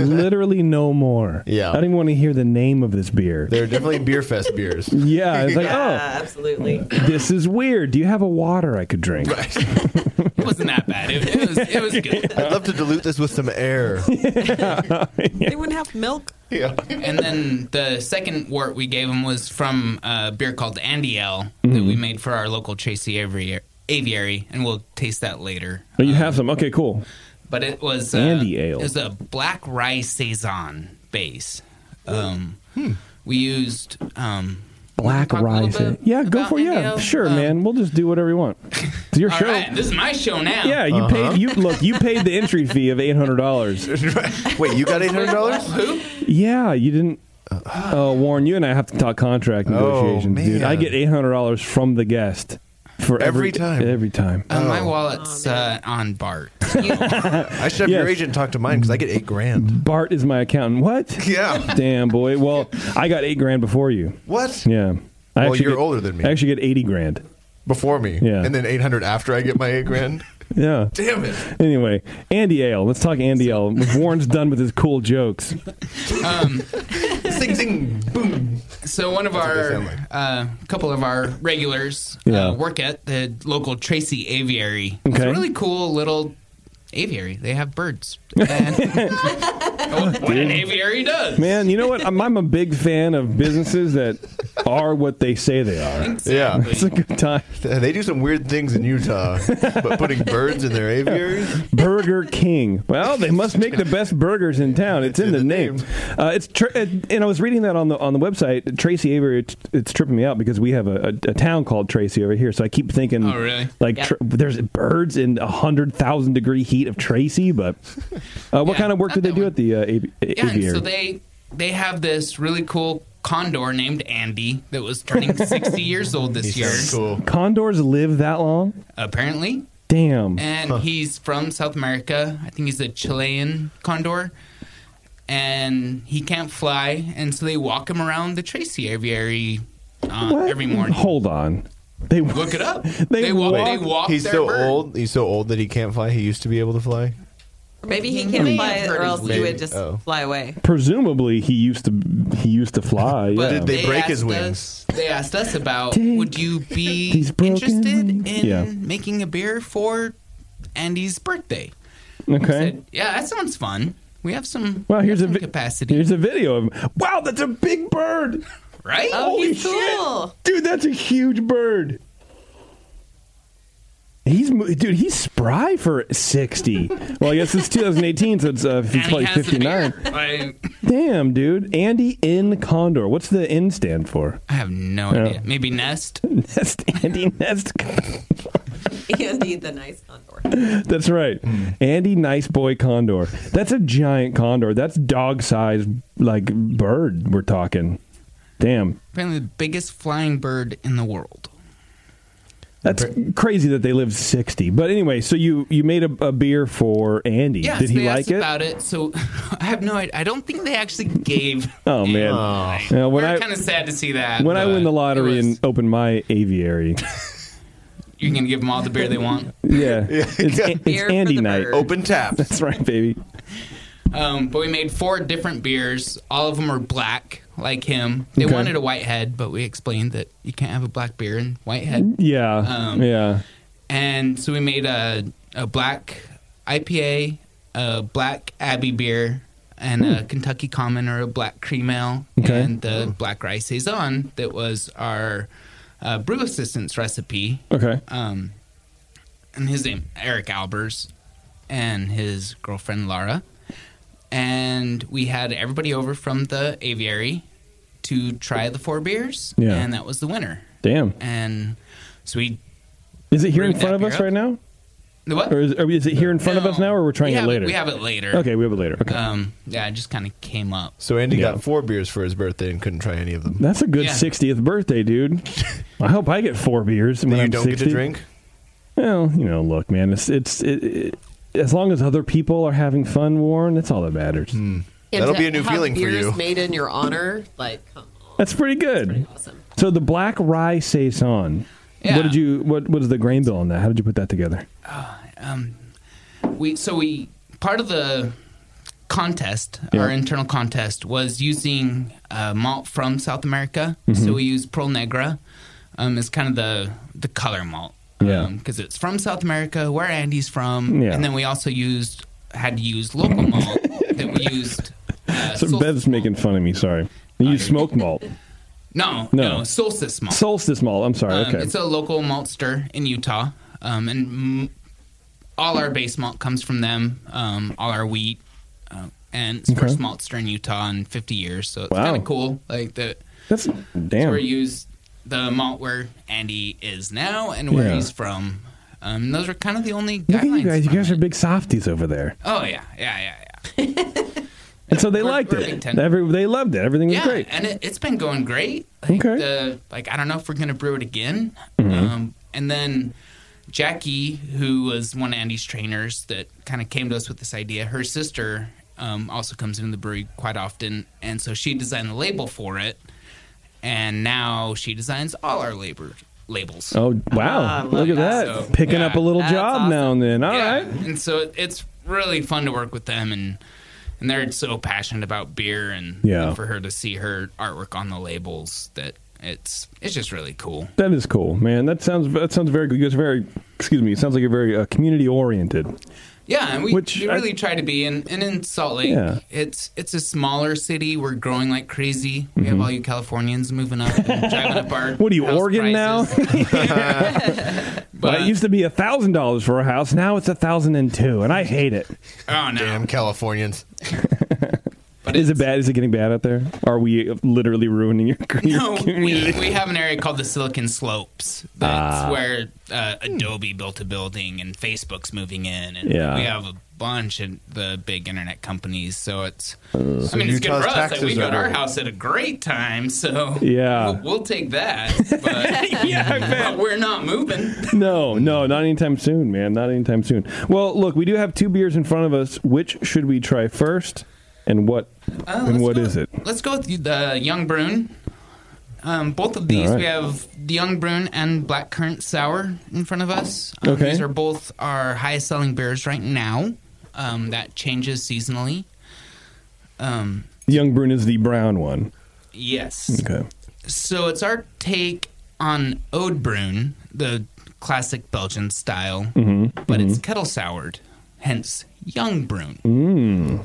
F: Literally no more.
G: Yeah.
F: I don't even want to hear the name of this beer.
G: They're definitely beer fest beers.
F: Yeah, it's like,
H: yeah, Uh, absolutely.
F: oh, this is weird. Do you have a water I could drink?
J: It wasn't that bad. It, it was it was good.
G: I'd love to dilute this with some air.
H: They wouldn't have milk.
G: Yeah.
J: And then the second wort we gave him was from a beer called Andiel
F: Mm.
J: that we made for our local Tracy Aviary, aviary and we'll taste that later. Um,
F: Oh, you have some. Okay, cool.
J: But it was uh,
F: Andy ale.
J: It was a black rye saison base. Um, We used um,
F: Black
J: Talk a little
F: rice.
J: bit
F: Yeah, go for yeah.
J: Indio?
F: Sure, man. We'll just do whatever you want. It's your
J: Um, All
F: show.
J: right, this is my show now.
F: Yeah, you paid. You look. You paid the entry fee of eight hundred dollars.
G: Wait, you got eight hundred dollars?
J: Who?
F: Yeah, you didn't. Oh, Warren, you and I have to talk contract negotiations, dude.
G: Oh, man.
F: I get eight hundred dollars from the guest for every,
G: Every time. Um,
F: Every time.
J: Uh, My wallet's uh, on Bart.
G: I should have your
F: Yes.
G: agent talk to mine because I get eight grand.
F: Bart is my accountant. What?
G: Yeah.
F: Damn boy. Well, I got eight grand before you.
G: What?
F: Yeah. I
G: Well,
F: actually
G: you're
F: get-
G: older than me.
F: I actually get eighty grand.
G: Before me.
F: Yeah.
G: And then eight hundred after I get my eight grand.
F: Yeah.
G: Damn it.
F: Anyway, Andy Ale. Let's talk Andy Ale. Warren's done with his cool jokes.
G: Zing zing boom.
J: So one of
G: they
J: our,
G: sound like.
J: uh, couple of our regulars
F: Yeah.
J: uh, work at the local Tracy Aviary. It's
F: Okay.
J: a really cool little aviary. They have birds. And what an aviary does.
F: Man, you know what? I'm, I'm a big fan of businesses that are what they say they are.
G: Yeah.
F: It's a good time.
G: They do some weird things in Utah, but putting birds in their aviaries.
F: Burger King. Well, they must make the best burgers in town. It's in the name. Uh, it's tr- and I was reading that on the on the website. Tracy Avery. It's, it's tripping me out because we have a, a, a town called Tracy over here. So I keep thinking,
J: Oh, really?
F: Like
H: Yep.
F: tr- there's birds in a hundred thousand degree heat of Tracy. But uh, what
J: Yeah,
F: kind of work
J: not
F: did they
J: that
F: do
J: one.
F: at the uh, av-
J: Yeah, and
F: aviary?
J: so they they have this really cool condor named Andy that was turning 60 years old this year,
G: Cool.
F: Condors live that long?
J: apparently.
F: Damn.
J: and he's from South America. I think he's a Chilean condor, and he can't fly, and so they walk him around the Tracy Aviary uh,
F: What?
J: every morning.
F: Hold on. They
J: Look it up.
F: They
J: They, walk.
F: walk-
J: They walk.
G: He's
J: their
G: so
J: bird.
G: old. He's so old that he can't fly. He used to be able to fly.
H: Maybe he can't
J: Maybe
H: fly,
J: I've heard
H: or
J: his
H: else he
J: name.
H: would just
G: Oh.
H: fly away.
F: Presumably he used to he used to fly.
J: But
F: yeah.
G: Did they break his
J: Uh, asked
G: wings?
J: us- they asked us about
F: Take
J: would you be
F: these broken
J: interested in
F: wings. Yeah.
J: making a beer for Andy's birthday?
F: okay.
J: I said, yeah, that sounds fun. We have some,
F: Well, here's a
J: some
F: vi-
J: capacity,
F: Here's a video of him. Wow, that's a big bird.
J: right?
H: Oh,
F: Holy
H: he's cool.
F: shit. Dude, that's a huge bird. He's mo- dude, he's spry for 60. well, I guess it's 2018, so it's uh, he's
J: And he
F: probably
J: has the
F: 59.
J: beer. Like,
F: Damn, dude. Andy N Condor. What's the N stand for?
J: I have no
F: Yeah.
J: idea. Maybe Nest.
F: Nest Andy Nest.
H: Andy, the nice condor.
F: That's right. Andy Nice Boy Condor. That's a giant condor. That's dog-sized like bird we're talking. Damn.
J: Apparently, the biggest flying bird in the world.
F: That's crazy that they live sixty. But anyway, so you you made a, a beer for Andy.
J: Yes,
F: Did he
J: they
F: like
J: asked
F: it?
J: about it? So I have no. idea. I don't think they actually gave.
F: Oh,
J: a-
F: man.
J: like,
F: Yeah, when
J: we're
F: I-
J: kind of sad to see that.
F: when I
J: but
F: win the lottery
J: it was-
F: and open my aviary,
J: you're gonna give them all the beer they want.
F: yeah, it's,
G: yeah.
F: A- it's
H: Beer for
F: Andy
H: the
F: night.
H: bird. Oh.
G: Open taps.
F: That's right, baby.
J: Um, but we made four different beers. All of them were black, like him. They
F: Okay.
J: wanted a white head, but we explained that you can't have a black beer and white head.
F: Yeah,
J: Um,
F: yeah.
J: And so we made a a black IPA, a black Abbey beer, and a Kentucky Common or a black cream ale,
F: Hmm. Okay.
J: and the black rice saison that was our uh, brew assistant's recipe.
F: Okay.
G: uh,
J: Um, and his name Eric Albers, and his girlfriend Lara, and we had everybody over from the aviary to try the four beers,
F: Yeah.
J: and that was the winner.
F: Damn.
J: And so we
F: Is it here in
J: Brewed
F: front
J: that
F: of
J: beer
F: us
J: up?
F: right now?
G: The what?
F: Or is, or is it here in front of us now, or we're trying
G: We
F: it
G: have it-
F: later?
G: we have it later.
F: Okay, we have it later. Okay.
G: Um, yeah, it just kind of came up.
E: So Andy
F: Yeah.
E: got four beers for his birthday and couldn't try any of them.
F: That's a good
G: Yeah.
F: 60th birthday, dude. I hope I get four beers when
E: you
F: I'm
E: don't get to
F: 60.
E: drink?
F: Well, you know, look, man, it's it's it, it, as long as other people are having fun, Warren, that's all that matters.
G: Hmm.
H: And to have beers Made in your honor, like come
F: That's pretty good. So the black rye saison. What did you? What what is the grain bill on that? How did you put that together?
G: um, we so we part of the contest
F: Yeah.
G: our internal contest was using uh, malt from south america
F: Mhm.
G: so we used pearl negra um, as kind of the the color malt
F: Yeah.
G: because it's from south america where andy's from
F: Yeah.
G: and then we also used had to use local malt that we used uh,
F: so
G: sol-
F: Bev's making fun of me. Sorry. You use smoked malt.
G: no
F: No.
G: no solstice malt
F: Solstice malt. I'm sorry.
G: Um,
F: okay.
G: It's a local maltster in Utah, um, and m- all our base malt comes from them. Um, all our wheat, uh, and it's the
F: Okay.
G: first maltster in Utah in 50 years, so it's
F: Wow.
G: kind of cool. Like the
F: That's damn.
G: where you use the malt where Andy is now and where
F: Yeah.
G: he's from. Um, those are kind of the only.
F: Look at you guys. You guys are big softies over there.
G: Oh yeah, yeah, yeah,
F: And so they liked
G: we're
F: it.
G: Big Ten.
F: Every, they loved it. Everything was
G: yeah.
F: great.
G: And it, it's been going great. Like,
F: Okay.
G: The, like I don't know if we're gonna brew it again.
F: Mhm.
G: Um, and then Jackie, who was one of Andy's trainers that kind of came to us with this idea, her sister um, also comes into the brewery quite often, and so she designed the label for it, and now she designs all our labor labels.
F: Oh
G: Ah,
F: wow! Look at that,
G: So,
F: picking
G: yeah.
F: up a little job now and then. All right.
G: Yeah, And so it, it's really fun to work with them and and they're so passionate about beer and,
F: Yeah.
G: and for her to see her artwork on the labels that it's it's just really cool.
F: That is cool, man. That sounds that sounds very good. You guys are very excuse me. It sounds like you're very uh, community oriented.
G: Yeah, and we,
F: Which
G: we
F: I-
G: really try to be and, and in Salt Lake
F: Yeah.
G: it's it's a smaller city. We're growing like crazy. We have
F: Mhm.
G: all you Californians moving up and driving up our
F: What are you, Oregon now?
G: But-
F: it used to be a thousand dollars for a house. Now it's a thousand and two, and I hate it.
G: Oh no.
E: Damn Californians.
F: Is it bad? Is it getting bad out there? Are we literally ruining your, your
G: No, we,
F: community?
G: we have an area called the Silicon Slopes. That's
F: Ah.
G: where uh, Adobe built a building and Facebook's moving in, and
F: Yeah.
G: we have a bunch of the big internet companies. So it's,
F: Uh.
G: I
F: So
G: mean, it's
F: Utah's
G: good for us. Like,
F: taxes
G: we go
F: are
G: to our
F: high.
G: house at a great time, so
F: Yeah.
G: we'll, we'll take that. But, but we're not moving.
F: no, no, not anytime soon, man. Not anytime soon. Well, look, we do have two beers in front of us. Which should we try first, and what? and what is it?
G: Uh, Let's go with the- the Young Brune. Um, both of these,
F: All right.
G: we have the Young Brune and Black Currant Sour in front of us. Um,
F: Okay.
G: These are both our highest selling beers right now. Um, that changes seasonally. Um,
F: Young Brune is the brown one.
G: yes.
F: Okay.
G: So it's our take on Ode Brune, the classic Belgian style,
F: Mhm,
G: but it's
F: mhm.
G: kettle soured, hence Young Brune.
F: Mm.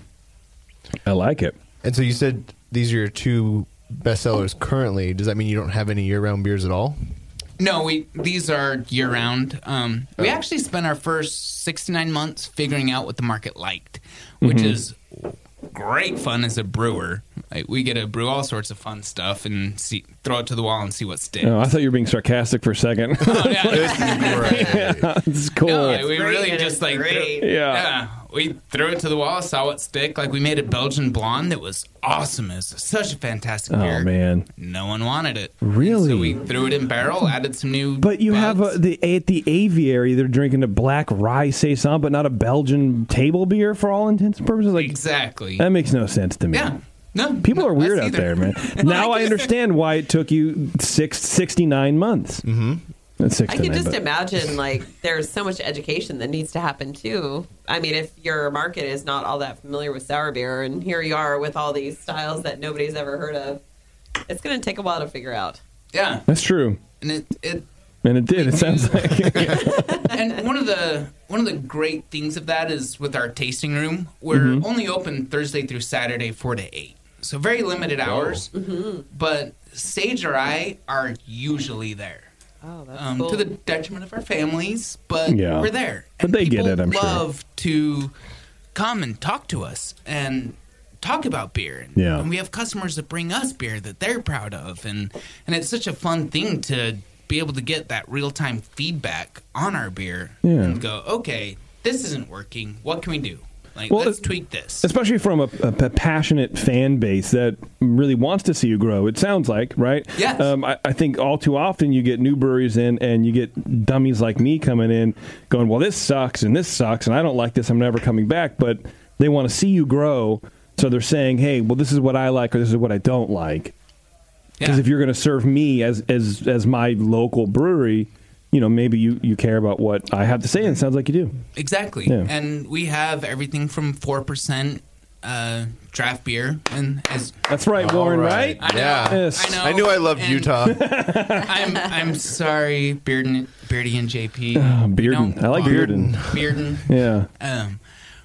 F: I like it.
E: And so you said these are your two bestsellers currently. Does that mean you don't have any year-round beers at all?
G: No, we these are year round. Um,
F: Oh.
G: we actually spent our first six to nine months figuring out what the market liked, which
F: Mhm.
G: is great fun as a brewer. Like, we get to brew all sorts of fun stuff and see, throw it to the wall and see what sticks.
F: Oh, I thought you were being sarcastic for a second. yeah, it's cool. Oh,
G: No, like, we really just like Threw,
F: Yeah.
G: we threw it to the wall, saw what stick. Like we made a Belgian blonde that was awesome. It was such a fantastic
F: oh
G: beer.
F: man,
G: No one wanted it.
F: really?
G: We threw it in barrel, added some new
F: But you have a, the at the aviary, they're drinking a black rye saison, but not a Belgian table beer for all intents and purposes. Like
G: Exactly.
F: that makes no sense to me.
G: Yeah. No,
F: people are weird out there, man. now I understand why it took you six, 69 months. Mm-hmm. That's
H: I
F: 69,
H: can just
F: but-
H: imagine like there's so much education that needs to happen too. I mean, if your market is not all that familiar with sour beer, and here you are with all these styles that nobody's ever heard of, it's going to take a while to figure out.
G: Yeah,
F: That's true,
G: and it, it
F: and it did. It sounds like
G: and one of the one of the great things of that is with our tasting room, we're
F: Mhm.
G: only open Thursday through Saturday, four to eight, so very limited hours.
H: Mm-hmm.
G: But Sage or I are usually there.
H: Oh, that's
G: um,
H: cool.
G: To the detriment of our families, but
F: Yeah.
G: we're there.
F: But they get
G: people
F: it, I'm sure.
G: love to come and talk to us and talk about beer. And,
F: Yeah.
G: and we have customers that bring us beer that they're proud of, and and it's such a fun thing to be able to get that real time feedback on our beer
F: Yeah.
G: and go, okay, this isn't working. What can we do? Like,
F: Well,
G: let's
F: it-
G: tweak this.
F: Especially from a, a, a passionate fan base that really wants to see you grow. It sounds like, right?
G: Yes.
F: Um, I, I think all too often you get new breweries in, and you get dummies like me coming in, going, "Well, this sucks, and this sucks, and I don't like this. I'm never coming back." But they want to see you grow, so they're saying, "Hey, well, this is what I like, or this is what I don't like." Because if you're going to serve me as as as my local brewery, you know, maybe you you care about what I have to say, and it sounds like you do.
G: Exactly.
F: Yeah.
G: And we have everything from 4% uh, draft beer. and as
F: That's right, Warren. Right?
G: I know.
F: Yes.
G: I know.
E: Oh,
G: And I'm, I'm sorry, Bearden, Beardy and JP.
F: Ah,
G: We
F: Bearden.
G: don't
F: I like
G: bottle-
F: Bearden.
G: Bearden.
F: Yeah.
G: Um,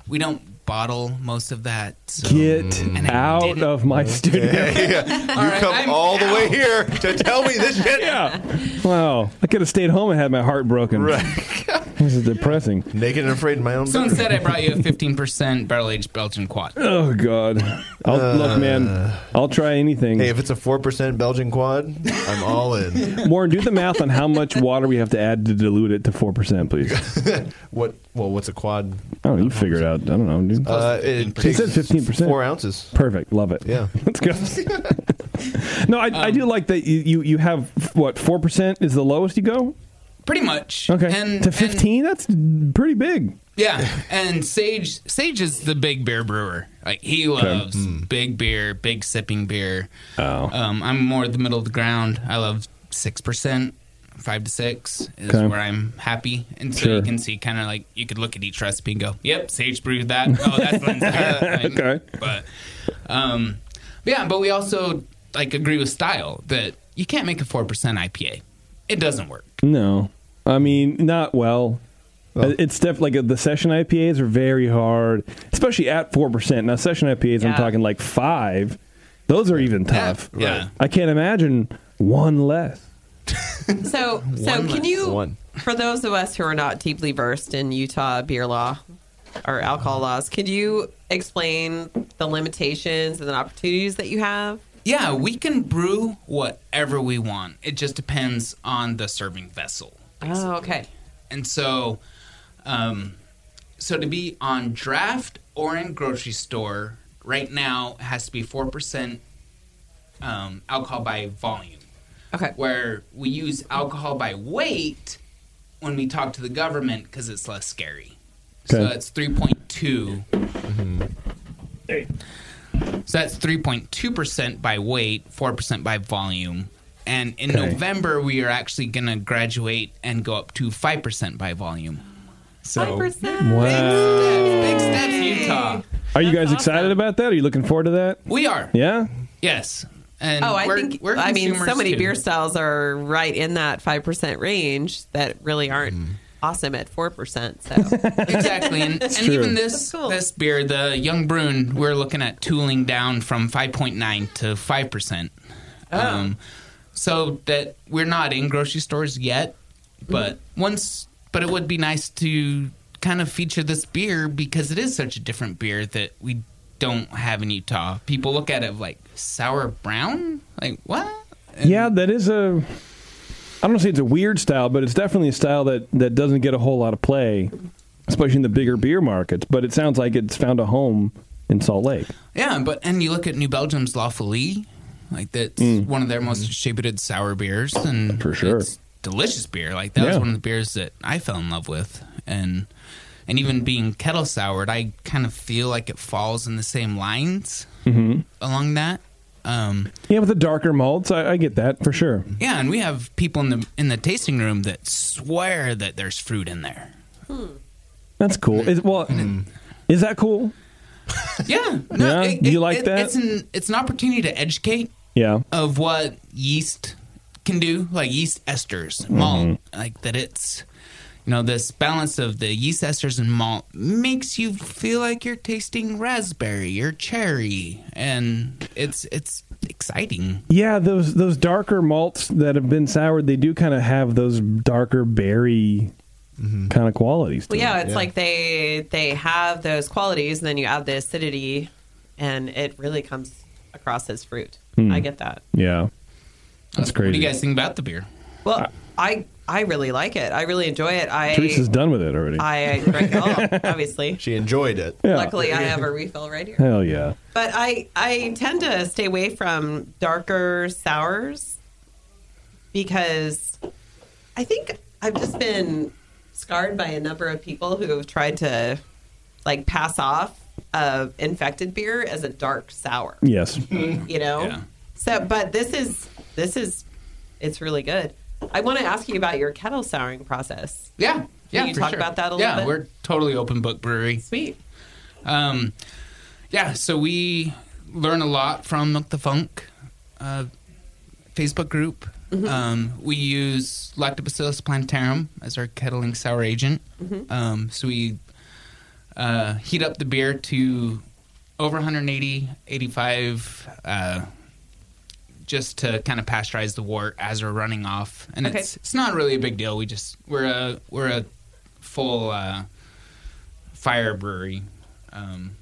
G: we don't bottle most of that. So.
F: Get
E: Mm.
F: out of my studio.
G: All right, I'm out.
E: to tell me this shit.
F: Yeah. Wow. I could have stayed home and had my heart broken.
E: Right.
F: this is depressing.
E: Naked and afraid in my own.
G: So instead, I brought you a 15% barrel aged Belgian quad.
F: Oh God. I'll, look, man. I'll try anything.
E: Uh. Hey, if it's a four percent Belgian quad, I'm all in.
F: Warren, do the math on how much water we have to add to dilute it to four percent, please.
E: what? Well, what's a quad?
F: Oh, you figure it out. I don't know, dude.
E: Uh, it
F: He
E: takes
F: said fifteen percent.
E: four ounces.
F: Perfect. Love it.
E: Yeah. Um,
F: Let's go. no, I, I do like that you, you, you have what four percent is the lowest you go.
G: Pretty much.
F: Okay.
G: And-
F: to fifteen, that's pretty big.
G: Yeah, and Sage Sage is the big beer brewer. Like he loves big beer, big sipping beer.
F: Hmm. Oh,
G: um, I'm more the middle of the ground. I love six percent, five to six is
F: Okay.
G: where I'm happy, and so
F: Sure.
G: you can see kind of like you could look at each recipe and go, "Yep, Sage brewed that." Oh, that's Lindsay.
F: okay.
G: But um, yeah, but we also like agree with style that you can't make a four percent IPA. It doesn't work.
F: No, I mean not well. Uh, it's def- like uh, the session IPAs are very hard, especially at four percent. Now session IPAs, I'm
G: Yeah.
F: talking like five. Those are even tough.
G: Yeah. Right.
F: I can't imagine one less.
H: So, so
F: One
H: can
F: less.
H: you,
F: One.
H: for those of us who are not deeply versed in Utah beer law or alcohol laws, could you explain the limitations and the opportunities that you have?
G: Yeah, we can brew whatever we want. It just depends on the serving vessel.
H: Oh, okay.
G: And so, um, so to be on draft or in grocery store right now it has to be four percent um, alcohol by volume.
H: Okay.
G: Where we use alcohol by weight when we talk to the government because it's less scary. So
O: Okay.
G: that's three point two. So that's 3.2% by weight, 4% by volume. And in
O: Okay.
G: November, we are actually going to graduate and go up to 5% by volume. So,
H: 5%.
F: Wow.
G: Big steps, Utah.
F: Are you guys excited about that? Are you looking forward to that?
G: We are.
F: Yeah.
G: Yes. And
H: oh, I
G: we're-
H: think
G: we're
H: I mean so
G: consumers,
H: many
G: too.
H: beer styles are right in that five percent range that really aren't awesome at four percent. So
G: exactly, and, and even this this beer, the Young Brune, we're looking at tooling down from 5.9 to 5 percent. Um, so that we're not in grocery stores yet, but once, but it would be nice to kind of feature this beer because it is such a different beer that we don't have in Utah. People look at it like sour brown, like what?
F: yeah, that is a. I don't wanna say it's a weird style, but it's definitely a style that that doesn't get a whole lot of play, especially in the bigger beer markets. But it sounds like it's found a home in Salt Lake.
G: Yeah, but and you look at New Belgium's La Folie, like that's
F: Mm.
G: one of their most distributed sour beers, and for sure, it's delicious beer. Like that was
F: Yeah.
G: one of the beers that I fell in love with, and and even being kettle soured, I kind of feel like it falls in the same lines
F: Mm-hmm.
G: along that. Um,
F: Yeah, with the darker malts, I, I get that for sure.
G: yeah, and we have people in the in the tasting room that swear that there's fruit in there.
F: That's cool. Is, well, is that cool?
G: Yeah,
F: yeah. Do you like
G: It-
F: that?
G: It's an it's an opportunity to educate
F: yeah.
G: of what yeast can do, like yeast esters,
F: Mm-hmm.
G: malt, like that it's you know this balance of the yeast esters and malt makes you feel like you're tasting raspberry or cherry and it's it's exciting.
F: Yeah, those those darker malts that have been soured, they do kind of have those darker berry kind of qualities. to
H: well, yeah,
F: them.
H: it's like they they have those qualities, and then you add the acidity, and it really comes across as fruit.
F: Hmm.
H: I get that.
F: yeah, that's crazy.
G: What do you guys think about the beer?
H: Well, I I really like it. I really enjoy it. I
F: Teresa's done with it already.
H: I drank it all, obviously.
E: She enjoyed it.
H: Luckily, I have a refill right here.
F: Hell yeah.
H: But I I tend to stay away from darker sours because I think I've just been scarred by a number of people who have tried to like pass off of infected beer as a dark sour.
F: Yes.
H: You know? So but this is this is it's really good. I want to ask you about your kettle souring process.
G: Yeah. Yeah,
H: Can you
G: for
H: talk
G: sure.
H: about that a little
G: yeah,
H: bit?
G: we're totally open book brewery.
H: Sweet.
G: Um, yeah, so we learn a lot from Milk the Funk uh, Facebook group. Um, we use Lactobacillus plantarum as our kettling sour agent.
P: Mhm.
G: Um, so we uh, heat up the beer to over 180, 85, uh, just to kind of pasteurize the wort as we're running off. And
P: Okay.
G: it's it's not really a big deal. We just we're a we're a full uh, fire brewery. Um,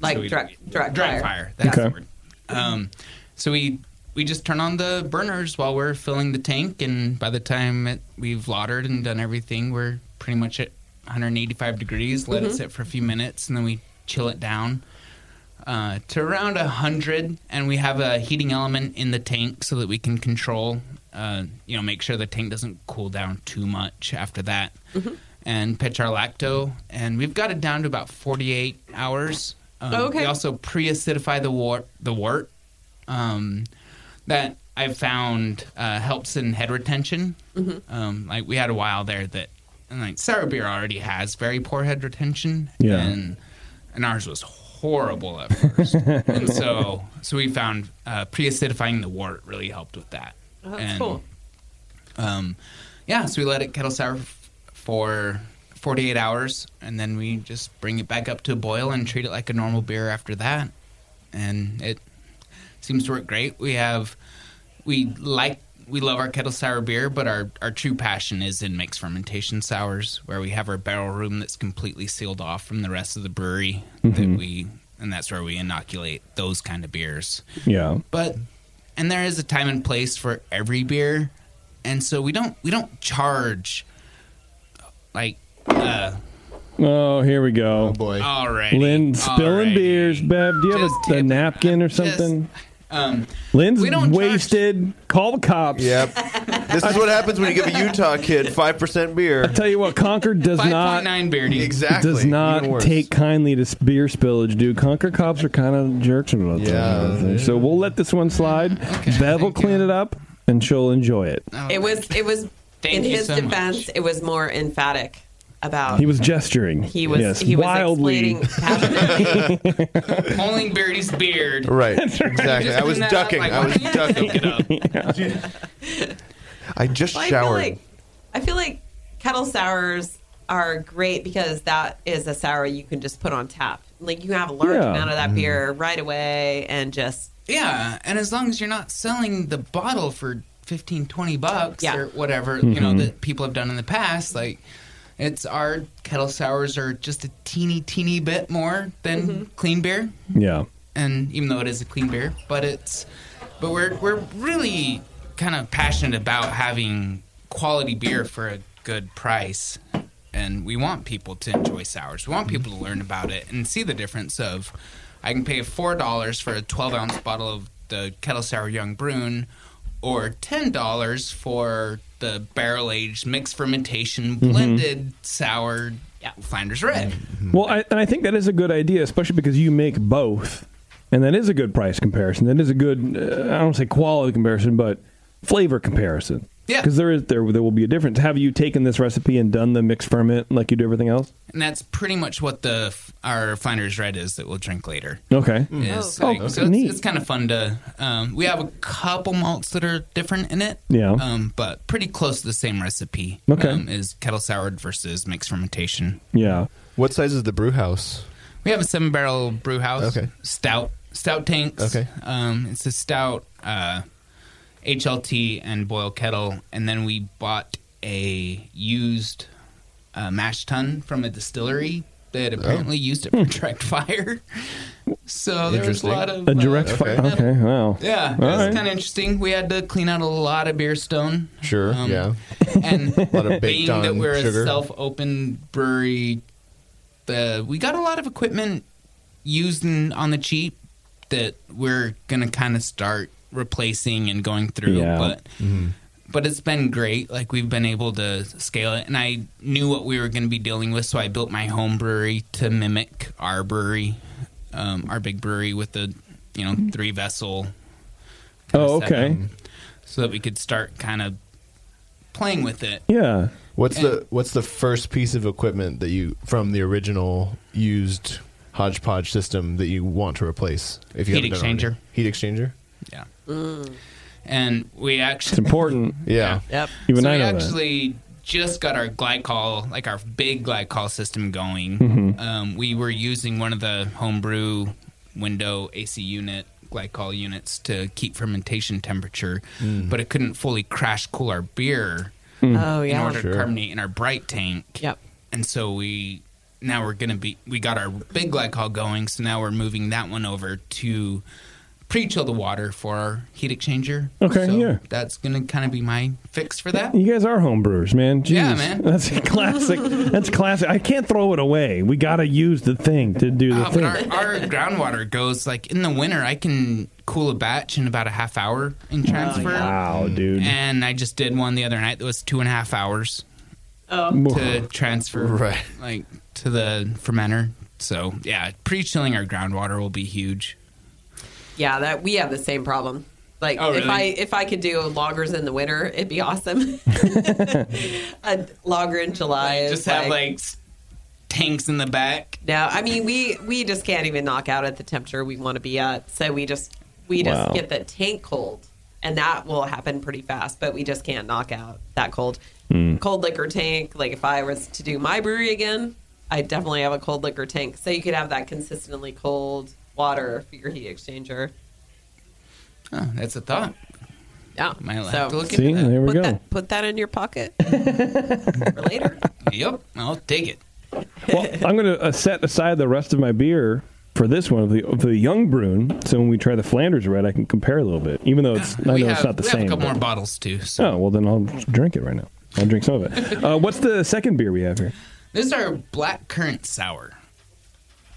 H: Like
G: we-
H: direct- direct
G: direct
H: fire.
G: That's
F: Okay.
G: the word. Um, so we we just turn on the burners while we're filling the tank, and by the time it, we've laudered and done everything, we're pretty much at 185 degrees. Let it
P: Mhm.
G: sit for a few minutes, and then we chill it down uh, to around 100. And we have a heating element in the tank so that we can control, uh, you know, make sure the tank doesn't cool down too much after that. And pitch our lacto, and we've got it down to about 48 hours. Um,
P: Oh, okay.
G: We also pre-acidify the wort. The wort um, that I've found uh, helps in head retention.
P: Mhm.
G: Um, like we had a while there that, and like sour beer already has very poor head retention.
P: Yeah.
G: And, and ours was horrible at first, and so so we found uh, pre-acidifying the wort really helped with that.
P: Oh, that's
G: And,
P: cool.
G: Um, yeah, so we let it kettle sour f- for 48 hours, and then we just bring it back up to a boil and treat it like a normal beer after that. And it seems to work great. We have we like we love our kettle sour beer, but our our true passion is in mixed fermentation sours, where we have our barrel room that's completely sealed off from the rest of the brewery
F: Mhm.
G: that we and that's where we inoculate those kind of beers.
F: Yeah.
G: But and there is a time and place for every beer, and so we don't we don't charge like uh,
F: Oh, here we go. Oh
E: boy.
G: Alrighty.
F: Lynn spilling
G: Alrighty.
F: beers, Bev. Do you have a, a napkin or something?
G: um,
F: Lynn's wasted. Call the cops.
E: Yep. this is what happens when you give a Utah kid 5% beer. I
F: tell you what, Concord does not.
G: 5.9 beardy.
E: Exactly.
F: Does
E: Even
F: not
E: worse.
F: take kindly to s- beer spillage, dude. Concord cops are kind of jerks about that kind of thing. So we'll let this one slide. Bev will clean it up, and she'll enjoy it.
H: it was it was in
G: you
H: his
G: so much.
H: defense it was more emphatic about
F: He was gesturing.
H: He was-
F: yes,
H: he was
F: wildly.
G: pulling Beardy's beard.
E: Right. Exactly. I was ducking. I was ducking. I just
H: Well,
E: showered.
H: I feel like I feel like kettle sours are great because that is a sour you can just put on tap. Like you have a large
G: Yeah.
H: amount of
E: Mm-hmm.
H: that beer right away and just
G: Yeah, and as long as you're not selling the bottle for 15, 20 bucks or whatever, you know,
F: Mm-hmm.
P: Mhm.
G: that people have done in the past, like it's our kettle sours are just a teeny, teeny bit more than clean beer.
F: Yeah.
G: And even though it is a clean beer, but it's, but we're, we're really kind of passionate about having quality beer for a good price. And we want people to enjoy sours. We want people to learn about it and see the difference of I can pay four dollars for a twelve ounce bottle of the kettle sour young brune, or ten dollars for the barrel aged mixed fermentation
F: Mhm.
G: blended sour Flanders red.
F: Well, I, and I think that is a good idea, especially because you make both, and that is a good price comparison. That is a good, uh, I don't say quality comparison, but flavor comparison.
G: Yeah,
F: because there is there there will be a difference. Have you taken this recipe and done the mixed ferment like you do everything else?
G: And that's pretty much what the f- our Flanders red is that we'll drink later.
F: Okay.
G: Is
F: Oh,
G: like-
F: okay.
G: so it's,
F: Neat.
G: it's kind of fun to. Um, we have a couple malts that are different in it.
F: Yeah.
G: Um, but pretty close to the same recipe.
F: Okay.
G: Um, is kettle soured versus mixed fermentation.
F: Yeah.
E: What size is the brew house?
G: We have a seven barrel brew house.
E: Okay.
G: Stout. Stout tanks.
E: Okay.
G: Um, it's a stout uh, HLT and boil kettle. And then we bought a used uh, mash tun from a distillery that
E: Oh.
G: apparently used it
F: Hmm.
G: for direct fire. So there was a
F: Interesting.
G: lot of
F: A direct
G: uh,
F: fire. Okay, wow.
G: Yeah, it
F: All
G: was
F: right.
G: kind of interesting. We had to clean out a lot of beer stone.
E: Sure,
G: Um,
E: yeah.
G: And
E: A lot of baked
G: being that
E: on
G: we're
E: sugar.
G: a self-open brewery, the we got a lot of equipment used in, on the cheap that we're gonna kind of start replacing and going through.
Q: Yeah.
G: But
E: Mm-hmm.
G: but it's been great. Like we've been able to scale it, and I knew what we were going to be dealing with, so I built my home brewery to mimic our brewery, um, our big brewery with the you know three vessel. kinda
F: Mm-hmm. Oh,
G: setup,
F: okay.
G: So that we could start kind of playing with it.
F: Yeah.
E: What's the What's the first piece of equipment that you from the original used hodgepodge system that you want to replace? If you
G: Heat
E: haven't done it already?
G: exchanger.
E: heat exchanger.
G: Yeah. And we actually
F: important.
E: Yeah.
G: Yep.
F: Even
G: so
F: I
G: we
F: know that.
G: actually just got our glycol, like our big glycol system going.
F: Mhm.
G: Um, we were using one of the homebrew window AC unit glycol units to keep fermentation temperature,
Q: Mm.
G: but it couldn't fully crash cool our beer.
Q: Mm. Oh, yeah.
G: In order
Q: Sure.
G: to carbonate in our bright tank.
H: Yep.
G: And so we now we're gonna be we got our big glycol going, so now we're moving that one over to pre-chill the water for our heat exchanger.
F: Okay,
G: so
F: yeah.
G: That's gonna kind of be my fix for that.
F: You guys are homebrewers, man. Jeez.
G: Yeah, man.
F: That's a classic. That's classic. I can't throw it away. We got to use the thing to do the
G: Uh, but
F: thing.
G: our, our groundwater goes like in the winter. I can cool a batch in about a half hour in transfer.
F: Wow, dude.
G: And I just did one the other night that was two and a half hours to transfer
E: Right.
G: like to the fermenter. So yeah, pre-chilling our groundwater will be huge.
H: Yeah, that we have the same problem. Like
G: Oh,
H: if
G: really?
H: I if I could do loggers in the winter, it'd be awesome. a logger in July. is
G: Just have like s- tanks in the back.
H: No, I mean we we just can't even knock out at the temperature we want to be at. So we just we just
G: Wow.
H: get the tank cold, and that will happen pretty fast. But we just can't knock out that cold
F: Hmm.
H: cold liquor tank. Like if I was to do my brewery again, I definitely have a cold liquor tank. So you could have that consistently cold water for your heat exchanger.
G: Oh, that's a thought.
H: Yeah,
G: Might have
H: so
G: to look
F: See,
G: into that.
F: there we
H: put
F: go.
H: that put that in your pocket.
G: Yep, I'll take it.
F: well, I'm going to uh, set aside the rest of my beer for this one of the of the young brune. So when we try the Flanders red, I can compare a little bit, even though it's I
G: we
F: know
G: have,
F: it's not the
G: we
F: same.
G: Have a couple
F: but-
G: more bottles too.
F: Oh well, then I'll drink it right now. I'll drink some of it. Uh, what's the second beer we have here?
G: This is our black currant sour.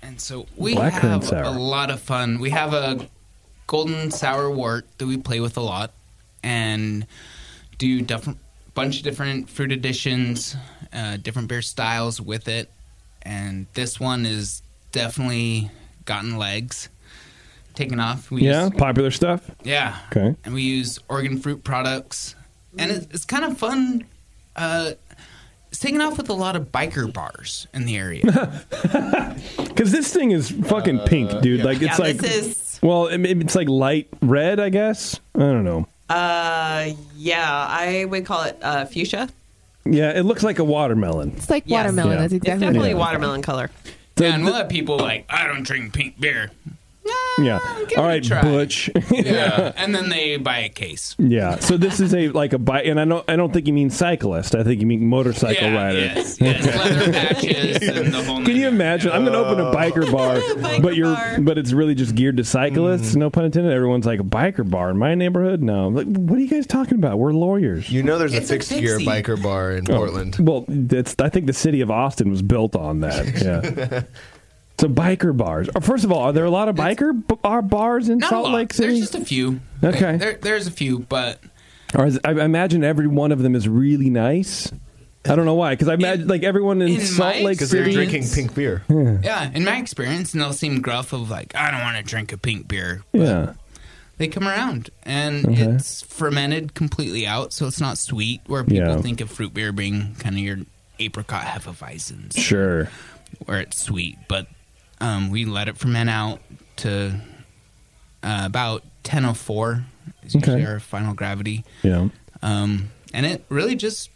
G: And so we
F: Blackcurrant
G: have
F: sour.
G: a lot of fun. We have a golden sour wort that we play with a lot and do different bunch of different fruit additions, uh, different beer styles with it. And this one is definitely gotten legs, taken off. We
F: yeah,
G: use-
F: popular stuff.
G: yeah.
F: Okay.
G: And we use Oregon fruit products. And it's, it's kind of fun. Uh, it's taken off with a lot of biker bars in the area.
F: Because this thing is fucking pink, dude.
G: yeah.
F: Like it's
G: Yeah,
F: like
G: this
F: well, it, it's like light red, I guess. I don't know.
H: Uh, yeah, I would call it uh, fuchsia.
F: Yeah, it looks like a watermelon. It's
I: like
H: Yes.
I: watermelon.
F: Yeah.
I: That's
F: It's
I: exactly what it
F: definitely
I: is.
H: watermelon color.
G: yeah, and we'll have people like, I don't drink pink beer.
F: Yeah.
G: Oh,
F: All right,
G: try.
F: Butch.
G: Yeah. and then they buy a case.
F: Yeah. So this is a like a bike, and I don't I don't think you mean cyclist. I think you mean motorcycle
G: Yeah,
F: rider.
G: yes, yes, leather patches and the whole
F: Can you imagine? I'm gonna
G: Oh.
F: open a biker bar, but you're but it's really just geared to cyclists.
G: Mm.
F: No pun intended. Everyone's like a biker bar in my neighborhood. No, I'm like, what are you guys talking about? We're lawyers.
E: You know, there's a fixed gear biker bar in
F: Oh,
E: Portland.
F: well, that's I think the city of Austin was built on that. Yeah. So biker bars. Uh, First of all, are there a lot of biker b- are bars in
G: Not a
F: Salt
G: lot.
F: Lake City?
G: There's just a few.
F: Okay.
G: There, there's a few, but
F: Or is, I imagine every one of them is really nice. I don't know why, because I imagine like everyone in,
G: in
F: Salt
G: my
F: Lake
G: Because they're
F: City
G: drinking pink
E: beer.
F: Yeah.
G: yeah, in my experience, and they'll seem gruff of like, I don't want to drink a pink beer.
F: Yeah.
G: They come around, and
F: Mm-hmm. Okay.
G: it's fermented completely out, so it's not sweet. Where people
F: Yeah.
G: think of fruit beer being kind of your apricot hefeweizen,
F: Sure.
G: where it's sweet, but um, we let it ferment out to uh, about 10.04 is usually
F: Okay.
G: our final gravity.
F: Yeah.
G: Um, and it really just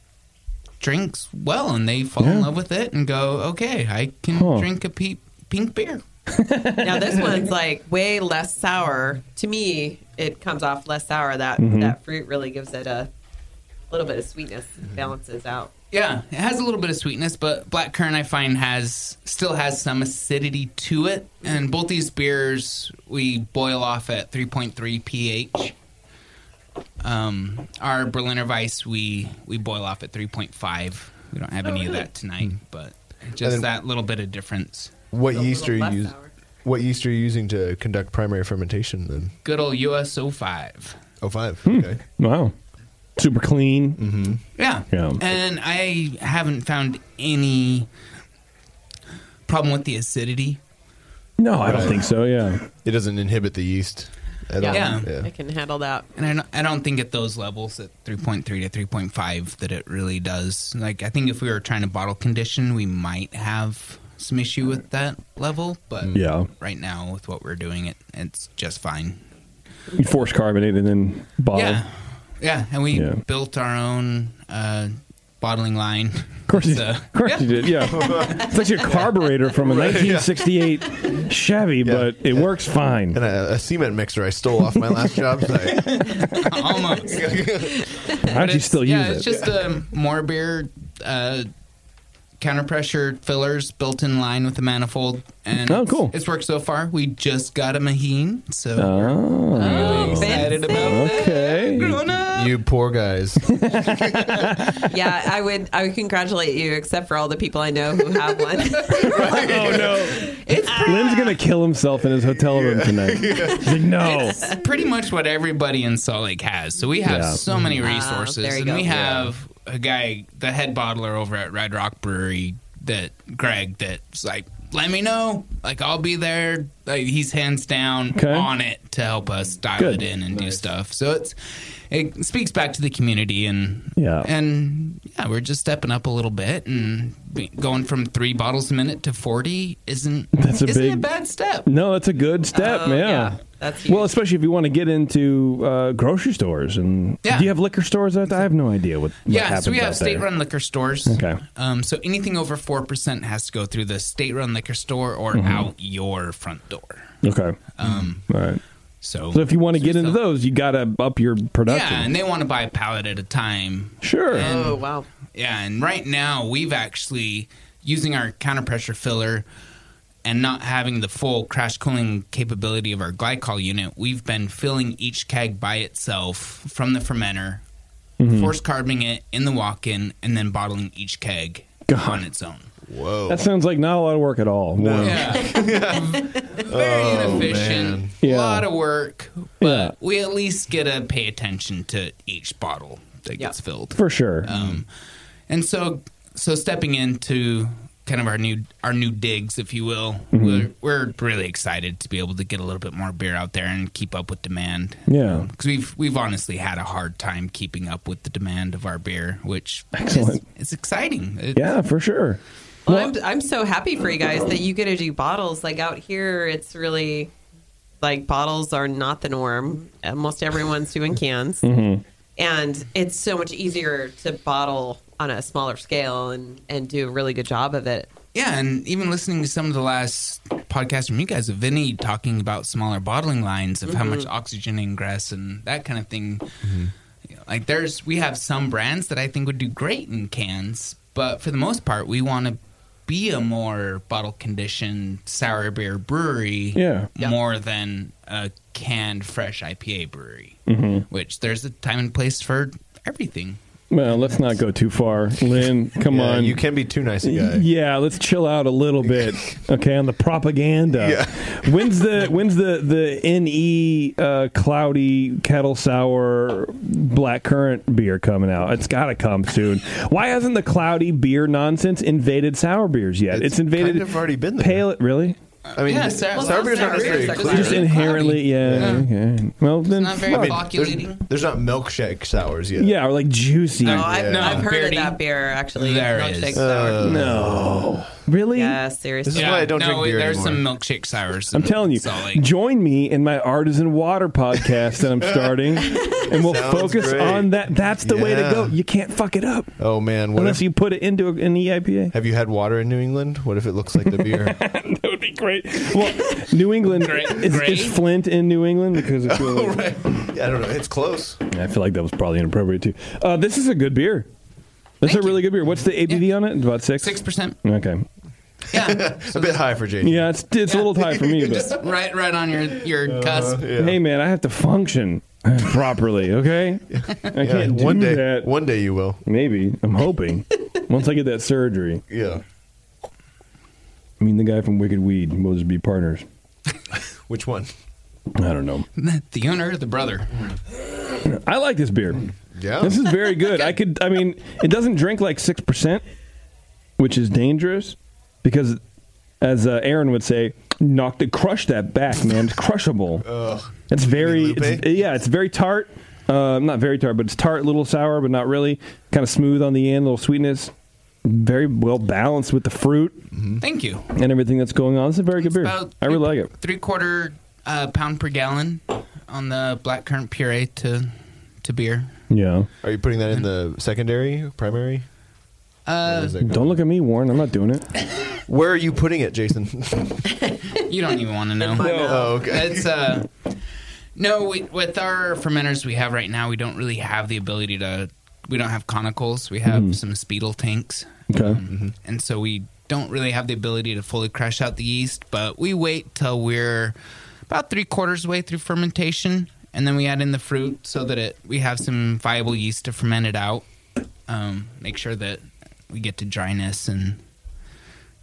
G: drinks well, and they fall in love with it and go, okay, I can drink a pe- pink beer.
H: Now this one's like way less sour. To me, it comes off less sour. That
E: Mm-hmm.
G: Mhm.
H: that fruit really gives it a little bit of sweetness
E: Mm-hmm.
H: balances out.
G: Yeah, it has a little bit of sweetness, but black currant I find has still has some acidity to it. And both these beers we boil off at 3.3 pH. Um, our Berliner Weiss we we boil off at 3.5. We don't have
H: Oh,
G: any of
H: really?
G: that tonight, but
E: Hmm. And
G: just
E: then-
G: that little bit of difference.
E: What
G: Little-
E: yeast are you
G: little
E: using? What yeast are you using to conduct primary fermentation? Then
G: Good old USO five.
E: oh five.
F: Hmm.
E: Okay.
F: Wow. Super clean.
E: Mm-hmm.
G: Yeah.
F: Yeah.
G: And I haven't found any problem with the acidity.
F: No, I don't think so. Yeah.
E: It doesn't inhibit the yeast at all.
G: Yeah.
E: Yeah.
H: It can handle that.
G: And I don't, I don't think at those levels at 3.3 to 3.5 that it really does. Like, I think if we were trying to bottle condition, we might have some issue with that level. But
F: Mm. Yeah.
G: right now, with what we're doing, it it's just fine.
F: You force carbonate and then bottle.
G: Yeah. Yeah. And we
F: Yeah.
G: built our own uh, bottling line. Of
F: course,
G: so,
F: Of course you did. Yeah. it's like your carburetor from a
E: Right, yeah.
F: 1968 Chevy, but it works fine.
E: And a, a cement mixer I stole off my last job site.
G: almost.
F: How'd you still use
G: yeah,
F: it?
G: it's just um, more beer uh, counter pressure fillers built in line with the manifold. And
F: Oh,
G: it's-
F: cool.
G: It's, worked so far. We just got a Mahine, so
F: Oh.
G: really excited about that.
F: Okay.
E: You poor guys.
H: yeah, I would. I would congratulate you, except for all the people I know who have one.
F: Oh no. Lynn's gonna kill himself in his hotel room tonight. He's like, no.
G: It's pretty much what everybody in Salt Lake has. So we have
F: Yeah.
G: so many
H: Ah, there
G: resources,
H: you
G: and
H: go.
G: we
H: Yeah.
G: have a guy, the head bottler over at Red Rock Brewery, that Greg, that's like, let me know, like I'll be there. Like, he's hands down
F: Okay.
G: on it to help us dial
F: Good.
G: it in and do stuff. So it's it speaks back to the community, and
F: Yeah.
G: and yeah, we're just stepping up a little bit and be- going from three bottles a minute to forty isn't
F: That's a
G: isn't a
F: big-
G: bad step.
F: No, that's a good
G: Oh,
F: step, man.
H: yeah. That's
F: well, especially if you want to get into uh, grocery stores and
G: Yeah.
F: do you have liquor stores? out there? I have no idea what. what
G: Yeah,
F: happens
G: so we
F: out
G: have
F: there.
G: state-run liquor stores.
F: Okay.
G: Um, so anything over four percent has to go through the state-run liquor store or
F: Mm-hmm.
G: out your front door.
F: Okay,
G: Um,
F: all right.
G: so,
F: Mm-hmm. So if you want to get into
G: so-
F: those, you got to up your production.
G: yeah, and they want to buy a pallet at a time.
F: sure.
H: oh wow.
G: Yeah, and right now we've actually using our counter pressure filler and not having the full crash cooling capability of our glycol unit, we've been filling each keg by itself from the fermenter,
F: Mm-hmm.
G: force carboning it in the walk in, and then bottling each keg on its own.
E: Whoa.
F: that sounds like not a lot of work at all. Wow.
G: Yeah. Very
E: man.
G: inefficient.
F: Yeah.
G: A lot of work, but
F: Yeah.
G: we at least get to pay attention to each bottle that gets filled.
F: for sure.
G: Um, and so, so stepping into kind of our new our new digs, if you will,
F: Mm-hmm.
G: we're, we're really excited to be able to get a little bit more beer out there and keep up with demand.
F: Yeah.
G: because we've we've honestly had a hard time keeping up with the demand of our beer, which
F: Excellent.
G: is it's exciting. It-
F: yeah, for sure.
H: Well, I'm, I'm so happy for you guys that you get to do bottles. Like out here, it's really like bottles are not the norm. Almost everyone's doing cans, and it's so much easier to bottle on a smaller scale and and do a really good job of it.
G: Yeah, and even listening to some of the last podcasts from you guys, of Vinny talking about smaller bottling lines of how much oxygen ingress and that kind of thing. Like, there's we have some brands that I think would do great in cans, but for the most part, we want to be a more bottle conditioned sour beer brewery,
F: Yeah.
G: more than a canned fresh IPA brewery. Which there's a time and place for everything.
F: Well, let's not go too far, Lynn. Come
E: Yeah,
F: on,
E: You can be too nice a guy.
F: Yeah, let's chill out a little bit. Okay, on the propaganda.
E: Yeah.
F: When's the when's the the ne uh, cloudy kettle sour black currant beer coming out? It's got to come soon. Why hasn't the cloudy beer nonsense invaded sour beers yet? It's,
E: It's
F: invaded.
E: kind of already been there.
F: Pale, really?
E: I mean,
G: Yeah,
E: sour,
G: sour-
E: beer's not
H: sour
E: necessarily
H: beer's not
E: cloudy.
F: Just inherently, yeah. Okay. Well, then,
G: not very
F: fuck.
G: cloudy.
E: There's, there's not milkshake sours yet.
F: yeah, or like juicy.
H: Oh, I've,
G: No,
H: I've heard
G: Beardy.
H: of that beer actually.
G: There
H: Milkshake
G: is.
H: sour.
F: no, really?
H: yeah, seriously.
E: Uh, This is why I don't
G: no,
E: drink beer
G: there's
E: anymore.
G: some milkshake sours.
F: I'm telling you,
G: Salt Lake.
F: join me in my artisan water podcast that I'm starting, and we'll
E: Sounds
F: focus
E: great.
F: on that. That's the way to
E: Yeah.
F: go. You can't fuck it up
E: Oh man, what
F: unless
E: if,
F: you put it into a- an EIPA.
E: have you had water in New England? What if it looks like the beer?
F: That would be great. Well, New England
G: Great-
F: is,
G: great. Oh,
F: is Flint in New England because it's really,
G: Yeah, I don't know. It's close.
F: I feel like that was probably inappropriate too. Uh, this is a good beer. That's a really good beer. What's the ABV on it? About six. Six
J: percent.
F: Okay.
J: Yeah.
G: a bit high for JD.
F: Yeah, it's it's a little tight for me,
J: Just
F: but
J: right, right on your your
F: Uh-huh.
J: cusp.
F: hey, man, I have to function properly. Okay, I can't do
G: one day-
F: that.
G: One day you will.
F: Maybe I'm hoping. Once I get that surgery.
G: Yeah.
F: I mean, the guy from Wicked Weed will just be partners.
G: Which one?
F: I don't know.
J: The owner, the brother.
F: I like this beer.
G: Yeah.
F: This is very good. I could I mean, it doesn't drink like 6%, which is dangerous because as uh, Aaron would say, knock the crush that back, man. It's crushable.
G: Ugh.
F: It's very it's, yeah, it's very tart. Uh, not very tart, but it's tart, a little sour, but not really. Kind of smooth on the end, a little sweetness. Very well balanced with the fruit
J: Thank you.
F: and everything that's going on. It's a very good beer.
J: about
F: I really like it.
J: Three quarter uh, pound per gallon on the blackcurrant puree to to beer.
F: Yeah.
G: Are you putting that in the secondary, primary?
J: Uh,
F: Don't look at me, Warren. I'm not doing it.
G: Where are you putting it, Jason?
J: you don't even want to know.
G: No. Oh, okay.
J: That's, uh, no, we, with our fermenters we have right now, we don't really have the ability to. We don't have conicals. We have
F: Mhm.
J: some speedle tanks. Um,
F: Okay.
E: Mm-hmm.
J: and so we don't really have the ability to fully crush out the yeast but we wait till we're about three quarters way through fermentation and then we add in the fruit so that it we have some viable yeast to ferment it out um, make sure that we get to dryness and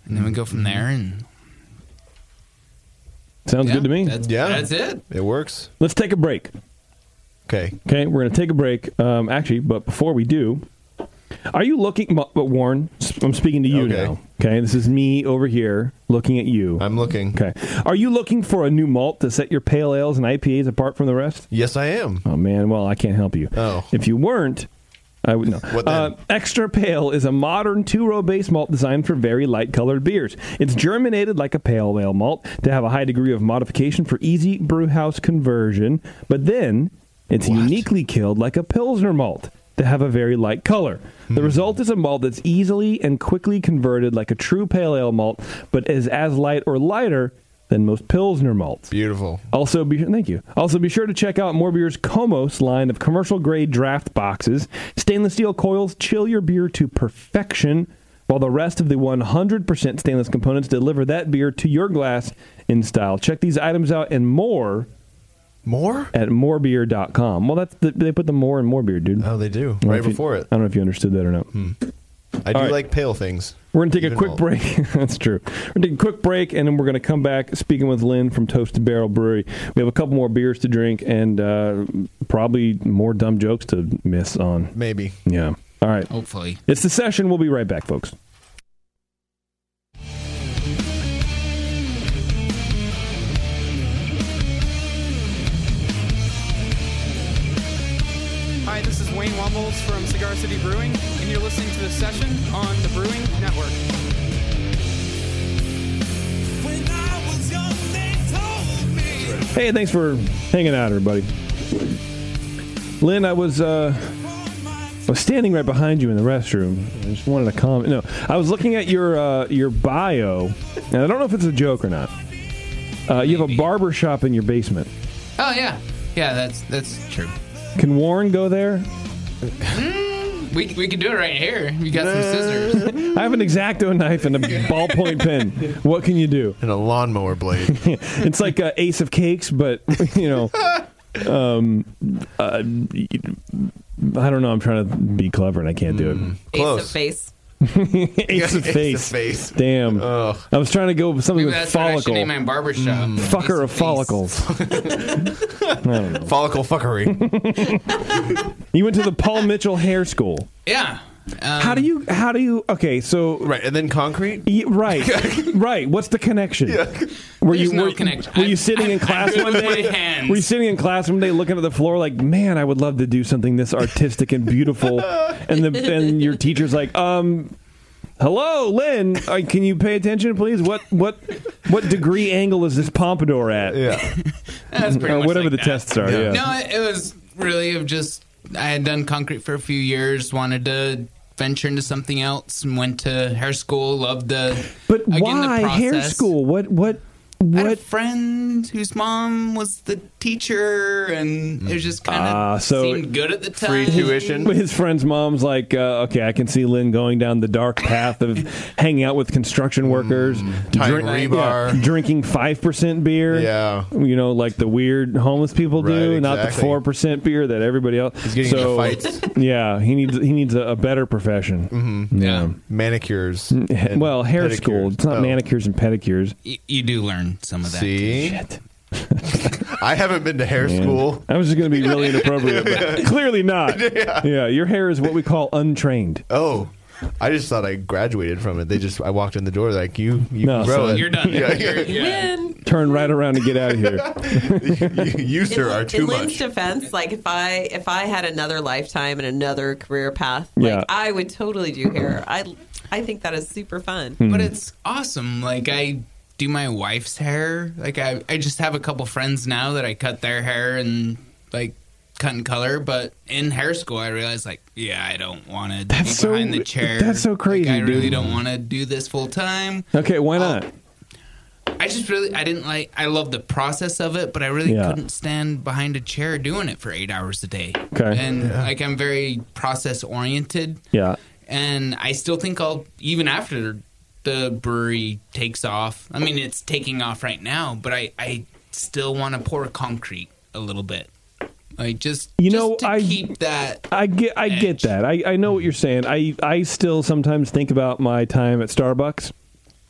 J: and then we go from there and
F: Sounds
J: Yeah,
F: good to me.
J: that's- Yeah. that's it.
G: It works.
F: Let's take a break.
G: Okay.
F: Okay, we're going to take a break. Um, actually, but before we do, are you looking, but but Warren, s- I'm speaking to you now. Okay, this is me over here looking at you.
G: I'm looking.
F: Okay. Are you looking for a new malt to set your pale ales and IPAs apart from the rest?
G: Yes, I am.
F: Oh, man. Well, I can't help you. Oh. If you weren't, I would know.
G: What then?
F: Uh, Extra Pale is a modern two row base malt designed for very light colored beers. It's germinated like a pale ale malt to have a high degree of modification for easy brew house conversion, but then it's uniquely killed like a Pilsner malt to have a very light color.
G: Hmm.
F: The result is a malt that's easily and quickly converted like a true pale ale malt, but is as light or lighter than most Pilsner malts.
G: Beautiful.
F: Also, be thank you. Also, be sure to check out Morbeer's Comos line of commercial grade draft boxes. Stainless steel coils chill your beer to perfection, while the rest of the 100% stainless components deliver that beer to your glass in style. Check these items out and more.
G: More
F: at morebeer.com. Well, that's the, they put the more and more beer, dude. Oh,
G: they do
F: know
G: right
F: if you-
G: before it.
F: I don't know if you understood that or not.
G: I do
F: All right.
G: like pale things.
F: We're going to take
G: Even
F: a quick
G: malt.
F: break. That's true. We're going to take a quick break, and then we're going to come back speaking with Lynn from Toasted Barrel Brewery. We have a couple more beers to drink and uh, probably more dumb jokes to miss on.
G: Maybe.
F: Yeah. All right.
J: Hopefully.
F: It's the session. We'll be right back, folks.
R: Hi, this is Wayne Wumbles from Cigar City Brewing, and you're listening to the session on the Brewing Network.
F: Hey, thanks for hanging out, everybody. Lynn, I was uh, I was standing right behind you in the restroom. I just wanted to comment. No, I was looking at your uh, your bio, and I don't know if it's a joke or not. Uh, you have a barber shop in your basement.
J: oh yeah yeah that's that's true
F: Can Warren go there?
J: we, we can do it right here you got some scissors
F: I have an exacto knife and a ballpoint pen. What can you do?
G: And a lawnmower blade.
F: it's like uh, Ace of Cakes, but you know, um, uh, I don't know. I'm trying to be clever and I can't do
J: Mm.
F: it.
S: Ace of face.
F: Ace of
S: Ace of
F: face. Damn. I was trying to go with something
J: Maybe
F: with
J: that's what I should
F: follicle. Hmm.
J: name my barber shop.
F: Fucker of follicles. I don't know.
G: Follicle fuckery.
F: you went to the Paul Mitchell Hair School.
J: yeah
F: how do you? How do you? Okay, so
G: right, and then concrete.
F: right, right. What's the connection? Were you
J: There's no
F: were,
J: connection.
F: were you sitting in
J: I'm
F: class
J: good
F: one
J: with
F: day?
J: my hands.
F: Were you sitting in class one day looking at the floor like, man, I would love to do something this artistic and beautiful, and the and your teacher's like, um. Hello, Lynn. Uh, can you pay attention, please? What what what degree angle is this pompadour at?
G: Yeah,
J: Um, That's pretty much
F: Uh, whatever
J: like
F: the
J: that.
F: tests are. Yeah.
J: No, it- it was really of just I had done concrete for a few years, wanted to venture into something else, and went to hair school. Loved the
F: But
J: again,
F: why
J: the
F: hair
J: process.
F: school? What what
J: What? I had a friend whose mom was the teacher, and it was just kind of
F: Ah, so
J: seemed good at the time.
F: His friend's mom's like, uh, okay, I can see Lynn going down the dark path of hanging out with
G: Mm,
F: construction workers,
G: tying
F: drink-
G: rebar.
F: yeah, drinking five percent beer. Yeah, you know, like the weird homeless people do,
G: Right,
F: not the
G: exactly.
F: four percent beer that everybody else. He's
G: getting into
F: so,
G: fights.
F: Yeah, he needs he needs a, a better profession. Mm-hmm. Yeah,
G: manicures.
F: Mm, well, hair school. It's not
G: Oh.
F: manicures and pedicures.
J: Y- you do learn some of that.
G: See? I haven't been to hair school.
F: That was just going to be really inappropriate. but clearly not. Yeah. your hair is what we call untrained.
G: Oh, I just thought I graduated from it. They just I walked in the door like you you
F: No,
G: can grow
F: son.
G: it.
F: You're done.
G: Yeah,
F: You're-
G: yeah.
F: Turn right around and get out of here.
G: you
F: sir are
S: in Lynn's defense, like if I if I had another lifetime and another career path, like
J: Yeah.
S: I would totally do hair. I I think that is super fun.
F: Hmm.
J: But it's awesome. Like I do my wife's hair. Like I, I just have a couple friends now that I cut their hair and like cut and color. But in hair school, I realized like, yeah, I don't want to be behind
F: so-
J: the chair.
F: that's so crazy,
J: Like, I really
F: dude.
J: don't want to do this full time.
F: Okay, why not?
J: I just really, I didn't like. I love the process of it, but I really
F: Yeah.
J: couldn't stand behind a chair doing it for eight hours a day.
F: Okay.
J: and
F: Yeah.
J: like I'm very process oriented.
F: Yeah.
J: And I still think I'll even after the brewery takes off. I mean, it's taking off right now, but I I still want to pour concrete a little bit. Like just
F: You know, I
J: keep that.
F: I get I get that. I, I know what you're saying. I I still sometimes think about my time at Starbucks,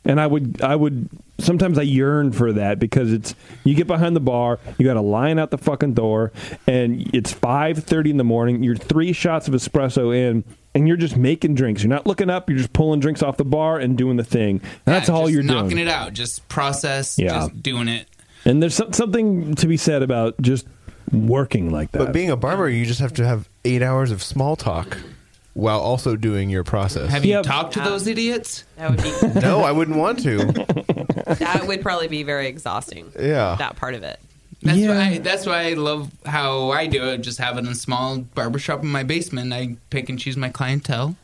F: and I would I would sometimes I yearn for that because it's you get behind the bar, you got to line out the fucking door, and it's five thirty in the morning. You're three shots of espresso in. And you're just making drinks. You're not looking up. You're just pulling drinks off the bar and doing the thing. That's all you're
J: knocking
F: doing.
J: it out, just process,
F: Yeah.
J: just doing it.
F: And there's some, something to be said about just working like that.
G: But being a barber, you just have to have eight hours of small talk while also doing your process.
J: Have you talked to those idiots?
S: That would be
G: no, I wouldn't want to.
S: that would probably be very exhausting.
G: Yeah.
S: that part of it.
J: That's why that's why I love how I do it. Just having a small barbershop in my basement, I pick and choose my clientele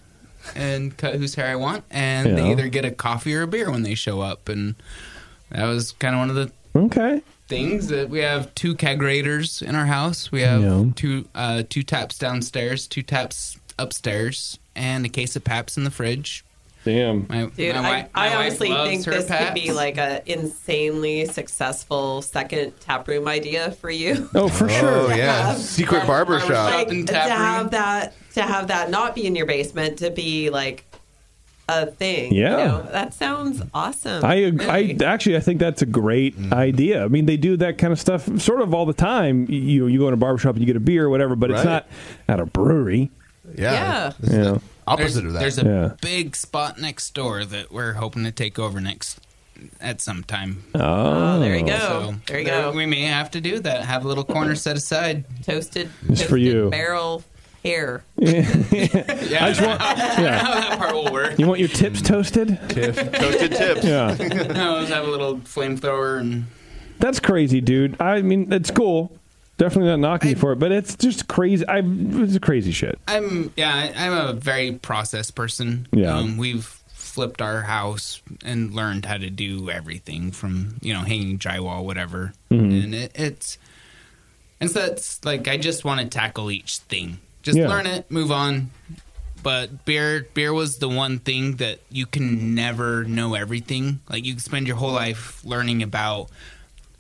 J: and cut whose hair I want, and they
F: Yeah.
J: either get a coffee or a beer when they show up, and that was kind of one of the
F: Okay.
J: things that we have two kegerators in our house. We have
F: Yeah.
J: two uh, two taps downstairs, two taps upstairs, and a case of Paps in the fridge.
F: Damn,
J: my,
S: Dude,
J: my
S: I,
J: wi- my
S: I
J: wife
S: honestly
J: loves
S: think
J: her
S: this could
J: Pabst.
S: be like an insanely successful second tap room idea for you.
F: Oh, for
G: Oh,
F: sure.
G: yeah.
S: Have-
G: Secret barber shop.
S: Like, to have that, to have that not be in your basement, to be like a thing. you
F: Yeah.
S: know? that sounds awesome.
F: I, ag- I actually I think that's a great
J: Mm-hmm.
F: idea. I mean, they do that kind of stuff sort of all the time. You- You you go in a barbershop and you get a beer or whatever, but it's
J: Right.
F: not at a brewery.
J: Yeah.
F: You know.
J: there's, There's a
F: Yeah.
J: big spot next door that we're hoping to take over next at some time.
F: Oh. Oh, there you go.
S: There you
J: go. We may have to do that. Have a little corner set aside.
S: Toasted,
F: It's for you.
S: barrel hair.
F: I just want yeah.
J: that part will work.
F: You want your tips toasted?
J: Hmm. Toasted
G: tips.
F: Yeah.
J: no, let's have a little flamethrower and
F: That's crazy, dude. I mean, it's cool. Definitely not knocking you for it, but it's just crazy. I it's crazy shit.
J: I'm yeah, I- I'm a very process person.
F: Yeah.
J: um, we've flipped our house and learned how to do everything from you know hanging drywall, whatever,
F: Mhm.
J: and it, it's and so that's like I just want to tackle each thing, just
F: Yeah.
J: learn it, move on. But beer, beer was the one thing that you can never know everything. Like you can spend your whole life learning about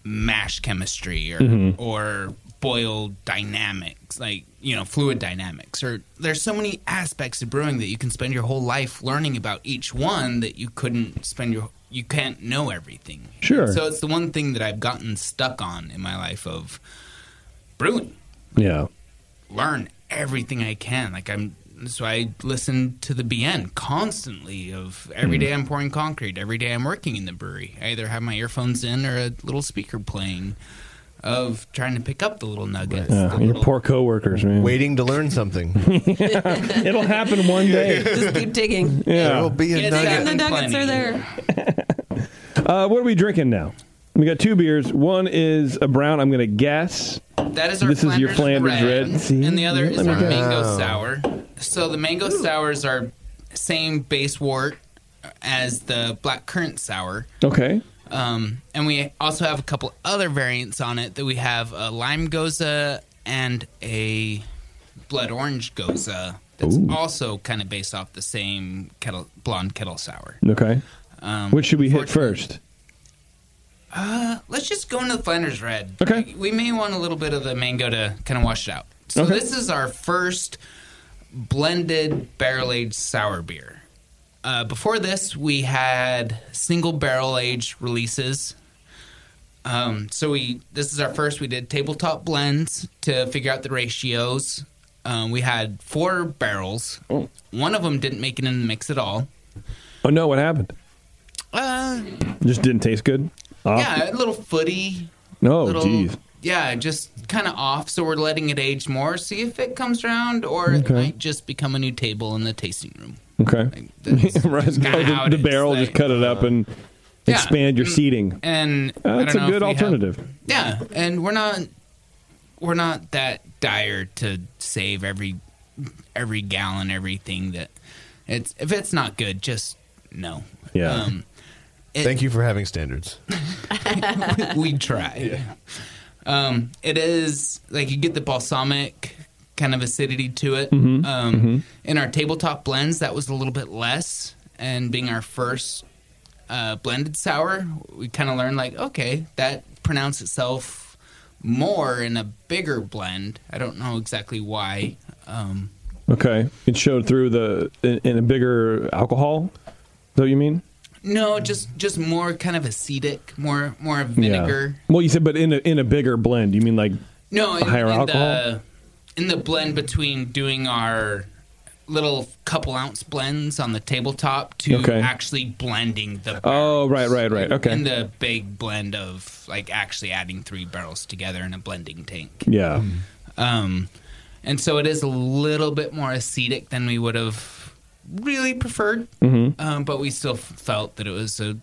J: mash chemistry or
F: Mhm.
J: or boil dynamics, like you know fluid dynamics, or there's so many aspects of brewing that you can spend your whole life learning about each one that you couldn't spend your you can't know everything.
F: Sure.
J: So it's the one thing that I've gotten stuck on in my life of brewing.
F: Yeah.
J: Learn everything I can. Like I'm so I listen to the BN constantly of
F: Hmm.
J: every day I'm pouring concrete, every day I'm working in the brewery. I either have my earphones in or a little speaker playing of trying to pick up the little nuggets.
F: Yeah,
J: the
F: your
J: little-
F: poor coworkers, man.
G: Waiting to learn something.
F: It'll happen one day.
S: Just keep digging.
F: Yeah. There will be a
S: Keep
F: nugget.
S: digging, The nuggets
J: Plenty.
S: are there.
F: Uh, what are we drinking now? We got two beers. One is a brown. I'm going to guess.
J: That is our
F: This is your
J: Flanders
F: Flanders red. See?
J: and the other is
F: Let me
J: our
F: guess.
J: mango sour. So the mango sours are same base wort as the black currant sour.
F: Okay.
J: Um, and we also have a couple other variants on it that we have a lime goza and a blood orange goza that's
F: Ooh.
J: also kind of based off the same kettle blonde kettle sour.
F: Okay.
J: Um,
F: Which should we hit first?
J: Uh, let's just go into the Flanders Red.
F: Okay.
J: We may want a little bit of the mango to kind of wash it out. So
F: Okay.
J: this is our first blended barrel aged sour beer. Uh, before this, we had single barrel aged releases. Um, so we this is our first. We did tabletop blends to figure out the ratios. Um, we had four barrels. One of them didn't make it in the mix at all.
F: Oh no, what happened?
J: Uh,
F: Just didn't taste good. Off?
J: yeah, a little footy.
F: No,
J: little-
F: jeez.
J: Yeah, just kind of off. So we're letting it age more. See if it comes around, or it
F: Okay.
J: might just become a new table in the tasting room.
F: Okay. right.
J: that's kinda
F: Oh,
J: how it
F: the, the
J: is,
F: barrel just cut it up and
J: Yeah.
F: expand your
J: Mm.
F: seating.
J: And
F: Uh,
J: I
F: that's a
J: don't know if
F: good
J: we have-
F: alternative.
J: Yeah, and we're not we're not that dire to save every every gallon, everything that it's if it's not good, just no. Um,
G: Yeah.
J: it-
G: Thank you for having standards.
J: we try. Um, it is like you get the balsamic kind of acidity to it.
F: Mhm.
J: Um,
F: Mhm.
J: In our tabletop blends, that was a little bit less. And being our first uh, blended sour, we kind of learned like, okay, that pronounced itself more in a bigger blend. I don't know exactly why. Um,
F: Okay. It showed through the in, in a bigger alcohol. Is that what you mean?
J: no, just just more kind of acetic, more more vinegar.
F: Yeah. Well, you said, but in a in a bigger blend. You mean like
J: No,
F: a
J: in,
F: higher
J: in
F: alcohol?
J: The, in the blend between doing our little couple ounce blends on the tabletop to
F: Okay.
J: actually blending the
F: oh, right, right, right. Okay.
J: in the big blend of like actually adding three barrels together in a blending tank.
F: yeah.
J: Um, and so it is a little bit more acetic than we would have really preferred,
F: Mhm.
J: um, but we still f- felt that it was a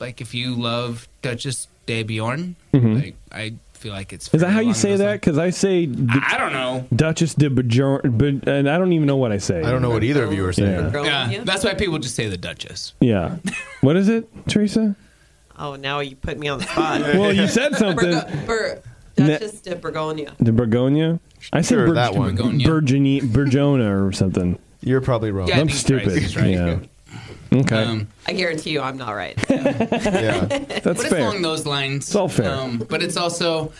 J: like if you love Duchess de Bjorn,
F: Mhm.
J: like I feel like it's
F: Is that how you say that? Because I say
J: I don't know.
F: Duchess de Bajor, but and I don't even know what I say.
G: I don't know what either of you are saying.
H: Oh,
F: Yeah.
J: Yeah, that's why people just say the Duchess.
F: Yeah. what is it, Teresa?
S: Oh, now you put me on the spot.
F: Well, you said something.
S: Burgo- Bur-
F: Ne-
S: Duchess de Burgundy.
F: The Burgonia. I said
G: Sure,
F: Bur-
G: that one.
F: Burgony- Burgona or something.
G: You're probably wrong.
S: Yeah, I
F: I'm
S: think he's right.
F: stupid.
S: He's right.
F: Yeah. Okay.
J: Um,
S: I guarantee you, I'm not right.
J: That's
F: That's
J: but it's
F: fair.
J: along those lines. It's
F: all fair.
J: but it's also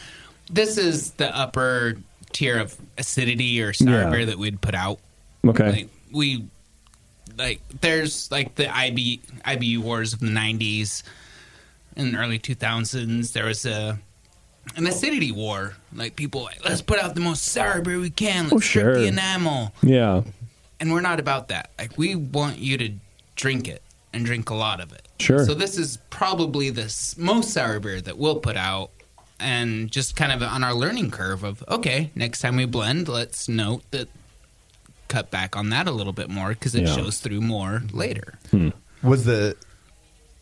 J: this is the upper tier of acidity or sour
F: Yeah.
J: beer that we'd put out.
F: okay.
J: Like we like there's like the IB IBU wars of the nineties and early two thousands. There was a an acidity war. Like people like, let's put out the most sour beer we can, let's
F: Oh,
J: strip
F: sure.
J: the enamel.
F: yeah.
J: and we're not about that. Like we want you to drink it and drink a lot of it.
F: Sure.
J: So this is probably the s- most sour beer that we'll put out, and just kind of on our learning curve of okay, next time we blend, let's note that cut back on that a little bit more because it
G: Yeah.
J: shows through more later.
G: Was the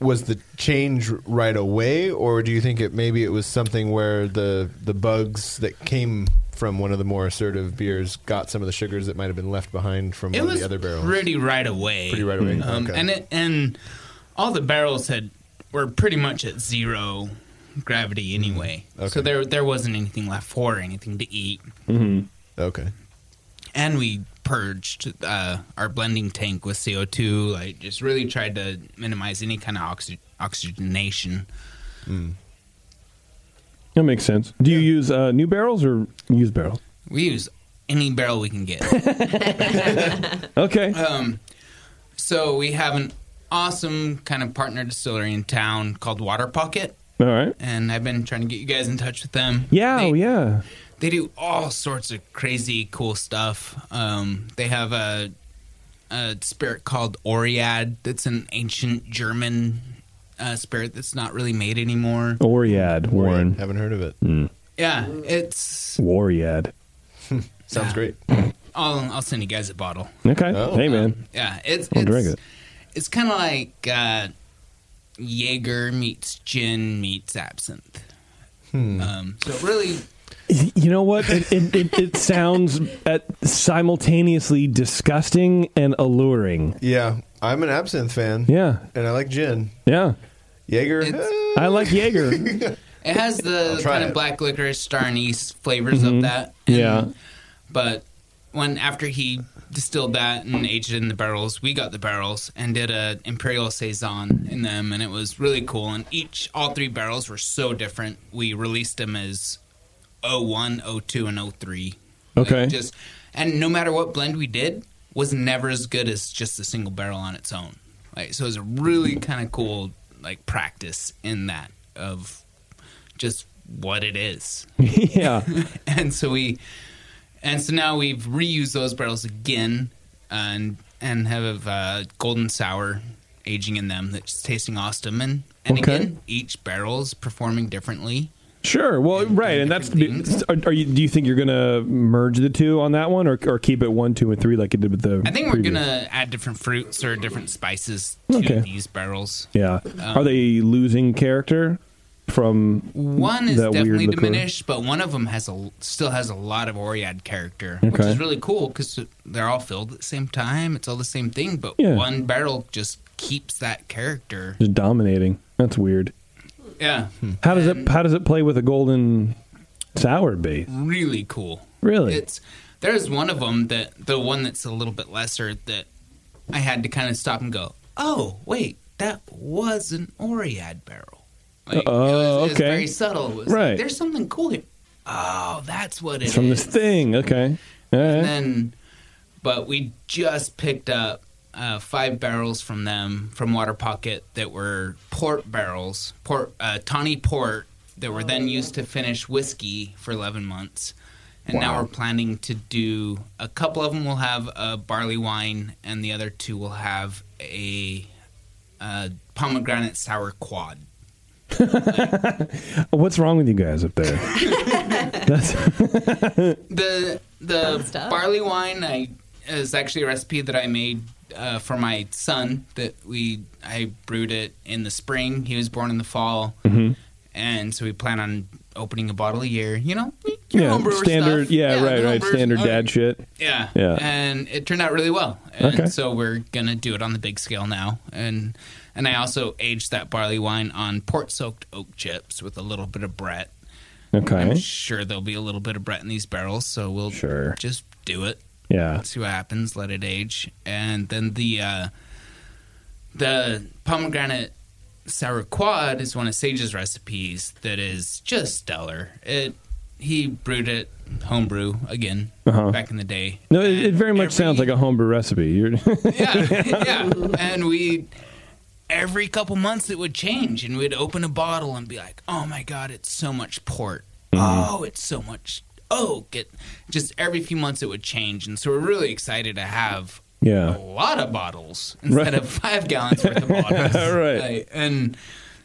G: was the change right away, or do you think it maybe it was something where the the bugs that came from one of the more assertive beers got some of the sugars that might have been left behind from
J: It
G: one of
J: was
G: the other barrels?
J: pretty right away.
G: Pretty right away,
J: Um,
G: okay.
J: And it, and all the barrels had were pretty much at zero gravity anyway. So there there wasn't anything left for anything to eat.
G: Mm-hmm. Okay.
J: and we purged uh, our blending tank with CO2. Like, just really tried to minimize any kind of oxy- oxygenation.
F: That makes sense. Do you use uh, new barrels or used barrels?
J: We use any barrel we can get.
F: Okay.
J: Um, so we have an awesome kind of partner distillery in town called Water Pocket,
F: All right.
J: and I've been trying to get you guys in touch with them.
F: Yeah. oh, yeah.
J: They do all sorts of crazy, cool stuff. Um, they have a, a spirit called Oriad that's an ancient German uh, spirit that's not really made anymore.
F: Oriad, Warren.
G: Haven't heard of it.
J: Yeah, it's.
F: Wariad.
G: Sounds great.
J: I'll, I'll send you guys a bottle.
F: Okay.
G: Oh,
F: Hey, man.
J: Yeah, it's
F: I'll
J: it's,
F: drink it.
J: it's kind of like uh, Jaeger meets gin meets absinthe.
F: Hmm.
J: Um, so really,
F: You know what? It, it, it, it sounds at simultaneously disgusting and alluring.
G: Yeah, I'm an absinthe fan.
F: Yeah.
G: and I like gin.
F: Yeah.
G: Jaeger. Eh,
F: I like Jaeger.
J: It has the
G: I'll try
J: kind of
G: it.
J: black licorice, star anise flavors
F: Mhm.
J: of that.
F: yeah.
J: But when after he distilled that and aged it in the barrels, we got the barrels and did a imperial saison in them, and it was really cool. And each, all three barrels were so different. We released them as 01, 02, and 03. Like,
F: Okay.
J: just and no matter what blend we did, was never as good as just a single barrel on its own. Like so, it was a really kind of cool like practice in that of just what it is.
F: yeah.
J: and so we and so now we've reused those barrels again and and have uh, golden sour aging in them that's tasting awesome and and
F: Okay.
J: again each barrel's performing differently
F: Sure. Well, right, and that's are, are you? Do you think you're gonna merge the two on that one, or or keep it one, two, and three like you did with the?
J: i think we're
F: previous?
J: gonna add different fruits or different spices to
F: Okay.
J: these barrels
F: Yeah.
J: Um,
F: are they losing character from
J: one is
F: that weird
J: definitely
F: liqueur?
J: diminished but one of them has a still has a lot of oread character which
F: Okay.
J: is really cool because they're all filled at the same time it's all the same thing but
F: Yeah.
J: one barrel just keeps that character
F: Just dominating. That's weird.
J: yeah
F: How does
J: Um,
F: it? How does it play with a golden sour base?
J: really cool.
F: Really?
J: it's there's one of them that the one that's a little bit lesser that I had to kind of stop and go, oh wait, that was an Oread barrel. Like,
F: oh,
J: it was
F: okay.
J: very subtle. It was like,
F: right.
J: There's something cool here. Oh, that's what it
F: it's
J: is.
F: from this thing. Okay. All right.
J: And then, but we just picked up uh, five barrels from them from Water Pocket that were port barrels, port uh, tawny port that were then used to finish whiskey for eleven months. And now
T: Wow.
J: we're planning to do a couple of them will have a barley wine, and the other two will have a, uh pomegranate sour quad.
F: What's wrong with you guys up there? That's
J: the the barley wine I is actually a recipe that I made uh, for my son that we I brewed it in the spring. He was born in the fall,
F: Mhm.
J: and so we plan on opening a bottle a year. You know, Your
F: yeah.
J: homebrewer
F: Standard.
J: stuff.
F: Yeah,
J: Yeah,
F: Right.
J: the
F: Right.
J: homebrewers-
F: Standard
J: okay.
F: dad shit.
J: oh, yeah,
F: Yeah.
J: and it turned out really well. And
F: Okay.
J: so we're gonna do it on the big scale now, and and I also aged that barley wine on port soaked oak chips with a little bit of Brett. I'm
F: Okay.
J: sure there'll be a little bit of Brett in these barrels, so we'll just do it.
F: Yeah.
J: See what happens, let it age. And then the uh the pomegranate sour quad is one of Sage's recipes that is just stellar. It he brewed it homebrew again
F: Uh-huh.
J: back in the day.
F: No, it, it very much sounds like a homebrew recipe. You're
J: yeah. And we every couple months it would change and we'd open a bottle and be like, "Oh my god, it's so much port.
F: Mm-hmm.
J: Oh, it's so much oak." It just every few months it would change. And so we're really excited to have a
F: yeah.
J: lot of bottles instead
F: Right.
J: of 5 gallons worth of bottles.
F: Right.
J: Like, and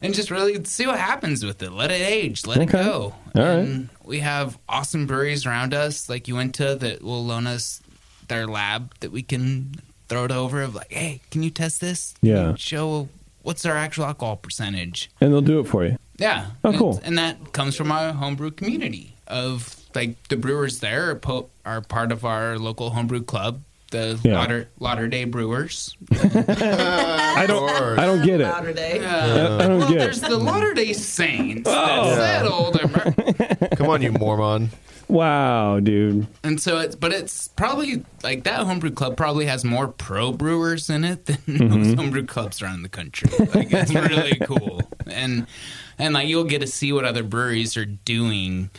J: and just really see what happens with it. Let it age, let it
F: Okay.
J: go.
F: All right.
J: And we have awesome breweries around us, like Uinta, that will loan us their lab that we can throw it over of like, hey, can you test this? Can
F: Yeah.
J: you show what's our actual alcohol percentage.
F: And they'll do it for you.
J: Yeah.
F: Oh,
J: And-
F: cool.
J: And that comes from our homebrew community of like the brewers there are, po- are part of our local homebrew club, the
F: Yeah.
J: Lauder, Lauder Day Brewers.
F: I don't. I don't get it.
J: Day.
F: I don't
J: well,
F: get it.
J: there's the Lauder Day Saints.
F: Oh.
J: That's that
F: Yeah.
J: old
F: Come on, you Mormon. Wow, dude.
J: And so it's, but it's probably like that homebrew club probably has more pro brewers in it than
F: Mhm.
J: most homebrew clubs around the country. Like, it's really cool, and and like you'll get to see what other breweries are doing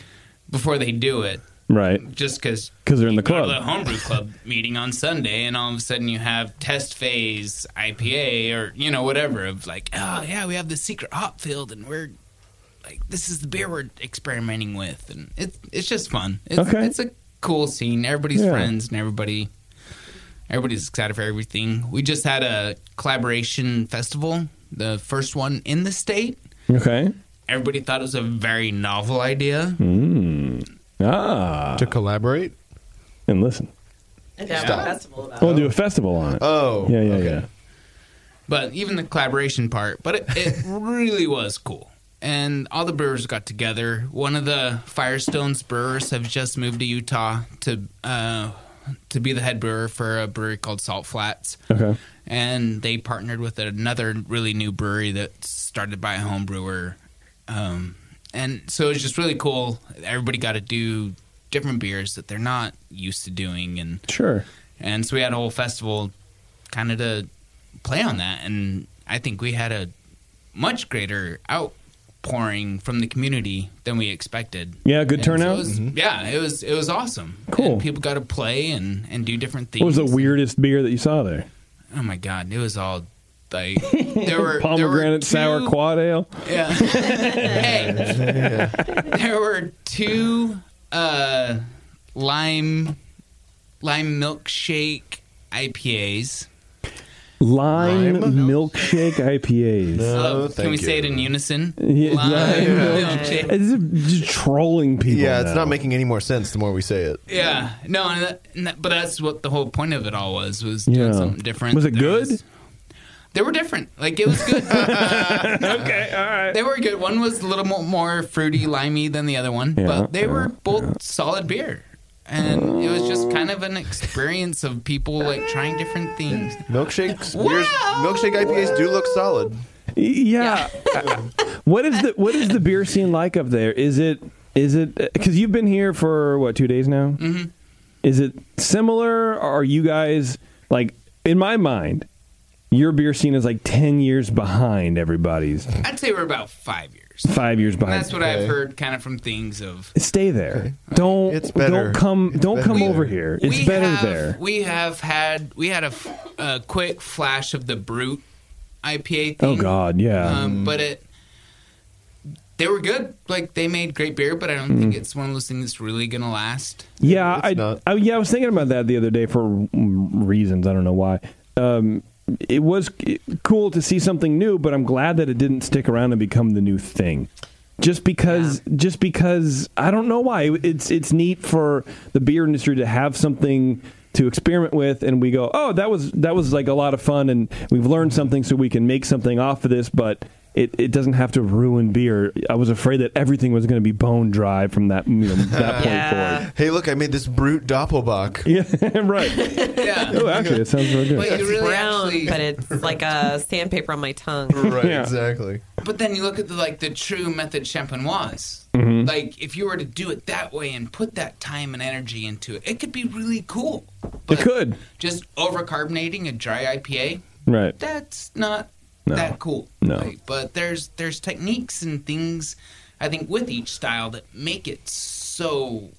J: before they do it.
F: Right.
J: Just because
F: Because they're in the
J: Go to the
F: club.
J: homebrew club meeting on Sunday, and all of a sudden you have test phase IPA or you know whatever of like, oh yeah, we have the secret hop field, and we're like, this is the beer we're experimenting with, and it's it's just fun. It's,
F: Okay.
J: it's a cool scene. Everybody's
F: Yeah.
J: friends, and everybody everybody's excited for everything. We just had a collaboration festival, the first one in the state.
F: Okay.
J: Everybody thought it was a very novel idea.
F: Mm. Ah. To
G: collaborate
F: and listen. We'll do a festival on it.
G: Oh,
F: Yeah, yeah, yeah.
J: but even the collaboration part but it, it really was cool and all the brewers got together one of the firestones brewers have just moved to utah to uh, to be the head brewer for a brewery called Salt Flats.
F: Okay.
J: And they partnered with another really new brewery that started by a home brewer. Um, and so it was just really cool. Everybody got to do different beers that they're not used to doing. And
F: Sure.
J: and so we had a whole festival kind of to play on that. And I think we had a much greater outpouring from the community than we expected.
F: Yeah, good
J: And so it
F: turnout?
J: was-
F: Mhm.
J: Yeah, it was it was awesome.
F: Cool.
J: And people got to play and, and do different things.
F: What was the weirdest beer that you saw there?
J: oh my god, it was all like there were there were
F: Pomegranate sour
J: two-
F: quad ale.
J: Yeah. hey, there were two uh, lime lime milkshake IPAs.
F: Lime, milkshake IPAs.
J: Uh, can we say it in unison?
F: Oh, Yeah,
J: Lime
F: yeah.
J: milkshake.
F: It's just trolling people.
G: Yeah, it's
F: now.
G: not making any more sense the more we say it.
J: Yeah, no, and that, and that- but that's what the whole point of it all was was doing
G: Yeah.
J: something different.
G: Was it
J: There
G: good?
J: was- they were different. Like it was good. okay,
F: all right.
J: They were good. One was a little mo- more fruity, limey than the other one,
F: Yeah,
J: but they were both solid beer. And it was just kind of an
F: Oh.
J: experience of people like trying different things.
G: Milkshakes, beers, milkshake IPAs do look solid.
F: Yeah. what is the what is the beer scene like up there? Is it is it because you've been here for what two days now? Mm-hmm. Is it similar? Are you guys like in my mind? Your beer scene is like ten years behind everybody's,
J: I'd say we're about five years.
F: five years
J: And
F: behind.
J: that's what I've heard kind of from things of
F: Stay there. Don't
G: better.
F: don't come don't
G: better
F: come
G: there.
F: over here. It's
J: we
F: better
J: have,
F: there.
J: We have had we had a, f- a quick flash of the brute IPA. Thing,
F: Oh God, yeah.
J: um, but it they were good. Like they made great beer, but I don't think
F: Hmm.
J: it's one of those things that's really gonna last.
F: Yeah, I, I yeah, I was thinking about that the other day for mm, reasons I don't know why. Um, it was c- cool to see something new, but I'm glad that it didn't stick around and become the new thing. Just because, just because I don't know why it's it's neat for the beer industry to have something to experiment with, and we go, oh, that was that was like a lot of fun, and we've learned something, so we can make something off of this, but. It, it doesn't have to ruin beer. I was afraid that everything was going to be bone dry from that you know, that point forward.
G: Hey, look, I made this brute doppelbock.
F: Yeah, right.
J: yeah.
F: Oh, actually, it sounds really good.
J: But you really
S: brown,
J: actually-
S: but it's like a sandpaper on my tongue.
G: Right, exactly.
J: But then you look at the like the true method champenoise.
F: Mm-hmm.
G: Mhm.
J: Like if you were to do it that way and put that time and energy into it, it could be really cool.
F: it could.
J: Just overcarbonating a dry IPA,
F: Right.
J: that's not
F: No.
J: that cool.
F: No.
J: But there's there's techniques and things I think with each style that make it so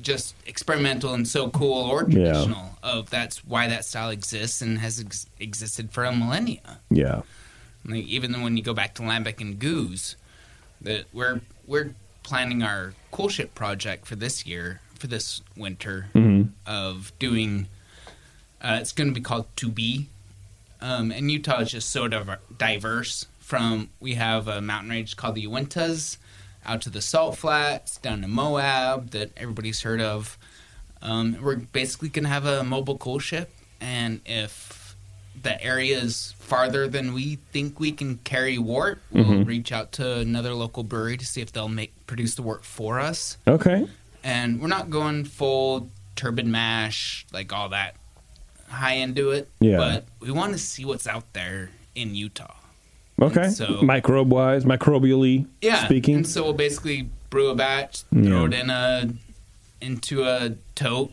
J: just experimental and so cool or
F: Yeah.
J: traditional of that's why that style exists and has ex- existed for a millennia.
F: Yeah.
J: Like, even when you go back to Lambic and Goose, that we're we're planning our cool ship project for this year for this winter
F: Mhm.
J: of doing. Uh, it's going to be called To Be, um, and Utah is just so diver- diverse. From we have a mountain range called the Uintas, out to the Salt Flats, down to Moab that everybody's heard of. Um, we're basically going to have a mobile cool ship, and if the area is farther than we think we can carry wort, we'll
F: Mhm.
J: reach out to another local brewery to see if they'll make produce the wort for us.
F: Okay.
J: And we're not going full turbine mash, like all that high into it.
F: Yeah.
J: But we want to see what's out there in Utah.
F: Okay.
J: So-
F: Microbe wise, microbially
J: Yeah.
F: speaking.
J: And so we'll basically brew a batch, throw
F: Yeah.
J: it in a into a tote,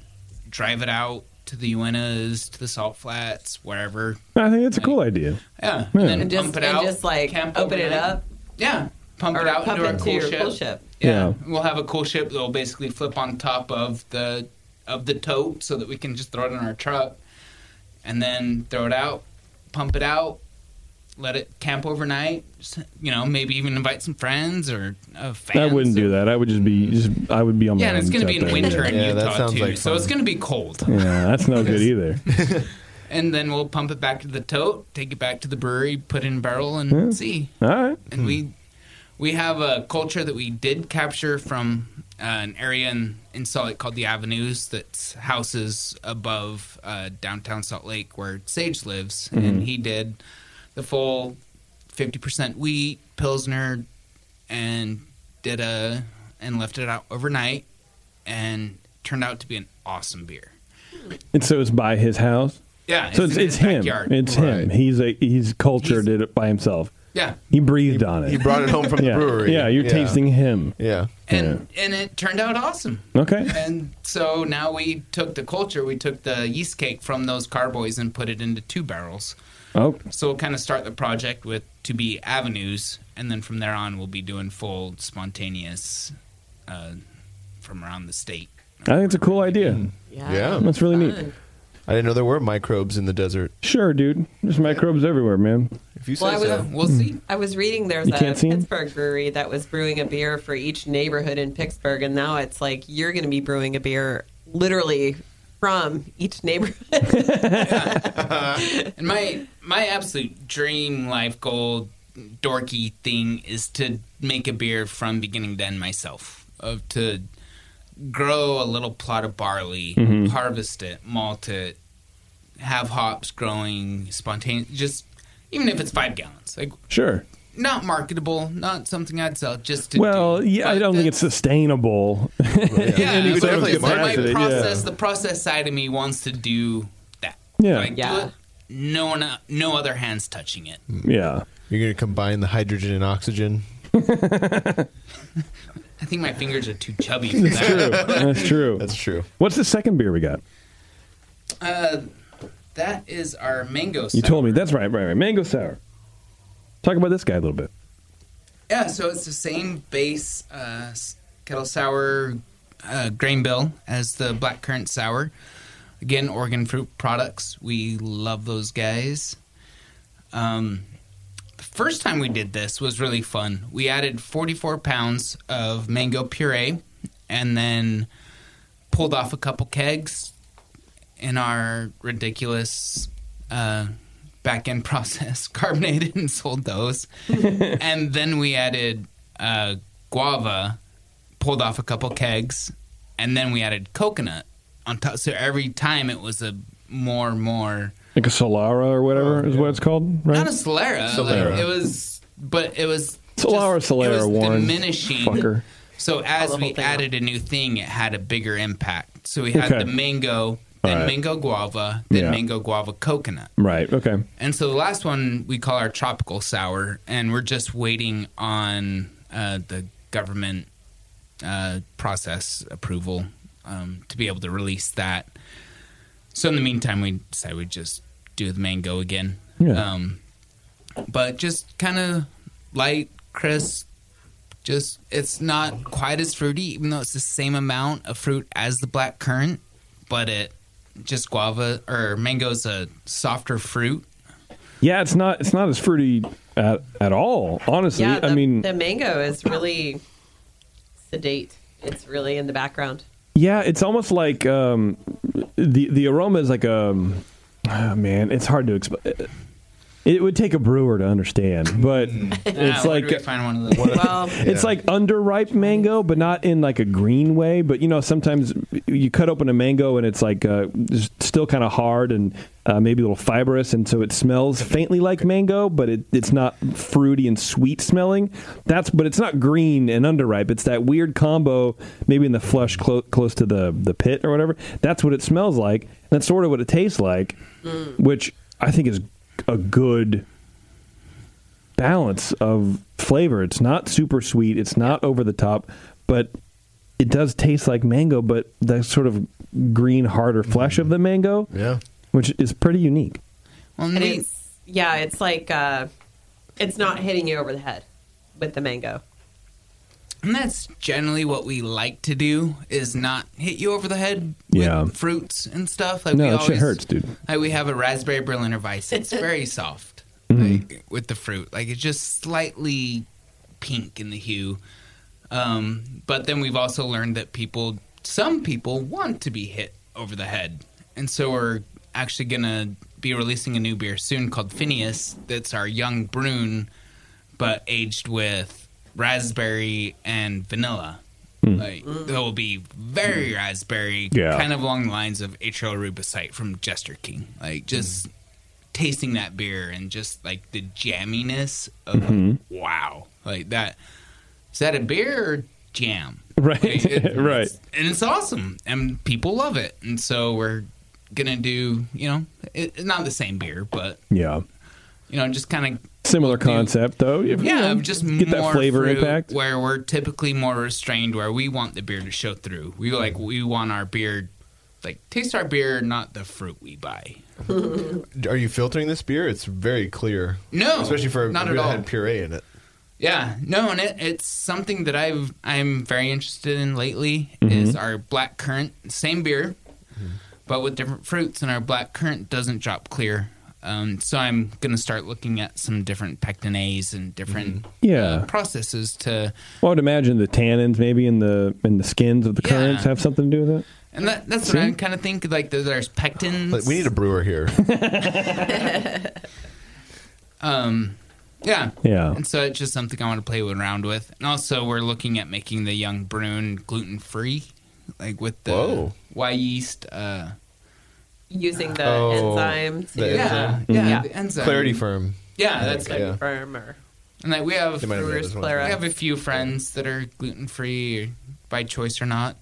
J: drive it out to the Uintas, to the Salt Flats, wherever.
F: I think that's a cool idea.
J: Yeah.
F: Yeah.
J: And then
F: And
J: pump it out. just like camp
S: open it up.
J: Yeah. Pump
S: Or
J: it out
S: pump
J: into our
S: it to
J: cool
S: your
J: ship.
S: cool ship.
J: Yeah. We'll have a cool ship that'll basically flip on top of the of the tote so that we can just throw it in our truck and then throw it out, pump it out, let it camp overnight, s- you know, maybe even invite some friends or a
F: I
J: fan.
F: wouldn't do that. I would just be just I would be on my
J: Yeah, and it's
F: own
J: going to be
F: out
J: in
F: there.
J: winter in
F: yeah.
J: Utah too. so it's going to be cold.
F: Yeah, that's no good either.
J: And then we'll pump it back to the tote, take it back to the brewery, put it in a barrel and
F: Yeah.
J: see.
F: All right.
J: and we we have a culture that we did capture from uh, an area in, in Salt Lake called the Avenues that's houses above uh, downtown Salt Lake where Sage lives
F: Mhm.
J: and he did the full 50% wheat pilsner and did a and left it out overnight and turned out to be an awesome beer
F: And so it's by his house.
J: Yeah,
F: So
J: it's
F: it's,
J: in
F: it's
J: his
F: him.
J: backyard.
F: It's him. He's a he's cultured it by himself.
J: Yeah.
F: He breathed on it.
G: he brought it home from the
F: Yeah.
G: brewery.
F: Yeah, you're
G: Yeah.
F: tasting him.
G: Yeah.
J: and and it turned out awesome.
F: Okay.
J: And so now we took the culture, we took the yeast cake from those carboys and put it into two barrels.
F: Oh.
J: So we'll kind of start the project with to be avenues, and then from there on we'll be doing full spontaneous uh, from around the state.
F: I think it's a cool idea.
G: Mm.
J: Yeah.
F: That's really neat.
G: I didn't know there were microbes in the desert.
F: Sure, dude. There's microbes everywhere, man.
G: If you
H: Well, I was,
J: see.
H: I was reading there's
F: You
H: a
F: can't see 'em?
H: Pittsburgh brewery that was brewing a beer for each neighborhood in Pittsburgh, and now it's like you're going to be brewing a beer literally from each neighborhood.
J: and my my absolute dream life goal dorky thing is to make a beer from beginning to end myself of to grow a little plot of barley
F: Mm-hmm.
T: Mhm.
J: harvest it malt it have hops growing spontaneous just even if it's five gallons like
F: Sure.
J: not marketable not something i'd sell just to
F: Well, yeah, I don't think it's sustainable. in
J: yeah,
F: any
J: but
F: sort of
J: it's my
F: capacity, yeah.
J: process the process side of me wants to do that
F: Yeah.
J: like
F: Yeah.
J: do it, no one no other hands touching it
F: Yeah.
G: You're going to combine the hydrogen and oxygen.
J: I think my fingers are too chubby for that.
F: That's true.
G: That's true.
F: What's the second beer we got?
J: Uh, that is our mango.
F: You
J: sour.
F: told me. That's right, right, right. Mango sour. Talk about this guy a little bit.
J: Yeah, so it's the same base uh, s- kettle sour uh, grain bill as the black currant sour. Again, Oregon fruit products. We love those guys. Um, the first time we did this was really fun. We added 44 pounds of mango puree and then pulled off a couple kegs in our ridiculous uh, back end process, carbonated and sold those. and then we added uh, guava, pulled off a couple kegs, and then we added coconut on top. So every time it was a more, more.
F: Like a Solara or whatever is what it's called, right?
J: Not a Solera.
F: Solera.
J: Like, it was, but it was
F: Solara, Solera,
J: it was
F: Warren.
J: diminishing.
F: Fucker.
J: So as we added a new thing, it had a bigger impact. So we had
F: Okay.
J: the mango, then
F: Alright.
J: mango guava, then
F: Yeah.
J: mango guava coconut.
F: Right. Okay.
J: And so the last one we call our tropical sour, and we're just waiting on uh, the government uh, process approval um, to be able to release that. So in the meantime, we decided we'd just do the mango again.
F: Yeah.
J: Um, but just kind of light, crisp. Just it's not quite as fruity, even though it's the same amount of fruit as the black currant, but it just guava or mango's a softer fruit.
F: Yeah, it's not it's not as fruity at, at all, honestly.
H: yeah, the,
F: I mean,
H: the mango is really sedate. It's really in the background.
F: yeah, it's almost like um, the the aroma is like um oh, man, it's hard to explain. It would take a brewer to understand, but
J: Yeah,
F: it's
J: where
F: like
J: do we find one of those.
H: Um,
F: it's like underripe mango, but not in like a green way. But you know, sometimes you cut open a mango and it's like uh, just still kind of hard and uh, maybe a little fibrous, and so it smells faintly like mango, but it, it's not fruity and sweet smelling. That's but it's not green and underripe. It's that weird combo, maybe in the flush clo- close to the the pit or whatever. That's what it smells like. That's sort of what it tastes like, which I think is a good balance of flavor. It's not super sweet. It's not over the top, but it does taste like mango, but the sort of green, harder
J: Mm-hmm.
F: flesh of the mango.
G: Yeah.
F: Which is pretty unique.
H: and it's yeah, it's like uh, it's not hitting you over the head with the mango.
J: And that's generally what we like to do is not hit you over the head
F: Yeah.
J: with fruits and stuff. Like we
F: no, that
J: always,
F: shit hurts, dude.
J: Like we have a raspberry Berliner Weiss. It's very soft
F: Mm-hmm.
J: like, with the fruit. Like it's just slightly pink in the hue. Um, but then we've also learned that people, some people, want to be hit over the head, and so we're actually gonna be releasing a new beer soon called Phineas. That's our young Brune, but aged with raspberry and vanilla.
F: Hmm.
J: Like, that will be very raspberry,
F: Yeah.
J: kind of along the lines of atrial rubicite from Jester King. Like
F: Hmm.
J: just tasting that beer and just like the jamminess of like,
F: Mhm.
J: wow, like that. Is that a beer or jam?
F: Right,
J: Like, it-
F: right.
J: it's- and it's awesome, and people love it. And so we're gonna do. You know, it, not the same beer, but
F: Yeah.
J: you know, just kind of
F: Similar concept, though. If-
J: yeah,
F: you know,
J: just
F: get
J: more
F: that flavor
J: fruit
F: impact.
J: where we're typically more restrained, where we want the beer to show through. We like we want our beer, like taste our beer, not the fruit we buy.
G: Are you filtering this beer? It's very clear.
J: No,
G: especially for a
J: not
G: beer
J: at
G: that
J: all.
G: had puree in it.
J: Yeah, no, and it, it's something that I've I'm very interested in lately
F: Mm-hmm.
J: is
G: Mhm.
J: our black currant, same beer,
G: Mm-hmm.
J: but with different fruits, and our black currant doesn't drop clear. Um, so I'm gonna start looking at some different pectinase and different
F: Mm-hmm.
J: uh,
F: Yeah.
J: processes to,
F: Well, I would imagine the tannins maybe in the in the skins of the currants have something to do with it.
J: and that, that's what I kind of think. Like there- there's pectins.
G: Like, we need a brewer here.
J: Um, yeah.
F: Yeah.
J: And so it's just something I want to play around with. And also, we're looking at making the young brune gluten free, like with the
G: Whoa.
J: Y yeast. Uh,
S: using the
J: Oh,
S: enzyme to
J: the enzyme. Yeah, yeah, the enzyme.
G: Mm-hmm. Clarity firm.
J: Yeah, that's
G: Yeah.
J: it. And like we have,
G: They might have made this one.
J: we have a few friends that are gluten free by choice or not.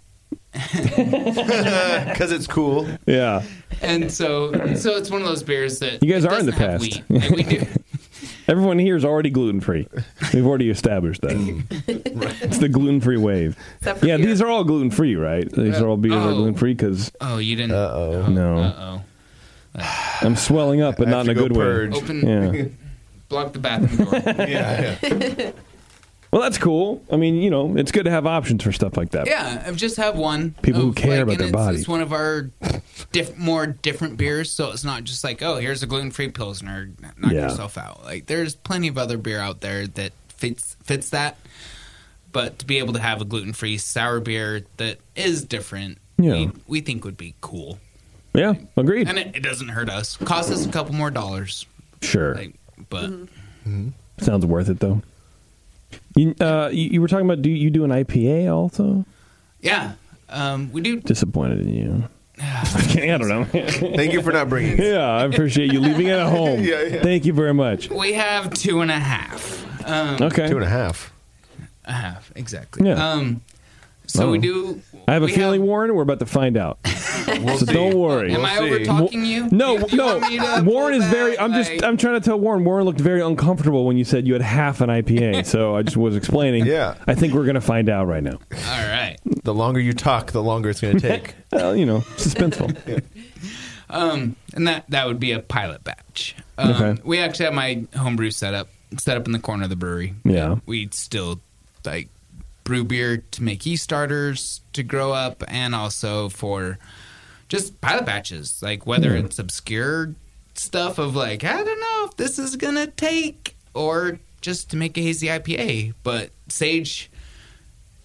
G: because it's cool.
F: Yeah.
J: And so, so it's one of those beers that
F: You guys
J: it
F: are in the
J: doesn't have
F: past.
J: wheat. Like, we do
F: Everyone here is already gluten free. We've already established that. It's the gluten free wave. Yeah, these are all gluten free, right? These are all beers are
J: Oh.
F: gluten free because
J: Oh, you didn't. Uh
F: oh. No.
J: Uh
F: I'm swelling up, but
G: I
F: not
G: have
F: in a
G: to go
F: good
G: purge.
F: way.
J: Open-
F: Yeah.
J: oh. Block the bathroom door.
G: yeah,
J: yeah.
F: Well, that's cool. I mean, you know, it's good to have options for stuff like that.
J: Yeah, I've just have one.
F: People who care about
J: and
F: their
J: it's,
F: body.
J: It's one of our diff- more different beers, so it's not just like, oh, here's a gluten free pilsner, knock
F: Yeah.
J: yourself out. Like, there's plenty of other beer out there that fits fits that. But to be able to have a gluten free sour beer that is different,
F: Yeah.
J: we think would be cool,
F: Yeah. Agreed.
J: and it, it doesn't hurt us. Costs us a couple more dollars,
F: Sure.
J: like, but
F: Sounds worth it though. You, uh, you, you were talking about do you do an IPA also?
J: yeah, um, we do.
F: Disappointed in you. I'm kidding, I don't know. Thank
G: you for not bringing. It.
F: Yeah, I appreciate you leaving it at home.
J: Yeah, yeah.
F: Thank you very much.
J: We have two and a half. Um,
F: Okay. Two and a
G: half.
J: A half, exactly.
F: Yeah.
J: Um, so we
F: Oh.
J: do.
F: I have a
J: we
F: feeling, Warren. We're about to find out. so
J: see.
F: don't worry.
J: Am I We'll see. over-talking you?
F: No,
J: Do you
F: no.
J: want me to
F: Warren is very. I'm just. I'm trying to tell Warren. Warren looked very uncomfortable when you said you had half an IPA. so I just was explaining. Yeah. I think we're gonna find out right now.
J: All right.
G: The longer you talk, the longer it's going to take.
F: well, you know, suspenseful.
J: Um, and that that would be a pilot batch. Um,
F: Okay.
J: We actually have my homebrew set up set up in the corner of the brewery.
F: Yeah.
J: We still like brew beer to make yeast starters to grow up, and also for just pilot batches. Like whether
A: Hmm.
J: it's obscure stuff of like I don't know if this is gonna take, or just to make a hazy IPA. But Sage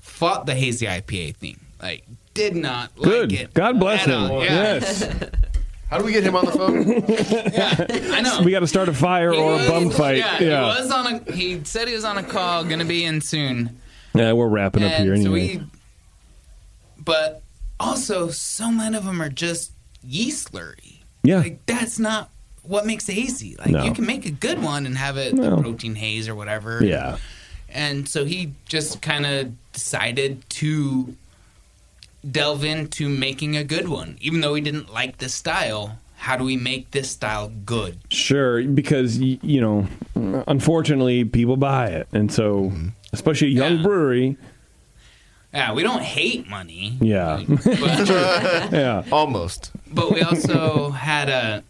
J: fought the hazy IPA thing. Like did not
F: Good.
J: like it.
F: God bless
J: at
F: him.
J: all.
F: Yes.
G: How do we get him on the phone?
J: I know.
F: We got to start a fire or a bum fight.
J: Yeah, he was on a. He said he was on a call, gonna be in soon.
F: Yeah, we're wrapping up
J: And
F: here
J: so
F: anyway.
J: we, but also, so many of them are just yeast slurry.
F: yeah.
J: Like that's not what makes it hazy. Like
F: No.
J: you can make a good one and have it
F: No.
J: a protein haze or whatever.
F: yeah.
J: And so he just kind of decided to delve into making a good one, even though he didn't like the style. How do we make this style good?
F: Sure, because y- you know, unfortunately, people buy it, and so especially a young brewery.
J: Yeah, we don't hate money.
F: Yeah,
J: But-
F: yeah,
G: almost.
J: but we also had a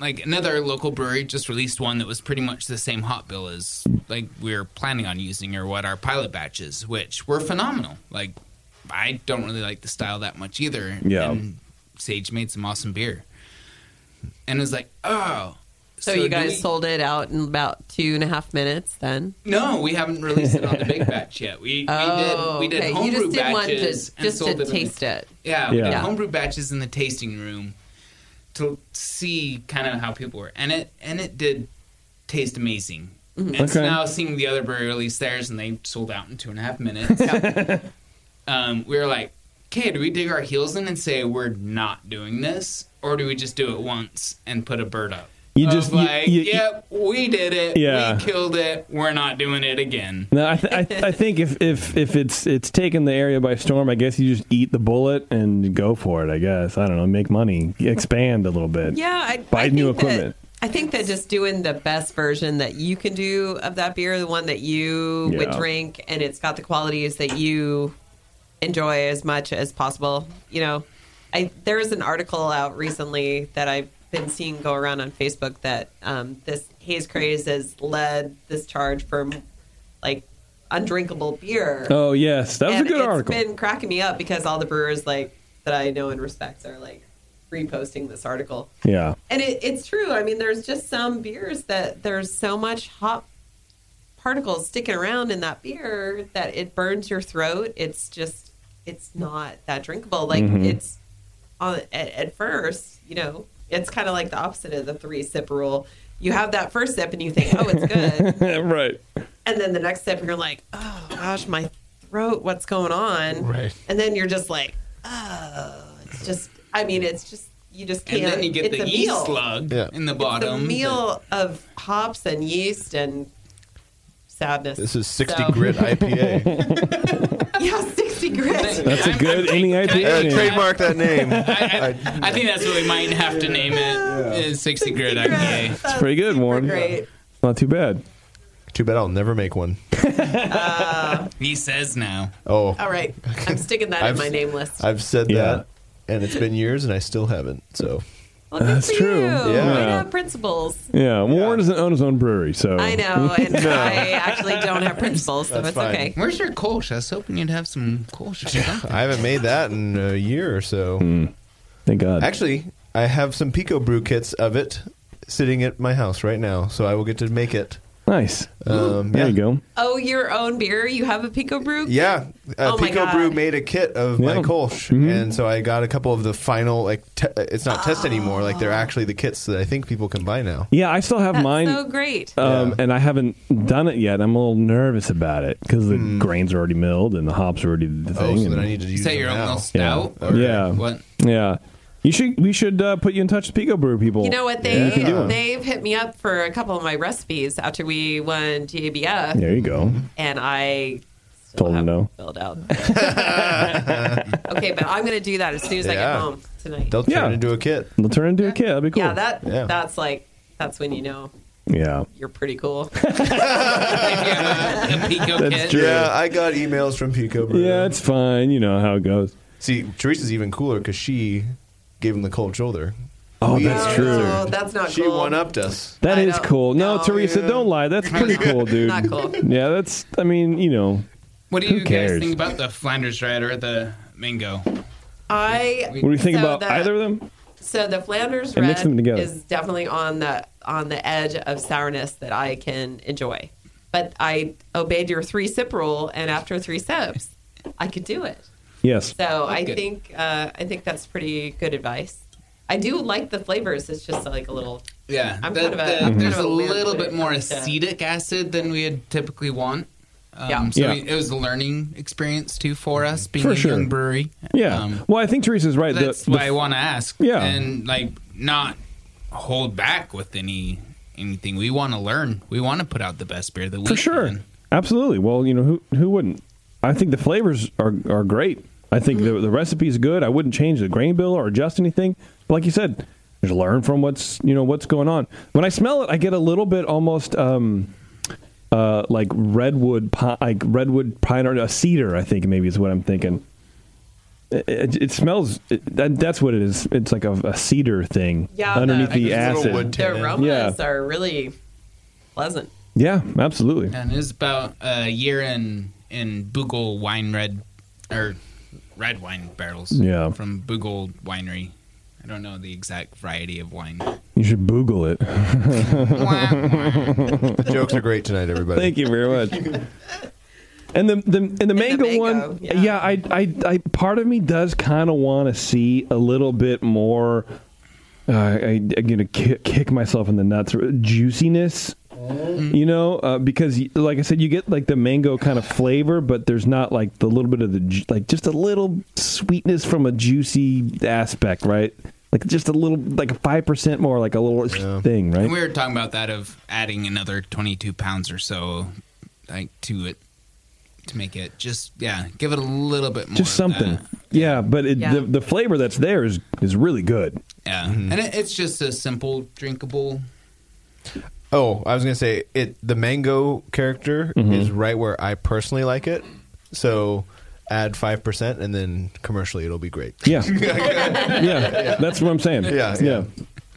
J: like another local brewery just released one that was pretty much the same hot bill as like we were planning on using or what our pilot batches, which were phenomenal. Like I don't really like the style that much either.
F: Yeah.
J: And Sage made some awesome beer. And it was like, oh
S: So,
J: do
S: you guys
J: we-
S: sold it out in about two and a half minutes then?
J: No, we haven't released it on the big batch yet. We,
S: Oh,
J: we did we did
S: okay. You
J: homebrew
S: just did one to-
J: batches and
S: just to
J: sold it in the-
S: taste it.
J: Yeah, we did
S: Yeah.
J: homebrew batches in the tasting room to see kind of how people were, and it and it did taste amazing.
F: Mm-hmm.
A: Mhm.
J: And so
A: Okay.
J: now seeing the other brewery release theirs, and they sold out in two and a half minutes. um, we were like, okay, do we dig our heels in and say we're not doing this, or do we just do it once and put a bird up?
F: You just
J: of
F: you-
J: like,
F: you-
J: yep, we did it.
F: Yeah.
J: We killed it. We're not doing it again.
F: No, I, th- I, th- I think if, if if it's it's taken the area by storm, I guess you just eat the bullet and go for it. I guess I don't know, make money, expand a little bit.
H: Yeah, I-
F: buy
H: I
F: new
H: think that-
F: equipment.
H: I think that just doing the best version that you can do of that beer, the one that you would
F: Yeah.
H: drink, and it's got the qualities that you enjoy as much as possible. You know, I there was an article out recently that I've been seeing go around on Facebook that um, this haze craze has led this charge for like undrinkable beer.
F: Oh yes, that was
H: And
F: a good
H: it's
F: article.
H: been cracking me up because all the brewers like that I know and respect are like reposting this article.
F: yeah,
H: And it, it's true. I mean, there's just some beers that there's so much hop particles sticking around in that beer that it burns your throat. It's just, it's not that drinkable. Like
F: Mm-hmm.
T: Mhm.
H: it's on at, at first, you know, it's kind of like the opposite of the three sip rule. You have that first sip and you think, oh, it's good.
F: right.
H: and then the next sip you're like, oh gosh, my throat, what's going on?
F: Right.
H: And then you're just like, oh, it's just, I mean, it's just, you just
J: And
H: can't.
J: then you get
H: it's
J: the
H: a
J: yeast
H: meal.
J: slug in the
H: It's a
J: bottom.
H: meal of hops and yeast and sadness.
G: This is 60
H: So-
G: grit IPA.
H: yeah, 60 grit.
F: That's a good any IPA. name.
G: trademark that name.
J: I think that's what we might have to name it. Is 60 grit IPA.
F: It's pretty good, Warren.
J: great.
F: Not too bad.
G: Too bad I'll never make one.
J: He says now.
G: Oh,
H: All right. I'm sticking that in my name list.
G: I've said
F: Yeah.
G: that, and it's been years, and I still haven't. So
H: Well, good
F: That's
H: for
F: true.
H: You.
F: Yeah.
H: You got principles.
F: Yeah, Warren doesn't own his own brewery, so
H: I know, and
F: No.
H: I actually don't have principles, so
G: That's
H: it's
G: fine.
H: okay.
J: Where's your Kolsch? I was hoping you'd have some Kolsch. or something.
G: I haven't made that in a year or so.
F: Hmm. Thank God.
G: Actually, I have some Pico Brew kits of it sitting at my house right now, so I will get to make it.
F: Nice.
G: Um,
F: there you go.
H: Oh, your own beer? You have a Pico Brew?
G: Yeah, uh,
H: Oh my
G: Pico
H: God.
G: Brew made a kit of my Kolsch,
F: Mm-hmm.
G: and so I got a couple of the final like te- it's not
H: Ah.
G: test anymore. Like they're actually the kits that I think people can buy now.
F: Yeah, I still have
H: That's
F: mine.
H: so great.
F: Um, And I haven't done it yet. I'm a little nervous about it because the grains are already milled and the hops are already the thing.
G: Hmm. Oh, so
F: Oh, and-
G: then I need to use
J: Is that your own little stout?
F: Yeah. Um,
J: Or
F: yeah.
J: What?
F: Yeah. You should. We should uh, put you in touch with Pico Brew people.
H: You know what?
F: You
H: They
F: can do it.
H: they've hit me up for a couple of my recipes after we won GABF,
F: There you go.
H: and I
F: Told them no.
H: filled out. okay, but I'm gonna do that as soon as I get
F: Yeah.
H: home tonight.
G: They'll turn
F: Yeah.
G: it into a kit.
F: They'll turn into a kid. That'd be cool.
H: Yeah, that that's like that's when you know
F: Yeah.
H: you're pretty cool.
F: That's true.
G: Yeah, I got emails from Pico Brew.
F: Yeah, it's fine. You know how it goes.
G: See, Teresa's even cooler because she gave him the cold shoulder.
F: Oh, that's true.
H: Oh, that's not
G: She
H: cool.
G: one upped us.
F: That is cool. No, Teresa, don't lie. That's pretty cool, dude.
H: Not cool.
F: Yeah, that's. I mean, you know.
J: What do
F: who
J: you guys
F: cares?
J: think about the Flanders Red or the Mango?
H: I.
J: What do you think about either
F: of them?
H: So the Flanders
J: I
H: red
J: mix them together.
H: is definitely on the on the edge of sourness that I can enjoy, but I obeyed your three sip rule, and after three sips, I could do it.
F: Yes.
H: So I
F: Okay.
H: think uh, I think that's pretty good advice. I do like the flavors. It's just like a little.
J: Yeah,
H: I'm
J: the-
H: kind of a.
J: the-
F: Mm-hmm.
H: I'm kind
J: there's
H: of a
J: a
H: weird
J: little
H: when
J: bit
H: it
J: more
H: comes to-
J: acetic acid than we would typically want. Um,
H: Yeah.
J: So
F: Yeah.
J: we- it was a learning experience too for us being
F: For
J: a
F: sure.
J: young brewery. Um,
F: Yeah. well, I think Teresa's right. The-
J: That's
F: the
J: why I want to ask.
F: Yeah.
J: and like not hold back with any anything. We want to learn. We want to put out the best beer that we
F: For sure. Absolutely. Well, you know who who wouldn't? I think the flavors are are great. I think the the recipe's good. I wouldn't change the grain bill or adjust anything. But like you said, just learn from what's you know what's going on. When I smell it, I get a little bit almost um, uh, like redwood pi- like redwood pine or a cedar. I think maybe is what I'm thinking. It, it, it smells. It, that, that's what it is. It's like a, a cedar thing
H: Yeah,
F: underneath the, acid.
H: The
F: yeah,
H: aromas are really pleasant.
F: yeah, absolutely.
J: And it was about a year in in Bougal wine red or red wine barrels.
F: Yeah.
J: From Bougal Winery. I don't know the exact variety of wine.
F: You should Boogle it.
G: Jokes are great tonight, everybody.
F: Thank you very much. And the, the and the mango, one, yeah. I, I I part of me does kind of want to see a little bit more. Uh, I, I'm gonna kick, kick myself in the nuts. Juiciness, you know, uh, because y- like I said, you get like the mango kind of flavor, but there's not like the little bit of the ju- like just a little sweetness from a juicy aspect, right? like just a little, like a five percent more, like a little thing, right?
J: And we were talking about that of adding another 22 pounds or so like to it to make it just yeah, give it a little bit more.
F: just
J: of
F: something.
J: that.
F: Yeah, but it,
J: Yeah.
F: the the flavor that's there is is really good.
J: Yeah, and it, it's just a simple drinkable.
G: Oh, I was gonna say it. The mango character
F: Mm-hmm.
G: is right where I personally like it. So add five percent, and then commercially it'll be great.
F: Yeah, yeah, that's what I'm saying.
G: Yeah,
F: yeah.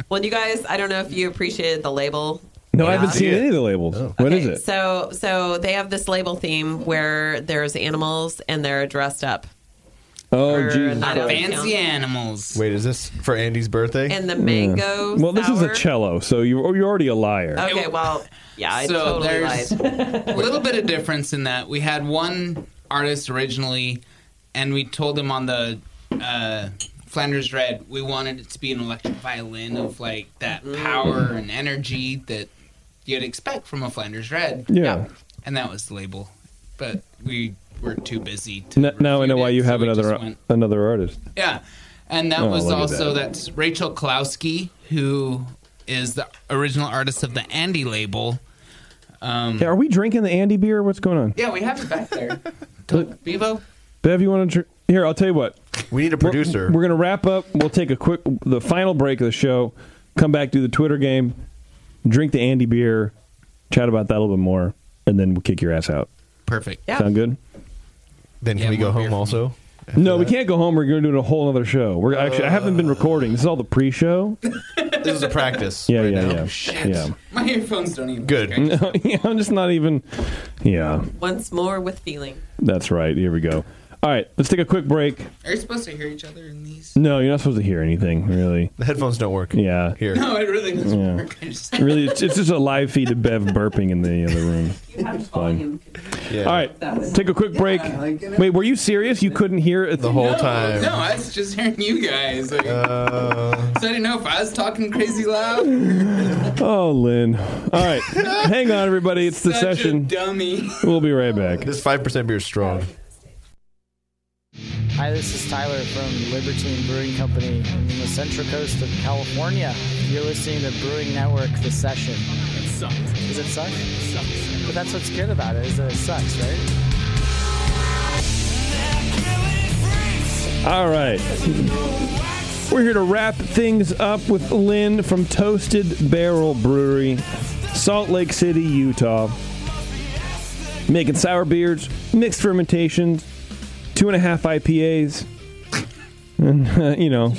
S: Well, you guys, I don't know if you appreciated the label
F: No, I haven't seen any of the labels. What is it?
S: So so they have this label theme where there's animals and they're dressed up.
F: Oh,
S: for
F: Jesus
S: Not
F: Christ.
J: Fancy animals.
G: Wait, is this for Andy's birthday?
S: And the mango
F: Well, this is a
S: sour?
F: cello, so you you're already a liar.
H: Oh,
S: Okay, well, yeah, I
J: so
S: totally
J: there's a little bit of difference in that we had one artist originally, and we told him on the uh, Flanders Red we wanted it to be an electric violin of like that
S: Mm-hmm.
J: power and energy that you'd expect from a Flanders Red.
F: Yeah.
J: and that was the label, but we were too busy.
F: N- now I know why you have another another artist.
J: Yeah, and that
F: Oh,
J: was
F: look at
J: also
F: that.
J: that's Rachel Klowski who is the original artist of the Andy label. Um,
F: Yeah, are we drinking the Andy beer? What's going on?
J: yeah, we have it back there. To- Bevo?
F: Bev, you want to? Tr- Here, I'll tell you what.
G: We need a
F: producer. We're, gonna wrap up. We'll take a quick, the final break of the show. Come back, do the Twitter game, drink the Andy beer, chat about that a little bit more, and then we'll kick your ass out.
J: Perfect.
F: Sound good?
G: Then can we go home also?
F: No, we can't go home. We're gonna do a whole other show. We're actually I haven't been recording. This is all the pre-show.
G: This is a practice.
F: Yeah, yeah,
G: now. Oh,
J: Oh,
F: yeah, yeah.
J: My earphones don't even.
G: Good.
F: No, yeah, I'm just not even. Yeah,
S: once more with feeling.
F: that's right. Here we go. All right, let's take a quick break.
J: Are you supposed to hear each other in these?
F: No, you're not supposed to hear anything, really.
G: The headphones don't work.
F: Yeah.
G: Here.
J: No, it really doesn't
F: Yeah.
J: work. I just-
F: really, it's, it's just a live feed of Bev burping in the other room. It's fine.
G: Yeah.
F: All right, take a quick break. Wait, were you serious? You couldn't hear it the
G: whole
J: No, I was just hearing you guys. Like,
G: Uh,
J: so I didn't know if I was talking crazy loud.
F: Oh, Lynn. All right, hang on, everybody. It's the
J: Such a
F: session.
J: dummy.
F: We'll be right back.
G: This five percent beer is strong.
T: Hi, this is Tyler from Libertine Brewing Company from the Central Coast of California. You're listening to Brewing Network, The Session. It sucks. Does it suck? sucks. But that's what's good about it, is that it sucks, right?
F: All right. We're here to wrap things up with Lynn from Toasted Barrel Brewery, Salt Lake City, Utah. Making sour beers, mixed fermentations, two and a half IPAs, and, uh, you know,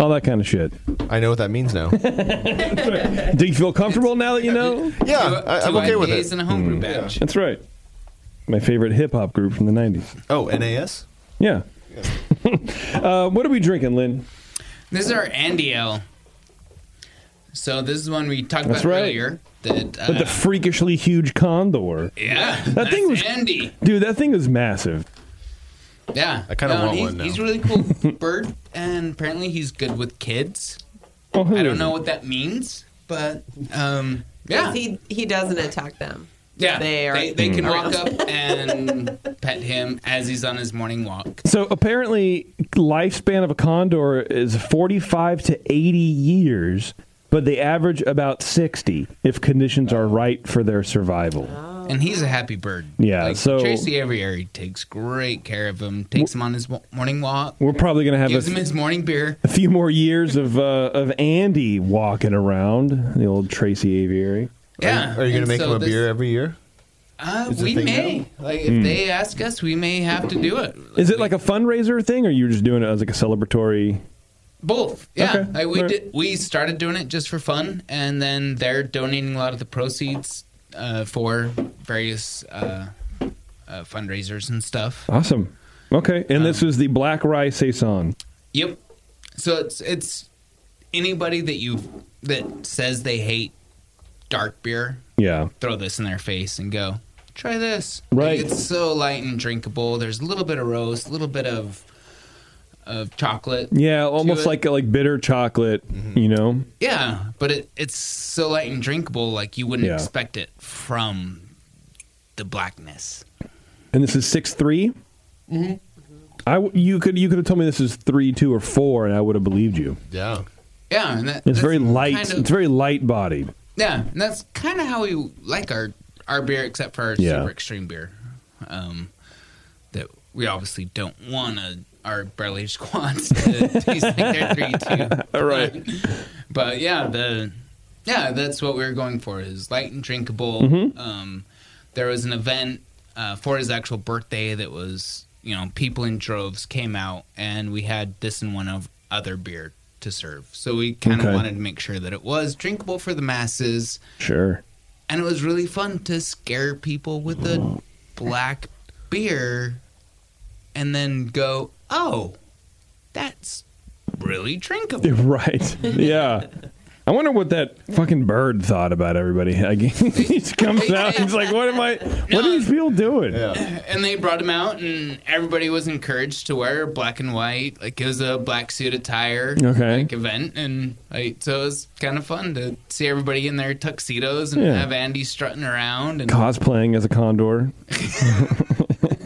F: all that kind of shit.
G: I know what that means now.
F: Do you feel comfortable now that you know?
G: Yeah, I, I'm
J: Two
G: okay with
J: IPAs
G: it.
J: and a
F: Hmm.
J: homebrew batch.
F: That's right. My favorite hip hop group from the 90s.
G: Oh, NAS.
F: Yeah. uh, what are we drinking, Lynn?
J: This is our Andy L. So this is one we talked
F: That's
J: about
F: right.
J: earlier. That uh,
F: With the freakishly huge condor.
J: yeah,
F: That thing was
J: that's Andy.
F: Dude, that thing is massive.
J: Yeah,
F: I kinda
J: No,
F: want
J: he's,
F: one now.
J: He's a really cool bird, and apparently he's good with kids.
F: Oh,
J: I don't know what that means, but um, yeah,
S: He he doesn't attack them.
J: yeah,
S: They
J: they,
S: are-
J: they, can walk up and pet him as he's on his morning walk.
F: So apparently, lifespan of a condor is 45 to 80 years, but they average about 60 if conditions are right for their survival.
S: Oh.
J: And he's a happy bird.
F: Yeah,
J: Like,
F: so-
J: Tracy Aviary takes great care of him. Takes him on his wa- morning walk.
F: We're probably going to have
J: gives
F: a,
J: him his morning beer.
F: a few more years of uh, of Andy walking around the old Tracy Aviary.
J: Yeah,
G: Are you going
J: and
G: to make
J: so
G: him a
J: this-
G: beer every year?
J: Uh,
G: Is the
J: we
G: thing
J: may.
G: now?
J: Like if
F: Hmm.
J: they ask us, we may have to do it.
F: Is it like a fundraiser thing, or you're just doing it as like a celebratory?
J: Both. Yeah.
F: Okay,
J: Like we
F: all right.
J: did. We started doing it just for fun, and then they're donating a lot of the proceeds uh, for various uh, uh, fundraisers and stuff.
F: Awesome. Okay, and this is the Black Rye Saison.
J: Yep. So it's it's anybody that you that says they hate dark beer,
F: Yeah.
J: throw this in their face and go try this.
F: Right.
J: Like, it's so light and drinkable. There's a little bit of roast, a little bit of of chocolate.
F: Yeah,
J: to
F: almost
J: it.
F: like like bitter chocolate, you know.
J: Yeah, but it, it's so light and drinkable, like you wouldn't
F: Yeah.
J: expect it from the blackness.
F: And this is six three.
J: Mm-hmm.
F: I w- you could you could have told me this is three, two, or four, and I would have believed you.
G: Yeah.
J: Yeah, and that,
F: It's
J: that's
F: very light.
J: kind of-
F: it's very light bodied.
J: Yeah, and that's kind of how we like our our beer, except for our
F: Yeah.
J: super extreme beer, um, that we obviously don't want to, our barrel aged quants to taste like they're three two.
F: Right.
J: But yeah, the yeah that's what we were going for is light and drinkable.
F: Mhm.
J: Um, there was an event uh, for his actual birthday that was you know people in droves came out and we had this and one of other beer to serve. So we kind of
F: Okay.
J: wanted to make sure that it was drinkable for the masses
F: Sure.
J: and it was really fun to scare people with a black beer and then go, oh, that's really drinkable.
F: Right. Yeah. I wonder what that fucking bird thought about everybody. Like, he just comes out. He's like, "What am I? What are these people doing?"
J: And they brought him out, and everybody was encouraged to wear black and white. Like it was a black suit attire
F: Okay.
J: like event, and like, so it was kind of fun to see everybody in their tuxedos and
F: Yeah.
J: have Andy strutting around. And
F: cosplaying as a condor.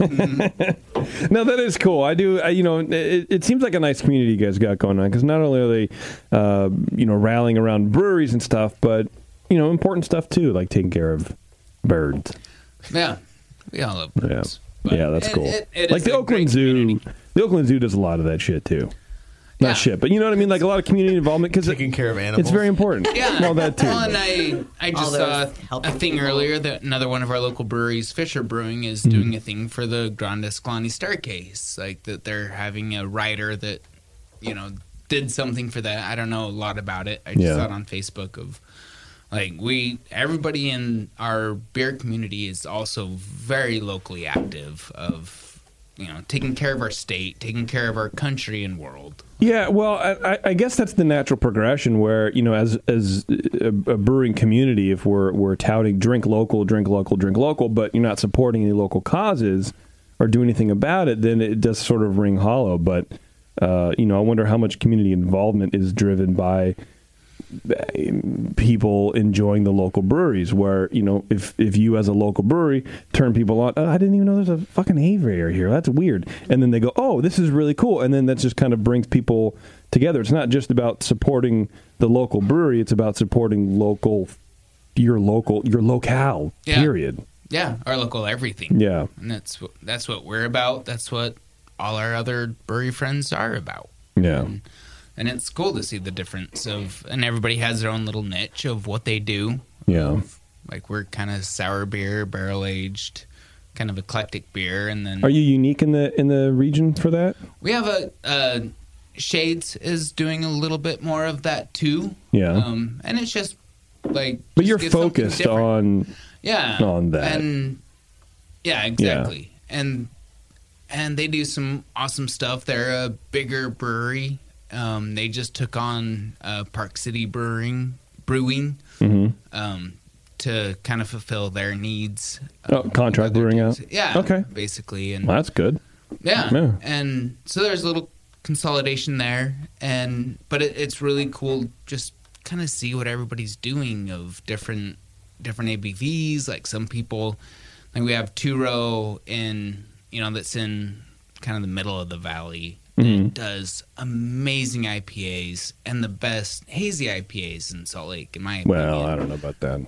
F: no, that is cool. I do. I, you know, it, it seems like a nice community you guys got going on because not only are they, uh, you know, rallying around breweries and stuff, but you know, important stuff too, like taking care of birds.
J: yeah, we all love.
F: Yeah, yeah, that's
J: it-
F: cool.
J: it- it
F: like
J: is
F: the
J: a
F: Oakland Zoo. The Oakland Zoo does a lot of that shit too. Not shit, but you know what I mean. Like a lot of community involvement because taking
G: care of
F: It's
G: animals.
F: very important.
J: Yeah.
F: Well, that too.
J: Well, and I, I
S: All
J: just saw
S: those
J: a thing earlier that another one of our local breweries, Fisher Brewing, is
F: Mhm.
J: doing a thing for the Grand Escalante Staircase. Like that they're having a writer that, you know, did something for that. I don't know a lot about it. I just
U: Yeah.
J: saw it on Facebook of like we everybody in our beer community is also very locally active of you know taking care of our state taking care of our country and world
F: Yeah, well, I, I- I guess that's the natural progression where you know, as as a, a brewing community, if we're we're touting drink local, drink local, drink local, but you're not supporting any local causes or do anything about it, then it does sort of ring hollow. But uh, you know, I wonder how much community involvement is driven by people enjoying the local breweries where you know if if you as a local brewery turn people on oh, i didn't even know there's a fucking aviary here that's weird and then they go oh this is really cool and then that just kind of brings people together it's not just about supporting the local brewery it's about supporting local your local your locale
J: Yeah.
F: period
J: yeah our local everything
F: Yeah.
J: and that's what that's what we're about that's what all our other brewery friends are about
F: yeah
J: and it's cool to see the difference of and everybody has their own little niche of what they do
F: yeah
J: like we're kind of sour beer barrel aged kind of eclectic beer and then
F: are you unique in the in the region for that
J: we have a uh, shades is doing a little bit more of that too
F: Yeah.
J: um, and it's just like
F: but
J: just
F: you're
J: get something
F: focused
J: different.
F: on
J: yeah
F: on that
J: and yeah exactly and and they do some awesome stuff they're a bigger brewery um, they just took on uh, park city brewing brewing
F: Mhm.
J: um, to kind of fulfill their needs
F: oh, contract brewing out
J: yeah
F: okay
J: basically and
F: well, that's good
J: yeah.
F: yeah
J: And so there's a little consolidation there and but it, it's really cool just kind of see what everybody's doing of different different ABVs like some people like we have two row in you know that's in kind of the middle of the valley
F: Mhm.
J: does amazing IPAs and the best hazy IPAs in Salt Lake in my opinion.
F: well i don't know about that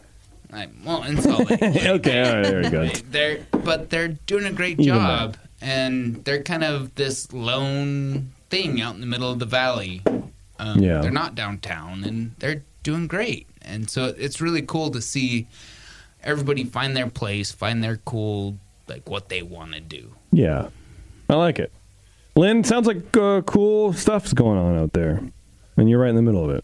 J: Like, well in Salt Lake
F: okay, all right, there we go.
J: they're but they're doing a great
F: Even
J: job and they're kind of this lone thing out in the middle of the valley um,
F: Yeah.
J: they're not downtown and they're doing great and so it's really cool to see everybody find their place find their cool like what they want to do
F: Yeah, I like it. Lynn, sounds like uh, cool stuff's going on out there, and you're right in the middle of it.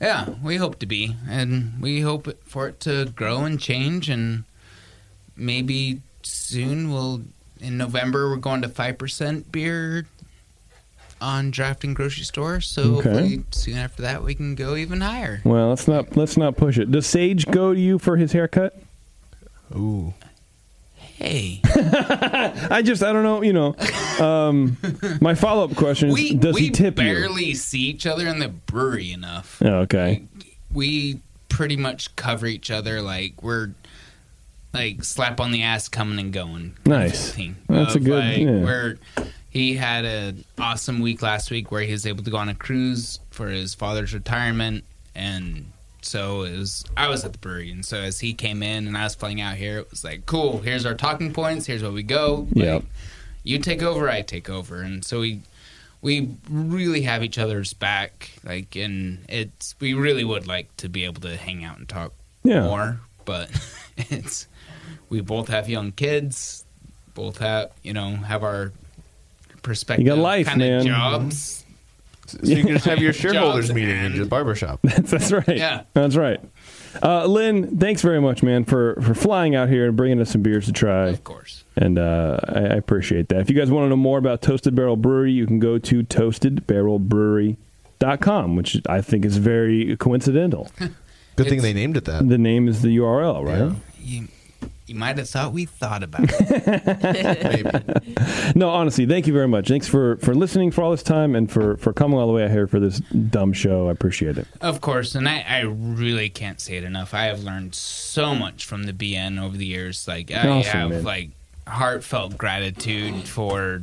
J: yeah we hope to be and we hope for it to grow and change and maybe soon we'll in november we're going to 5% beer on drafting grocery store so
F: Okay.
J: hopefully soon after that we can go even higher
F: Well, let's not let's not push it. Does Sage go to you for his haircut?
G: Ooh,
J: hey
F: I just I don't know. You know, um, my follow up question is:
J: we
F: Does
J: we
F: he tip
J: barely see each other in the brewery enough
F: you? Oh, okay.
J: we pretty much cover each other like we're like slap on the ass coming and going
F: Nice.
J: thing.
F: That's a
J: Of,
F: good-
J: like,
F: yeah.
J: we're He had an awesome week last week where he was able to go on a cruise for his father's retirement, and so it was. I was at the brewery, and so as he came in and I was flying out here, it was like, "Cool, here's our talking points. Here's where we go.
F: Yeah.
J: You take over, I take over." And so we we really have each other's back, like, and it's we really would like to be able to hang out and talk
F: Yeah.
J: more, but it's we both have young kids, both have you know have our perspective,
F: life,
J: kinda
F: man.
J: jobs.
G: So you can just have your
J: Jobs
G: shareholders
J: and-
G: meeting in your barbershop.
F: That's, that's right.
J: Yeah.
F: That's right. Uh, Lynn, thanks very much, man, for, for flying out here and bringing us some beers to try. Of
J: course.
F: And uh, I, I appreciate that. If you guys want to know more about Toasted Barrel Brewery, you can go to toastedbarrelbrewery.com, which I think is very coincidental.
G: Good thing they named it that.
F: The name is the URL, right?
J: You might have thought we thought about it.
F: no, honestly, thank you very much. Thanks for, for listening for all this time and for, for coming all the way out here for this dumb show. I appreciate it.
J: Of course, and I, I really can't say it enough. I have learned so much from the BN over the years. Like I
F: Awesome,
J: have
F: man.
J: like heartfelt gratitude for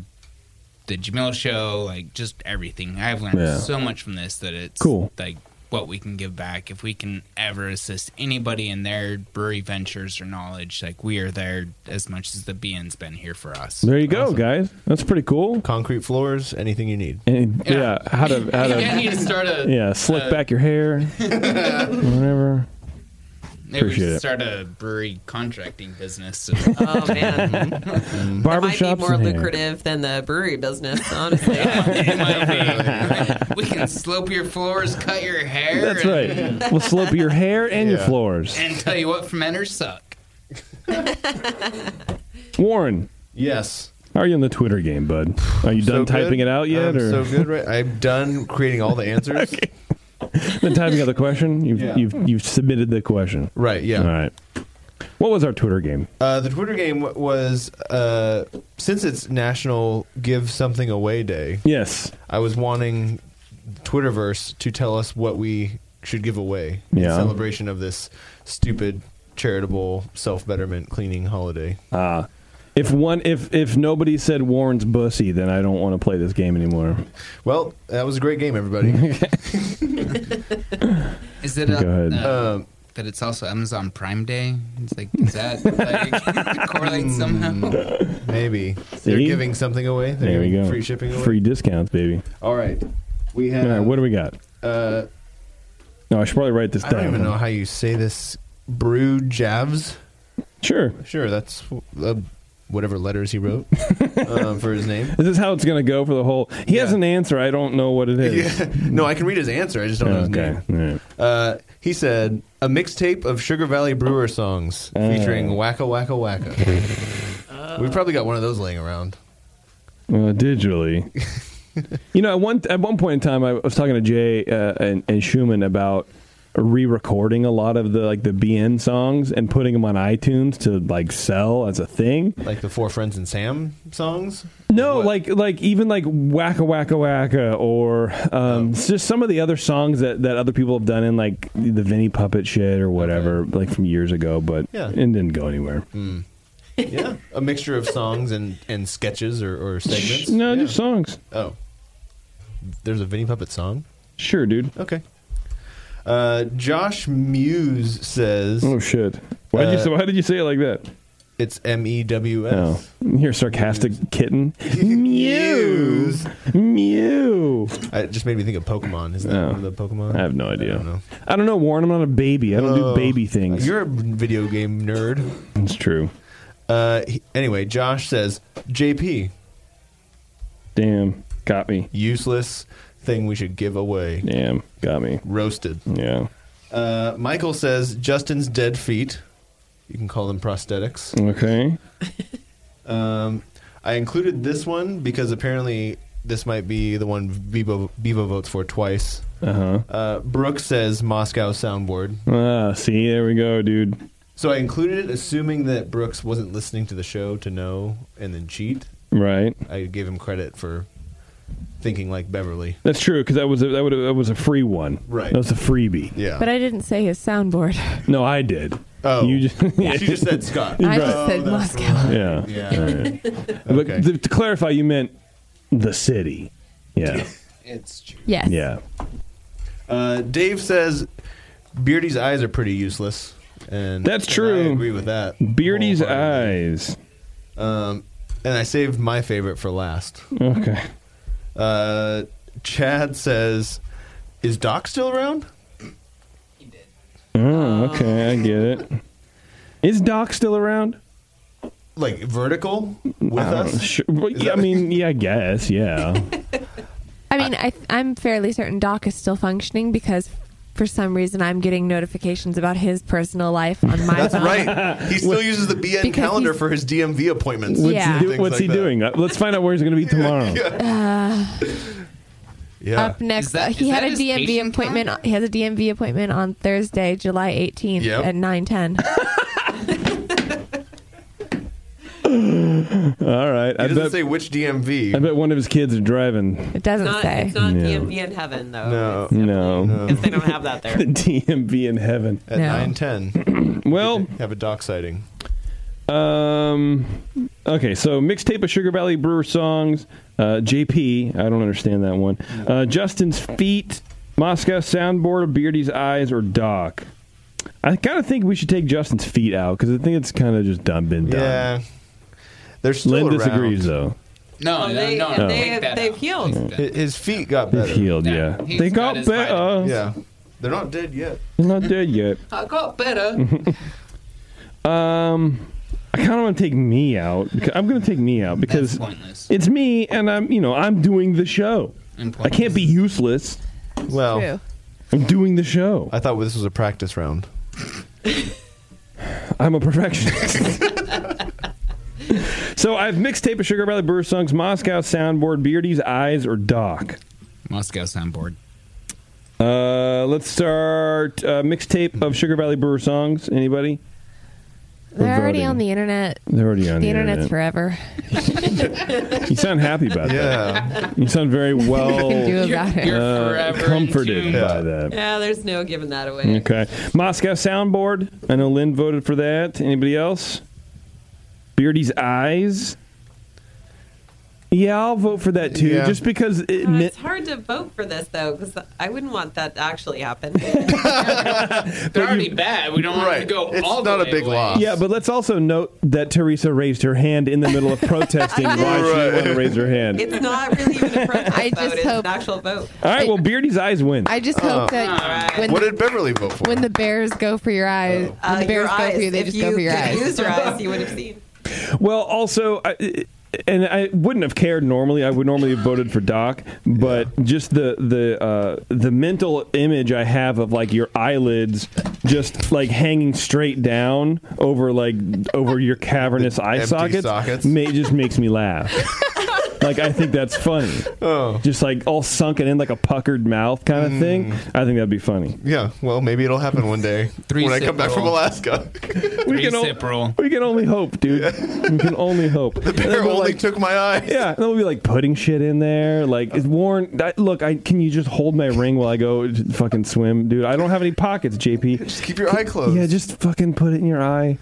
J: the Jamil show, like just everything. I've learned
F: Yeah.
J: so much from this that it's
F: Cool.
J: like what we can give back if we can ever assist anybody in their brewery ventures or knowledge like we are there as much as the bn's been here for us
F: There you go, guys. That's pretty cool.
G: Concrete floors, anything you need.
F: yeah. how to how to,
J: Yeah, you need to start a-
F: yeah slick
J: a-
F: back your hair, whatever.
J: Maybe we
F: Appreciate
J: should
F: it.
J: start a brewery contracting business.
S: Oh, man. might be
F: Barbershops
S: more
F: and hair.
S: lucrative than the brewery business, honestly.
J: we can slope your floors, cut your hair.
F: That's
J: and-
F: right. We'll slope your hair and your
J: Yeah.
F: floors.
J: And tell you what, fermenters suck.
F: Warren.
G: Yes.
F: How are you on the Twitter game, bud? Are you done
G: So good.
F: typing it out yet,
G: I'm
F: or
G: so good? Right, I'm done creating all the answers.
F: then typing out the question? You've
G: Yeah.
F: you've you've submitted the question.
G: Right. Yeah.
F: All right. What was our Twitter game?
G: Uh, the Twitter game w- was uh, since it's National Give Something Away Day.
F: Yes,
G: I was wanting Twitterverse to tell us what we should give away
F: Yeah.
G: in celebration of this stupid charitable self betterment cleaning holiday.
F: Uh, if one if if nobody said Warren's bussy, then I don't want to play this game anymore.
G: Well, that was a great game, everybody.
J: Is it uh
F: Go ahead.
J: uh, that it's also Amazon Prime Day? It's like is that like, correlate
G: Hmm.
J: somehow?
G: Maybe they're
F: See?
G: giving something away. They're
F: There we
G: giving
F: go.
G: Free shipping away.
F: Free discounts, baby.
G: All right, we have.
F: All right, what do we got?
G: Uh,
F: No, I should probably write this
G: I
F: down.
G: don't even know how you say this. Brew Javs.
F: Sure.
G: Sure. That's uh, whatever letters he wrote um, for his name.
F: Is this how it's going to go for the whole? He has an answer. I don't know what it is.
G: Yeah. No, I can read his answer. I just don't know his
F: Okay.
G: name.
F: All right.
G: Uh, he said a mixtape of Sugar Valley Brewer songs
F: Uh.
G: featuring Wacka Wacka Wacka. We've probably got one of those laying around.
F: Uh, digitally. you know, at one at one point in time, I was talking to Jay uh, and, and Schumann about re-recording a lot of the like the BN songs and putting them on iTunes to like sell as a thing.
G: Like the Four Friends and Sam songs?
F: No, like like even like wacka wacka wacka or
G: Oh.
F: um, it's just some of the other songs that, that other people have done in like the Vinnie Puppet shit or whatever, like from years ago, but
G: Yeah.
F: it didn't go anywhere.
G: Yeah. a mixture of songs and, and sketches or, or segments.
F: No, just songs.
G: Oh. There's a Vinnie Puppet song?
F: Sure, dude.
G: Okay. Uh, Josh Muse says.
F: Oh shit! Why did you
G: Uh,
F: why did you say it like that?
G: It's M E W
F: Oh,
G: S.
F: you're a sarcastic kitten. Muse, mew.
G: I- It just made me think of Pokemon. Isn't that
F: Oh.
G: one of the Pokemon?
F: I have no idea. I
G: don't know.
F: Warren. I'm not a baby. I don't
G: Oh.
F: do baby things.
G: You're a video game nerd.
F: It's true.
G: Uh, he- anyway, Josh says JP
F: Damn, got me.
G: useless thing we should give away.
F: Damn, got me.
G: Roasted.
F: Yeah.
G: Uh, Michael says Justin's dead feet. You can call them prosthetics.
F: Okay.
G: Um, I included this one because apparently this might be the one Bebo, Bebo votes for twice.
F: Uh-huh.
G: Uh, Brooke says Moscow soundboard.
F: Ah, see, there we go, dude.
G: So I included it, assuming that Brooks wasn't listening to the show to know and then cheat.
F: Right.
G: I gave him credit for thinking like Beverly.
F: That's true because that was a, that would that was a free one.
G: Right.
F: That was a freebie.
G: Yeah.
I: But I didn't say his soundboard.
F: no, I did.
G: Oh,
F: you just
G: she just said Scott.
I: I just said Moscow.
F: Yeah.
G: Yeah.
F: All right. But to, to clarify, you meant the city. Yeah.
G: It's true.
I: Yes.
F: Yeah.
G: Uh, Dave says Beardy's eyes are pretty useless, and
F: that's true.
G: I agree with that.
F: Beardy's
G: Oh,
F: eyes.
G: Um, and I saved my favorite for last.
F: Okay.
G: Uh, Chad says, "Is Doc still around?"
F: Oh, okay, I get it. Is Doc still around?
G: Like vertical with
F: I don't-
G: us?
F: Sure. well,
G: Is
F: yeah, I
G: that-
F: mean, yeah, I guess, yeah.
I: I mean, I, I'm fairly certain Doc is still functioning because for some reason I'm getting notifications about his personal life on my
G: That's
I: phone.
G: right. He still uses the BN
I: Because
G: calendar
I: he's-
G: for his DMV appointments.
F: What's
I: Yeah.
F: he, do-
G: Things
F: what's
G: like
F: he
G: that.
F: doing? Uh, Let's find out where he's going to be tomorrow.
I: Uh,
G: Yeah.
I: Up next,
J: that-
I: uh,
J: is
I: he had
J: that
I: a
J: his
I: DMV
J: patient
I: appointment. He has a DMV appointment on Thursday, July 18th
J: Yep.
I: at 9:10.
F: All right.
G: He doesn't say which DMV.
F: I bet one of his kids are driving.
I: It doesn't
H: Not,
I: say.
H: it's not
F: No.
H: DMV in heaven
F: No,
H: though.
F: no.
H: Because they don't have that there.
F: The DMV in heaven
G: At nine ten.
F: well,
G: have a doc sighting.
F: Um. Okay, so mixtape of Sugar Valley Brewer songs. Uh, JP, I don't understand that one. Uh, Justin's feet, Moscow soundboard, Beardy's eyes, or Doc. I kind of think we should take Justin's feet out because I think it's kind of just done been done.
G: Yeah. They're still
F: Lynn
G: around.
F: disagrees though.
J: No,
H: They,
J: no, no.
H: they,
J: take that
H: they've
J: out.
H: healed.
G: Hi- His feet got
F: They've
G: better.
F: healed, yeah.
J: he's
F: They
J: got
F: got,
J: his
F: better.
G: Yeah. They're not dead yet.
F: They're not dead yet.
J: I got better.
F: Um, I kind of want to take me out. Because I'm going to take me out because
J: pointless.
F: it's me, and I'm you know I'm doing the show.
J: And
F: I can't be useless.
G: Well,
I: True.
F: I'm doing the show.
G: I thought this was a practice round.
F: I'm a perfectionist. so I've mixtape of Sugar Valley Brewer songs, Moscow soundboard, Beardy's eyes, or Doc.
J: Moscow soundboard.
F: Uh, let's start uh, mixtape of Sugar Valley Brewer songs. Anybody?
I: They're already
F: voting.
I: on the internet.
F: They're already on the,
I: the internet's
F: internet.
I: forever.
F: You sound happy about
G: Yeah.
F: that. You sound very well
G: Oh.
I: Nothing to do about it.
J: You're
F: uh,
J: forever in
F: comforted
J: tune.
F: by that.
H: Yeah, there's no giving that away.
F: Okay. Moscow soundboard. I know Lynn voted for that. Anybody else? Beardy's eyes. Yeah, I'll vote for that too.
G: Yeah.
F: Just because it
H: Uh,
F: mi-
H: it's hard to vote for this though, because I wouldn't want that to actually happen.
J: They're already bad. We don't want
G: Right.
J: to go
G: It's
J: all the
G: not a
J: way
G: big
J: away.
G: loss.
F: Yeah, but let's also note that Teresa raised her hand in the middle of protesting why she
G: Right.
F: wanted to raise her hand.
H: it's not really even a protest
I: I
H: vote;
I: just
H: it's
I: hope-
H: an actual vote.
F: All right, well, Beardy's eyes win.
I: I just hope
H: All
I: that
H: right.
I: when
G: Oh. What
I: the,
G: did Oh. Beverly vote for?
I: when the bears go for your eyes, when
H: Uh,
I: the bears
H: your
I: go
H: eyes,
I: for you, they
H: if
I: just
H: you
I: go for your
H: could
I: eyes.
H: Use your eyes, you would have seen.
F: Well, also, I, and I wouldn't have cared normally. I would normally have voted for Doc, but just the the uh, the mental image I have of like your eyelids just like hanging straight down over like over your cavernous eye
G: empty
F: sockets,
G: sockets.
F: May, just makes me laugh. like I think that's funny.
G: oh. Mm.
F: Just like all sunken in like a puckered mouth kind of thing. I think that'd be funny.
G: Yeah, well, maybe it'll happen one day
J: Three
G: when I come back
J: sip
G: from
J: roll.
G: Alaska.
F: We
J: Three
F: can,
J: sip roll.
F: we can only hope, dude. We can only hope. The
G: Bear only took my eye.
F: Yeah, and they'll be like putting shit in there. Like, it's Warren, I, look, I can you just hold my ring while I go to fucking swim, dude? I don't have any pockets, JP.
G: Just keep your eye closed.
F: Yeah, just fucking put it in your eye.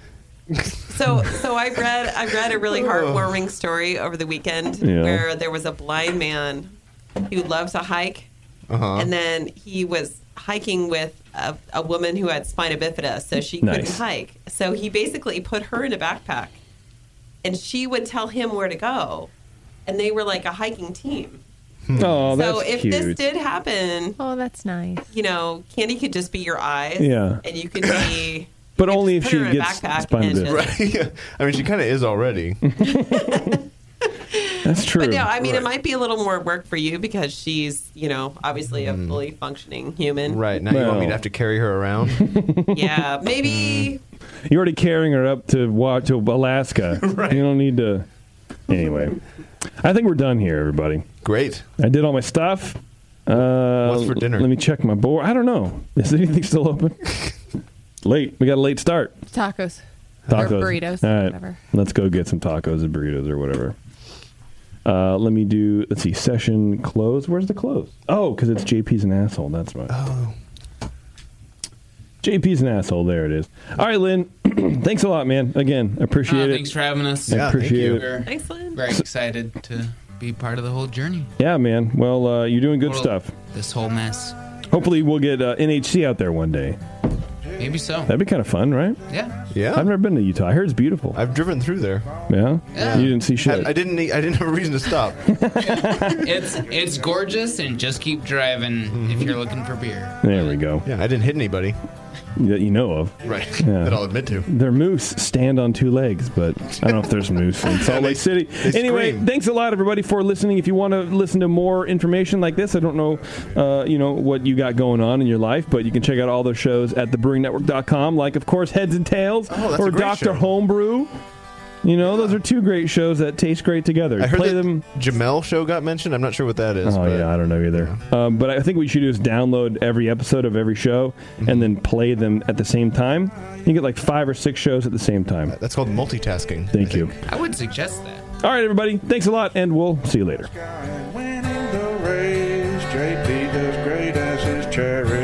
H: So, so I read I read a really heartwarming story over the weekend
F: Oh. Yeah.
H: where there was a blind man who loved to hike,
G: Uh-huh.
H: and then he was hiking with a, a woman who had spina bifida, so she
F: Nice.
H: couldn't hike. So he basically put her in a backpack, and she would tell him where to go, and they were like a hiking team.
G: Hmm.
F: Oh, that's
H: so if
F: cute.
H: this did happen,
I: Oh, that's nice.
H: you know, candy could just be your eyes,
F: Yeah.
H: and you could be.
F: but
H: you
F: only if
H: just
F: she
H: put her in a
F: gets
H: backpack
F: spun
H: and
F: bit.
H: just-
G: Right? Yeah. I mean, she kind of is already.
F: That's true.
H: But no, I mean, it might be a little more work for you because she's, you know, obviously a fully functioning human.
G: right. Now you want me
F: Well.
G: to have to carry her around?
H: Yeah. Maybe.
F: You're already carrying her up to wa- to Alaska. You don't need to. Anyway, I think we're done here, everybody.
G: Great.
F: I did all my stuff. Uh,
G: What's for dinner?
F: Let me check my board. I don't know. Is anything still open? late. We got a late start.
I: Tacos.
F: tacos,
I: Or burritos,
F: All right,
I: whatever.
F: let's go get some tacos and burritos or whatever. Uh, let me do. Let's see. Session close. Where's the close? Oh, because it's JP's an asshole. That's why.
G: Oh.
F: JP's an asshole. There it is. All right, Lynn. thanks a lot, man. Again, appreciate
J: Oh,
F: it.
J: thanks for having us.
F: I
G: Yeah, thank
J: Mm.
F: appreciate
G: you.
F: it.
J: We're
H: Excellent.
J: very excited to be part of the whole journey.
F: Yeah, man. Well, uh, you're doing good
J: Well,
F: stuff.
J: This whole mess.
F: Hopefully, we'll get uh, NHC out there one day.
J: Maybe so.
F: That'd be kind of fun, right?
J: Yeah.
G: Yeah.
F: I've never been to Utah. I heard it's beautiful.
G: I've driven through there.
F: Yeah. You didn't see shit.
G: I, I didn't. need- I didn't have a reason to stop.
J: it's it's gorgeous and just keep driving if you're looking for beer.
F: There we go.
G: Yeah, I didn't hit anybody.
F: That you know of.
G: Right.
F: Yeah.
G: That I'll admit to.
F: Their moose stand on two legs, but I don't know if there's moose in Salt Lake City.
G: they
F: anyway,
G: scream.
F: thanks a lot, everybody, for listening. If you want to listen to more information like this, I don't know, uh, you know, what you got going on in your life, but you can check out all their shows at thebrewingnetwork.com. Like, of course, Heads and Tails
G: Oh, that's a
F: or
G: great
F: Doctor
G: show.
F: Homebrew. You know, those are two great shows that taste great together.
G: I heard
F: Play
G: that
F: them.
G: Jamel show got mentioned. I'm not sure what that is.
F: Oh
G: but
F: yeah, I don't know either. Um, but I think what you should do is download every episode of every show
G: Mm-hmm.
F: and then play them at the same time. You get like five or six shows at the same time.
G: That's called multitasking.
F: Thank you.
J: I would suggest that.
F: All right, everybody. Thanks a lot, and we'll see you later.
U: race. JP does great as his charity.